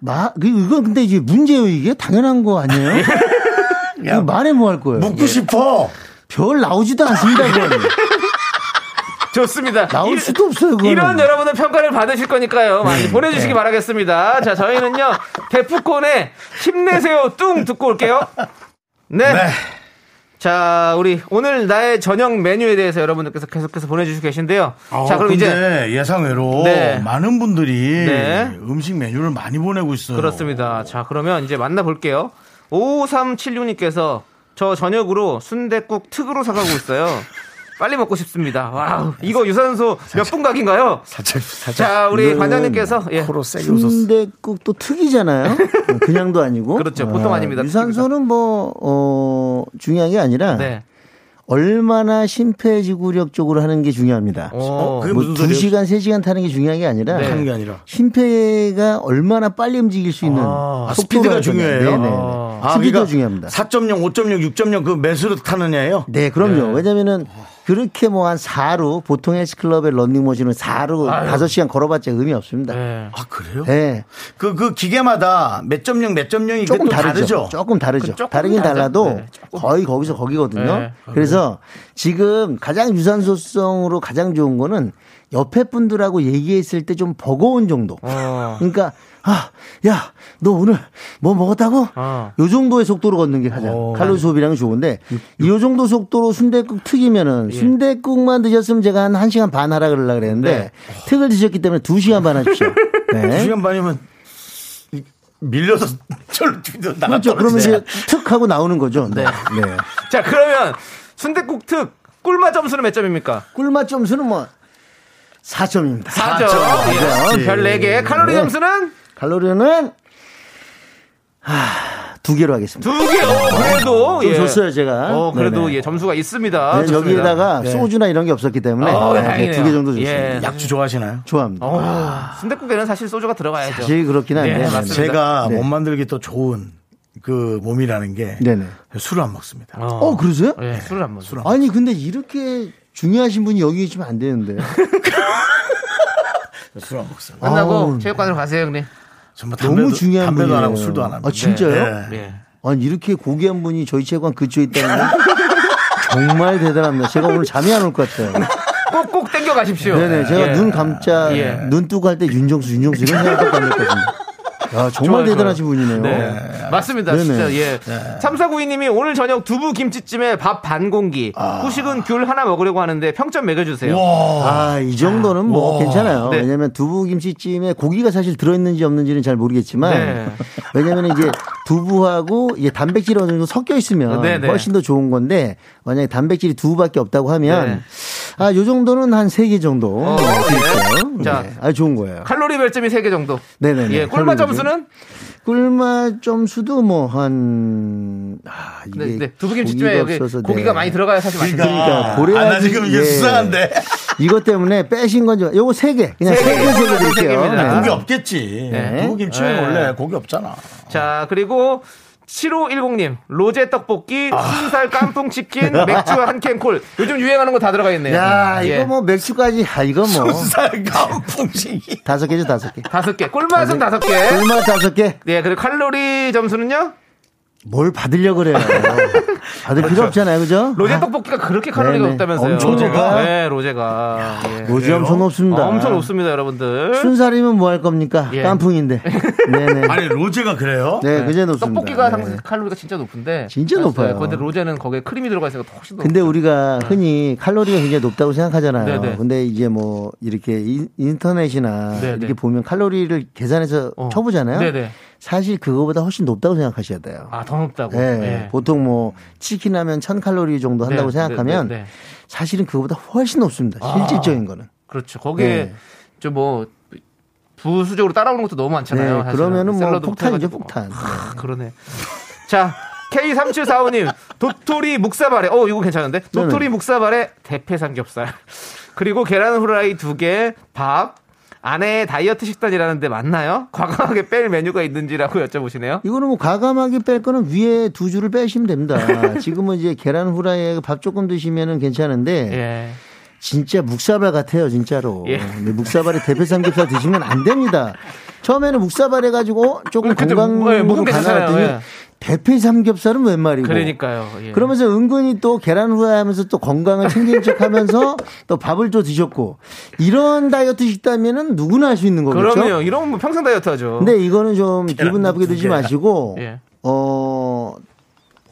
Speaker 8: 마, 그- 이건 근데 이게 문제예요 이게 당연한 거 아니에요? 이거 말해 뭐 할 거예요?
Speaker 2: 묻고 네. 싶어.
Speaker 8: 별 나오지도 않습니다 그건.
Speaker 3: 좋습니다.
Speaker 8: 나올
Speaker 3: 일-
Speaker 8: 수도 없어요 그거는.
Speaker 3: 이런 여러분들 평가를 받으실 거니까요. 많이 보내주시기 바라겠습니다. 자, 저희는요, 데프콘의 힘내세요 뚱 듣고 올게요. 네.
Speaker 2: 네.
Speaker 3: 자, 우리 오늘 나의 저녁 메뉴에 대해서 여러분들께서 계속해서 보내주시고 계신데요.
Speaker 2: 아,
Speaker 3: 자, 그럼 이제.
Speaker 2: 근데 예상외로
Speaker 3: 네.
Speaker 2: 많은 분들이
Speaker 3: 네.
Speaker 2: 음식 메뉴를 많이 보내고 있어요.
Speaker 3: 그렇습니다. 자, 그러면 이제 만나볼게요. 5376님께서 저 저녁으로 순댓국 특으로 사가고 있어요. 빨리 먹고 싶습니다. 와우. 이거 유산소 몇 분 각인가요?
Speaker 2: 사실 사실
Speaker 3: 자, 우리
Speaker 8: 이거는
Speaker 3: 관장님께서. 예.
Speaker 2: 코로 세게 웃었어.
Speaker 8: 순대국도 특이잖아요. 뭐 그냥도 아니고.
Speaker 3: 그렇죠. 보통 아닙니다.
Speaker 8: 유산소는 뭐, 어, 중요한 게 아니라
Speaker 3: 네.
Speaker 8: 얼마나 심폐지구력적으로 하는 게 중요합니다.
Speaker 3: 어,
Speaker 2: 그게
Speaker 8: 뭐
Speaker 2: 무슨 소리예요?
Speaker 8: 2시간, 3시간 타는 게 중요한 게 아니라
Speaker 3: 네.
Speaker 2: 하는 게 아니라.
Speaker 8: 심폐가 얼마나 빨리 움직일 수 있는
Speaker 2: 아,
Speaker 8: 속도가
Speaker 2: 스피드가 중요해요.
Speaker 8: 네네.
Speaker 2: 아, 그러니까
Speaker 8: 스피드가 중요합니다.
Speaker 2: 4.0, 5.0, 6.0 그 매수로 타느냐예요.
Speaker 8: 네, 그럼요. 왜냐면은 그렇게 뭐 한 4로 보통 헬스클럽의 런닝머신은 4로
Speaker 3: 아유.
Speaker 8: 5시간 걸어봤자 의미 없습니다.
Speaker 3: 네.
Speaker 2: 아 그래요?
Speaker 8: 네.
Speaker 2: 그, 그 기계마다 몇 점령, 몇 점령이
Speaker 8: 조금
Speaker 2: 또
Speaker 8: 다르죠.
Speaker 2: 다르죠.
Speaker 8: 조금 다르죠.
Speaker 3: 조금
Speaker 8: 다르긴
Speaker 3: 다르죠.
Speaker 8: 달라도
Speaker 3: 네,
Speaker 8: 거의 거기서 거기거든요.
Speaker 3: 네.
Speaker 8: 그래서 지금 가장 유산소성으로 가장 좋은 거는 옆에 분들하고 얘기했을 때 좀 버거운 정도.
Speaker 3: 어.
Speaker 8: 그러니까 아, 야, 너 오늘 뭐 먹었다고?
Speaker 3: 어.
Speaker 8: 요 정도의 속도로 걷는 게 가장 칼로리 소비량이 좋은데 요 정도 속도로 순대국 튀기면은 순대국만 드셨으면 제가 한 1시간 반 하라 그러려 그랬는데 특을 드셨기 때문에 2시간 반 하십시오. 네.
Speaker 2: 2시간 반이면 이- 밀려서 절로 뒤로 나가
Speaker 8: 그렇죠. 그러면 이제 툭 하고 나오는 거죠. 네. 네.
Speaker 3: 자, 그러면 순대국 특 꿀맛 점수는 몇 점입니까?
Speaker 8: 꿀맛 점수는 뭐 4점입니다.
Speaker 3: 사점
Speaker 8: 사점.
Speaker 3: 예. 별 4개. 칼로리
Speaker 8: 네.
Speaker 3: 점수는
Speaker 8: 칼로리는 하, 두 개로 하겠습니다.
Speaker 3: 2개. 어, 그래도.
Speaker 8: 좀
Speaker 3: 예.
Speaker 8: 줬어요, 제가.
Speaker 3: 어, 그래도
Speaker 8: 네네.
Speaker 3: 예, 점수가 있습니다.
Speaker 8: 네,
Speaker 3: 좋습니다.
Speaker 8: 여기에다가 소주나 이런 게 없었기 때문에
Speaker 3: 어, 다행이네요.
Speaker 8: 두 개 정도 줬습니다.
Speaker 3: 예.
Speaker 2: 약주 좋아하시나요?
Speaker 8: 좋아합니다.
Speaker 3: 순대국에는 사실 소주가 들어가야죠.
Speaker 8: 사실 그렇긴 한데.
Speaker 3: 네, 맞습니다.
Speaker 2: 제가
Speaker 8: 네.
Speaker 2: 몸 만들기 또 좋은 그 몸이라는 게
Speaker 8: 네네.
Speaker 2: 술을 안 먹습니다.
Speaker 8: 어, 그러세요?
Speaker 3: 예, 술을 안 먹죠.
Speaker 8: 아니, 근데 이렇게 중요하신 분이 여기 있으면 안 되는데.
Speaker 2: 술 안 먹습니다.
Speaker 3: 끝나고
Speaker 8: 아우.
Speaker 3: 체육관으로 가세요, 형님.
Speaker 2: 정말 담배도,
Speaker 8: 너무 중요한
Speaker 2: 담배도 안 하고
Speaker 8: 분이에요.
Speaker 2: 술도 안 합니다.
Speaker 8: 아, 진짜요?
Speaker 2: 네.
Speaker 3: 예.
Speaker 8: 아니, 이렇게 고귀한 분이 저희 체육관 근처에 있다는 건 정말 대단합니다. 제가 오늘 잠이 안 올 것 같아요.
Speaker 3: 꼭꼭 땡겨 가십시오.
Speaker 8: 네네. 제가
Speaker 3: 예.
Speaker 8: 눈 감자,
Speaker 3: 예.
Speaker 8: 눈 뜨고 할 때 윤정수, 윤정수 이런 생각밖에 안 했거든요. 야,
Speaker 3: 좋아요,
Speaker 8: 정말 대단하신
Speaker 3: 좋아요.
Speaker 8: 분이네요.
Speaker 3: 네. 맞습니다.
Speaker 8: 네네.
Speaker 3: 진짜 예. 삼사구이님이 오늘 저녁 두부 김치찜에 밥 반 공기, 후식은 귤 하나 먹으려고 하는데 평점 매겨주세요.
Speaker 8: 아, 이 정도는 뭐 괜찮아요.
Speaker 3: 네.
Speaker 8: 왜냐면 두부김치찜에 고기가 사실 들어있는지 없는지는 잘 모르겠지만
Speaker 3: 네.
Speaker 8: 왜냐면 이제 두부하고 이제 단백질이 어느 정도 섞여 있으면
Speaker 3: 네, 네.
Speaker 8: 훨씬 더 좋은 건데 만약에 단백질이 두부밖에 없다고 하면
Speaker 3: 네.
Speaker 8: 아, 요 정도는 한 세 개 정도.
Speaker 3: 어,
Speaker 8: 네,
Speaker 3: 네.
Speaker 8: 있고요.
Speaker 3: 자.
Speaker 8: 네. 아, 좋은 거예요.
Speaker 3: 칼로리 별점이 3개 정도.
Speaker 8: 네네네.
Speaker 3: 예, 꿀맛
Speaker 8: 칼로리
Speaker 3: 점수는
Speaker 8: 꿀맛 점수도 뭐 한 아, 이게
Speaker 3: 네, 네. 두부김치찜에 여기
Speaker 8: 없어서,
Speaker 3: 고기가
Speaker 8: 네.
Speaker 3: 많이 들어가야 사실 맛있
Speaker 8: 그러니까
Speaker 2: 아,
Speaker 8: 고래야지
Speaker 2: 나 지금 이게
Speaker 8: 예.
Speaker 2: 수상한데.
Speaker 8: 이것 때문에 빼신 건지 요거 세 개 그냥
Speaker 3: 세 개.
Speaker 8: 세개 세개
Speaker 3: 세
Speaker 8: 드릴게요.
Speaker 3: 개입니다.
Speaker 8: 네.
Speaker 2: 고기 없겠지.
Speaker 3: 네.
Speaker 2: 두부김치는
Speaker 3: 네.
Speaker 2: 원래 고기 없잖아.
Speaker 3: 자, 그리고 7510님, 로제 떡볶이, 순살 깐풍치킨, 맥주 한 캔 콜. 요즘 유행하는 거 다 들어가 있네요.
Speaker 8: 야,
Speaker 3: 예.
Speaker 8: 이거 뭐 맥주까지, 아, 이거 뭐.
Speaker 2: 쌀 깐풍식이.
Speaker 8: 다섯 개죠, 다섯 개.
Speaker 3: 다섯 개. 꿀맛은 다섯 개.
Speaker 8: 얼마 다섯 음. 개?
Speaker 3: 네, 그리고 칼로리 점수는요?
Speaker 8: 뭘 받으려고 그래요. 받을 필요 없잖아요, 그죠?
Speaker 3: 그렇죠. 로제 떡볶이가 그렇게 칼로리가
Speaker 8: 네네.
Speaker 3: 없다면서요.
Speaker 8: 엄청
Speaker 3: 로제가.
Speaker 8: 높아요?
Speaker 3: 네, 로제가. 예.
Speaker 8: 로지 엄청 높습니다.
Speaker 3: 엄청 높습니다, 여러분들.
Speaker 8: 순살이면 뭐 할 겁니까?
Speaker 3: 예.
Speaker 8: 깐풍인데. 네네.
Speaker 2: 아니, 로제가 그래요?
Speaker 8: 네, 그제 높습니다.
Speaker 3: 떡볶이가
Speaker 8: 네.
Speaker 3: 상 칼로리가 진짜 높은데.
Speaker 8: 진짜
Speaker 3: 네,
Speaker 8: 높아요.
Speaker 3: 근데 로제는 거기에 크림이 들어가 있으니까 훨씬 더.
Speaker 8: 근데 우리가 흔히 칼로리가 굉장히 높다고 생각하잖아요.
Speaker 3: 네. 네네.
Speaker 8: 근데 이제 뭐 이렇게 인- 인터넷이나
Speaker 3: 네네.
Speaker 8: 이렇게 보면 칼로리를 계산해서
Speaker 3: 어.
Speaker 8: 쳐보잖아요.
Speaker 3: 네네.
Speaker 8: 사실 그거보다 훨씬 높다고 생각하셔야 돼요.
Speaker 3: 아, 더 높다고.
Speaker 8: 예, 보통 뭐 치킨 하면 1000칼로리 정도 한다고
Speaker 3: 네,
Speaker 8: 생각하면
Speaker 3: 네, 네, 아, 네.
Speaker 8: 사실은 그거보다 훨씬 높습니다. 실질적인 거는.
Speaker 3: 그렇죠. 거기에
Speaker 8: 네.
Speaker 3: 좀 뭐 부수적으로 따라오는 것도 너무 많잖아요.
Speaker 8: 네,
Speaker 3: 사실은.
Speaker 8: 그러면은 뭐
Speaker 3: 샐러드
Speaker 8: 폭탄이죠,
Speaker 3: 해가지고.
Speaker 8: 폭탄.
Speaker 3: 아, 그러네. 자, K3745님, 도토리 묵사발에, 어, 이거
Speaker 8: 네,
Speaker 3: 괜찮은데? 도토리 묵사발에 대패 삼겹살. 그리고 계란 후라이 두 개, 밥, 아내의 다이어트 식단이라는데 맞나요? 과감하게 뺄 메뉴가 있는지라고 여쭤보시네요.
Speaker 8: 이거는 뭐 과감하게 뺄 거는 위에 두 줄을 빼시면 됩니다. 지금은 이제 계란 후라이에 밥 조금 드시면은 괜찮은데
Speaker 3: 예.
Speaker 8: 진짜 묵사발 같아요, 진짜로.
Speaker 3: 예.
Speaker 8: 근데 묵사발에 대패 삼겹살 드시면 안 됩니다. 처음에는 묵사발 해가지고 어, 조금
Speaker 3: 그때 뭐- 예,
Speaker 8: 건강으로
Speaker 3: 먹으면
Speaker 8: 가나갔더니
Speaker 3: 괜찮아요, 예.
Speaker 8: 대패 삼겹살은 웬 말이고.
Speaker 3: 그러니까요. 예.
Speaker 8: 뭐. 그러면서 은근히 또 계란 후라이하면서 또 건강을 챙기는 척하면서 또 밥을 또 드셨고 이런 다이어트 식단면은 누구나 할 수 있는 거겠죠. 네,
Speaker 3: 그럼요. 이러면 뭐 평생 다이어트 하죠.
Speaker 8: 근데 이거는 좀 기분 나쁘게
Speaker 2: 두
Speaker 8: 드지
Speaker 2: 개야.
Speaker 8: 마시고
Speaker 3: 예.
Speaker 8: 어.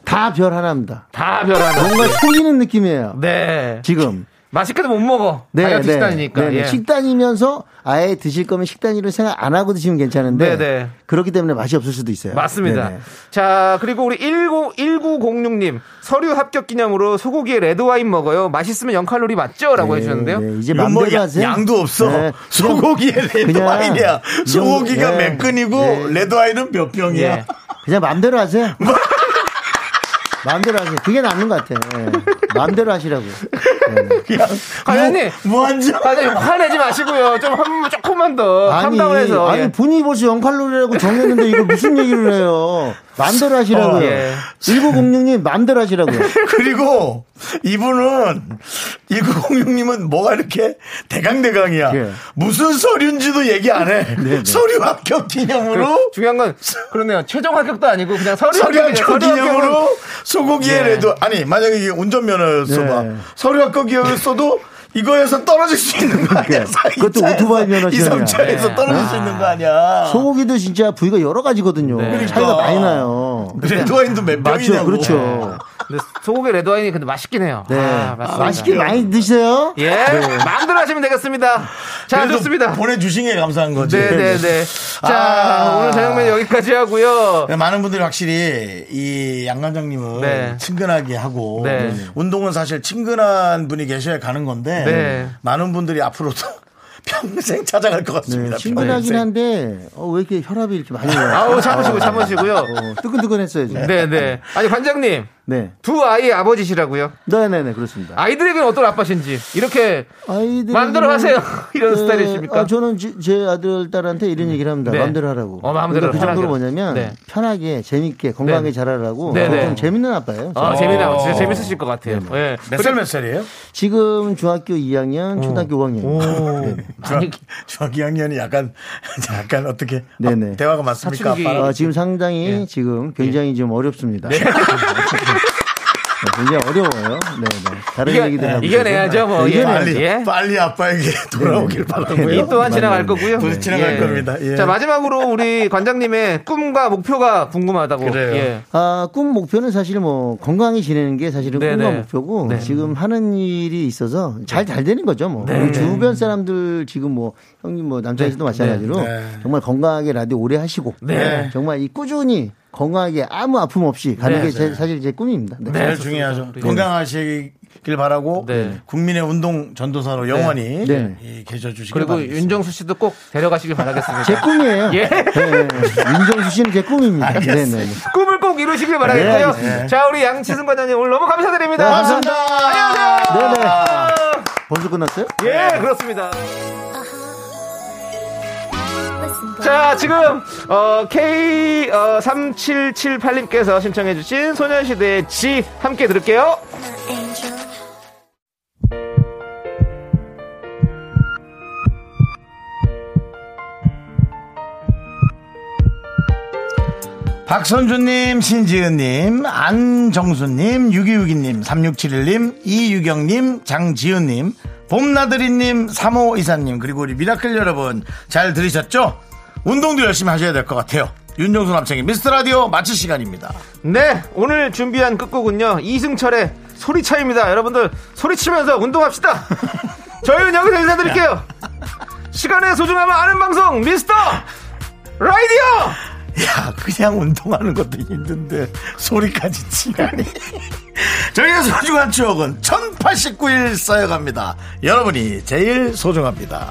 Speaker 8: 다 별 하나입니다.
Speaker 3: 다 별하나. 예.
Speaker 8: 뭔가 속이는 느낌이에요.
Speaker 3: 네.
Speaker 8: 지금.
Speaker 3: 맛있게도 못 먹어. 다이어트 식단이니까.
Speaker 8: 네, 네.
Speaker 3: 예.
Speaker 8: 식단이면서 아예 드실 거면 식단이로 생각 안 하고 드시면 괜찮은데
Speaker 3: 네, 네.
Speaker 8: 그렇기 때문에 맛이 없을 수도 있어요.
Speaker 3: 맞습니다.
Speaker 8: 네, 네.
Speaker 3: 자, 그리고 우리 191906님 서류 합격 기념으로 소고기에 레드 와인 먹어요. 맛있으면 0칼로리 맞죠?라고
Speaker 8: 네,
Speaker 3: 해주셨는데요.
Speaker 8: 네. 이제
Speaker 2: 이건 뭐
Speaker 8: 맘대로
Speaker 2: 야-
Speaker 8: 하세요.
Speaker 2: 양도 없어.
Speaker 8: 네, 그냥-
Speaker 2: 소고기에
Speaker 8: 그냥
Speaker 2: 레드와인이야.
Speaker 8: 이 정도-
Speaker 2: 소고기가
Speaker 8: 예.
Speaker 2: 몇 근이고
Speaker 8: 예.
Speaker 2: 레드와인은 몇 병이야.
Speaker 3: 예.
Speaker 8: 그냥 마음대로 하세요.
Speaker 3: 뭐?
Speaker 8: 마음대로 하세요. 그게 낫는 것 같아요. 예. 마음대로 하시라고.
Speaker 2: 그냥
Speaker 3: 과장님.
Speaker 2: 뭐, 무한정.
Speaker 3: 아, 네, 화내지 마시고요. 좀 한, 조금만 더 감당을 해서.
Speaker 8: 아니
Speaker 3: 어, 예.
Speaker 8: 본인이 벌써 0칼로리라고 정했는데 이걸 무슨 얘기를 해요. 마음대로 하시라고요.
Speaker 2: 어,
Speaker 3: 예.
Speaker 8: 1906님 마음대로 하시라고요.
Speaker 2: 그리고 이분은 1906님은 뭐가 이렇게 대강대강이야.
Speaker 8: 예. 네,
Speaker 2: 무슨 서류인지도 얘기 안 해. 서류 합격 기념으로
Speaker 3: 중요한 건 그러네요. 최종 합격도 아니고 그냥 서류,
Speaker 2: 서류
Speaker 3: 합격이에요.
Speaker 2: 합격
Speaker 3: 서류 합격은
Speaker 2: 기념으로 소고기에
Speaker 3: 예.
Speaker 2: 레드 아니 만약에 이게 운전면허였어 봐.
Speaker 8: 예.
Speaker 2: 서류 합격 기념으로도 이거에서 떨어질 수 있는 거 아니야.
Speaker 8: 예. 그것도 오토바이 면허 시험이야. 예.
Speaker 2: 2, 3차에서 떨어질 수 있는 거 아니야.
Speaker 8: 소고기도 진짜 부위가 여러 가지거든요.
Speaker 3: 네.
Speaker 8: 차이가
Speaker 2: 그러니까.
Speaker 8: 많이 나요.
Speaker 2: 레드와인도 몇 병이냐고.
Speaker 8: 네. 맞죠, 그렇죠.
Speaker 3: 근데 소고기 레드 와인이 근데 맛있긴 해요.
Speaker 8: 네.
Speaker 3: 아, 맞습니다.
Speaker 8: 맛있게 네. 많이 드세요.
Speaker 3: 예. 마음대로 하시면 되겠습니다. 자,
Speaker 2: 그래도
Speaker 3: 좋습니다.
Speaker 2: 보내주신 게 감사한 거지.
Speaker 3: 네네네. 자,
Speaker 2: 아.
Speaker 3: 오늘 저녁 메뉴 여기까지 하고요.
Speaker 2: 많은 분들이 확실히 이 양관장님은
Speaker 3: 네.
Speaker 2: 친근하게 하고
Speaker 3: 네.
Speaker 2: 운동은 사실 친근한 분이 계셔야 가는 건데
Speaker 3: 네.
Speaker 2: 많은 분들이 앞으로도 평생 찾아갈 것 같습니다.
Speaker 8: 네, 친근하긴
Speaker 2: 평생.
Speaker 8: 한데 어, 왜 이렇게 혈압이 이렇게 많이 나요?
Speaker 3: 네. 아우, 어, 참으시고, 참으시고요.
Speaker 8: 어, 뜨끈뜨끈했어요 지금. 네,
Speaker 3: 네네. 아니, 관장님.
Speaker 8: 네,
Speaker 3: 두 아이의 아버지시라고요?
Speaker 8: 네, 네, 네, 그렇습니다.
Speaker 3: 아이들에게는 어떤 아빠신지. 이렇게.
Speaker 8: 아이들
Speaker 3: 마음대로 하세요. 이런 스타일이십니까?
Speaker 8: 네. 어, 아, 저는 제, 제 아들 딸한테 이런 얘기를 합니다.
Speaker 3: 네.
Speaker 8: 마음대로 하라고.
Speaker 3: 어, 마음대로
Speaker 8: 그러니까 그 정도로
Speaker 3: 편하게.
Speaker 8: 뭐냐면
Speaker 3: 네.
Speaker 8: 편하게 재밌게 건강하게
Speaker 3: 네.
Speaker 8: 자라라고
Speaker 3: 네, 네.
Speaker 8: 좀 재밌는 아빠예요.
Speaker 3: 아, 재미나. 진짜 재밌으실 것 같아요. 예.
Speaker 2: 몇 살, 몇 살이에요?
Speaker 8: 지금 중학교
Speaker 3: 어.
Speaker 8: 2학년, 초등학교 5학년. 네, 네.
Speaker 2: 중학, 중학 2학년이 약간, 약간 어떻게.
Speaker 8: 네네.
Speaker 2: 아, 대화가 맞습니까?
Speaker 3: 아, 사춘기.
Speaker 2: 아빠랑.
Speaker 3: 예.
Speaker 8: 아, 지금 상당히 지금 네, 굉장히 좀 어렵습니다. 네. 굉장히 어려워요. 네, 네. 다른
Speaker 3: 이겨-
Speaker 8: 얘기들 하고
Speaker 3: 이겨내야죠,
Speaker 8: 있어서.
Speaker 3: 뭐.
Speaker 8: 네, 이겨내야죠.
Speaker 2: 빨리
Speaker 3: 예.
Speaker 2: 빨리 아빠에게 돌아오길
Speaker 8: 네,
Speaker 2: 바라고요.
Speaker 3: 이 또한 네. 지나갈 거고요.
Speaker 2: 또 지나갈 겁니다. 예.
Speaker 3: 자 마지막으로 우리 관장님의 꿈과 목표가 궁금하다고.
Speaker 2: 그래요.
Speaker 3: 예.
Speaker 8: 아, 꿈 목표는 사실 뭐 건강히 지내는 게 사실은
Speaker 3: 네네.
Speaker 8: 꿈과 목표고
Speaker 3: 네.
Speaker 8: 지금 하는 일이 있어서 잘 잘 되는 거죠 뭐 우리 주변 사람들 지금 뭐 형님 뭐 남자에서도 마찬가지로
Speaker 2: 네.
Speaker 8: 정말 건강하게 라디오 오래 하시고
Speaker 3: 네.
Speaker 8: 정말 이 꾸준히 건강하게 아무 아픔 없이 가는
Speaker 3: 네.
Speaker 8: 게 제- 사실 제 꿈입니다. 네.
Speaker 2: 제일 중요하죠. 건강하시길 바라고
Speaker 3: 네.
Speaker 2: 국민의 운동 전도사로 영원히
Speaker 8: 네.
Speaker 2: 이, 계셔 주시길
Speaker 3: 그리고
Speaker 2: 바랍니다.
Speaker 3: 윤정수 씨도 꼭 데려가시길 바라겠습니다.
Speaker 8: 제 꿈이에요.
Speaker 3: 예.
Speaker 8: 네. 윤정수 씨는 제 꿈입니다. 네네.
Speaker 3: 꿈을 꼭 이루시길 바라겠고요. 자 우리 양치승 관장님 오늘 너무 예, 네, 감사드립니다.
Speaker 2: 감사합니다.
Speaker 3: 안녕하세요. 아.
Speaker 8: 네네. 벌써 끝났어요?
Speaker 3: 예 그렇습니다. 자, 지금, 어, K3778님께서 신청해주신 소녀시대의 지 함께 들을게요.
Speaker 2: 박선주님, 신지은님, 안정수님, 6262님, 3671님, 이유경님, 장지은님, 봄나들이님, 3524님, 그리고 우리 미라클 여러분, 잘 들으셨죠? 운동도 열심히 하셔야 될 것 같아요. 윤정수 남창의 미스터 라디오 마칠 시간입니다.
Speaker 3: 네, 오늘 준비한 끝곡은요. 이승철의 소리차입니다. 여러분들, 소리치면서 운동합시다. 저희는 여기서 인사드릴게요. 시간의 소중함을 아는 방송, 미스터 라이디오!
Speaker 2: 야, 그냥 운동하는 것도 힘든데, 소리까지 치라니. 저희의 소중한 추억은 1089일 쌓여갑니다. 여러분이 제일 소중합니다.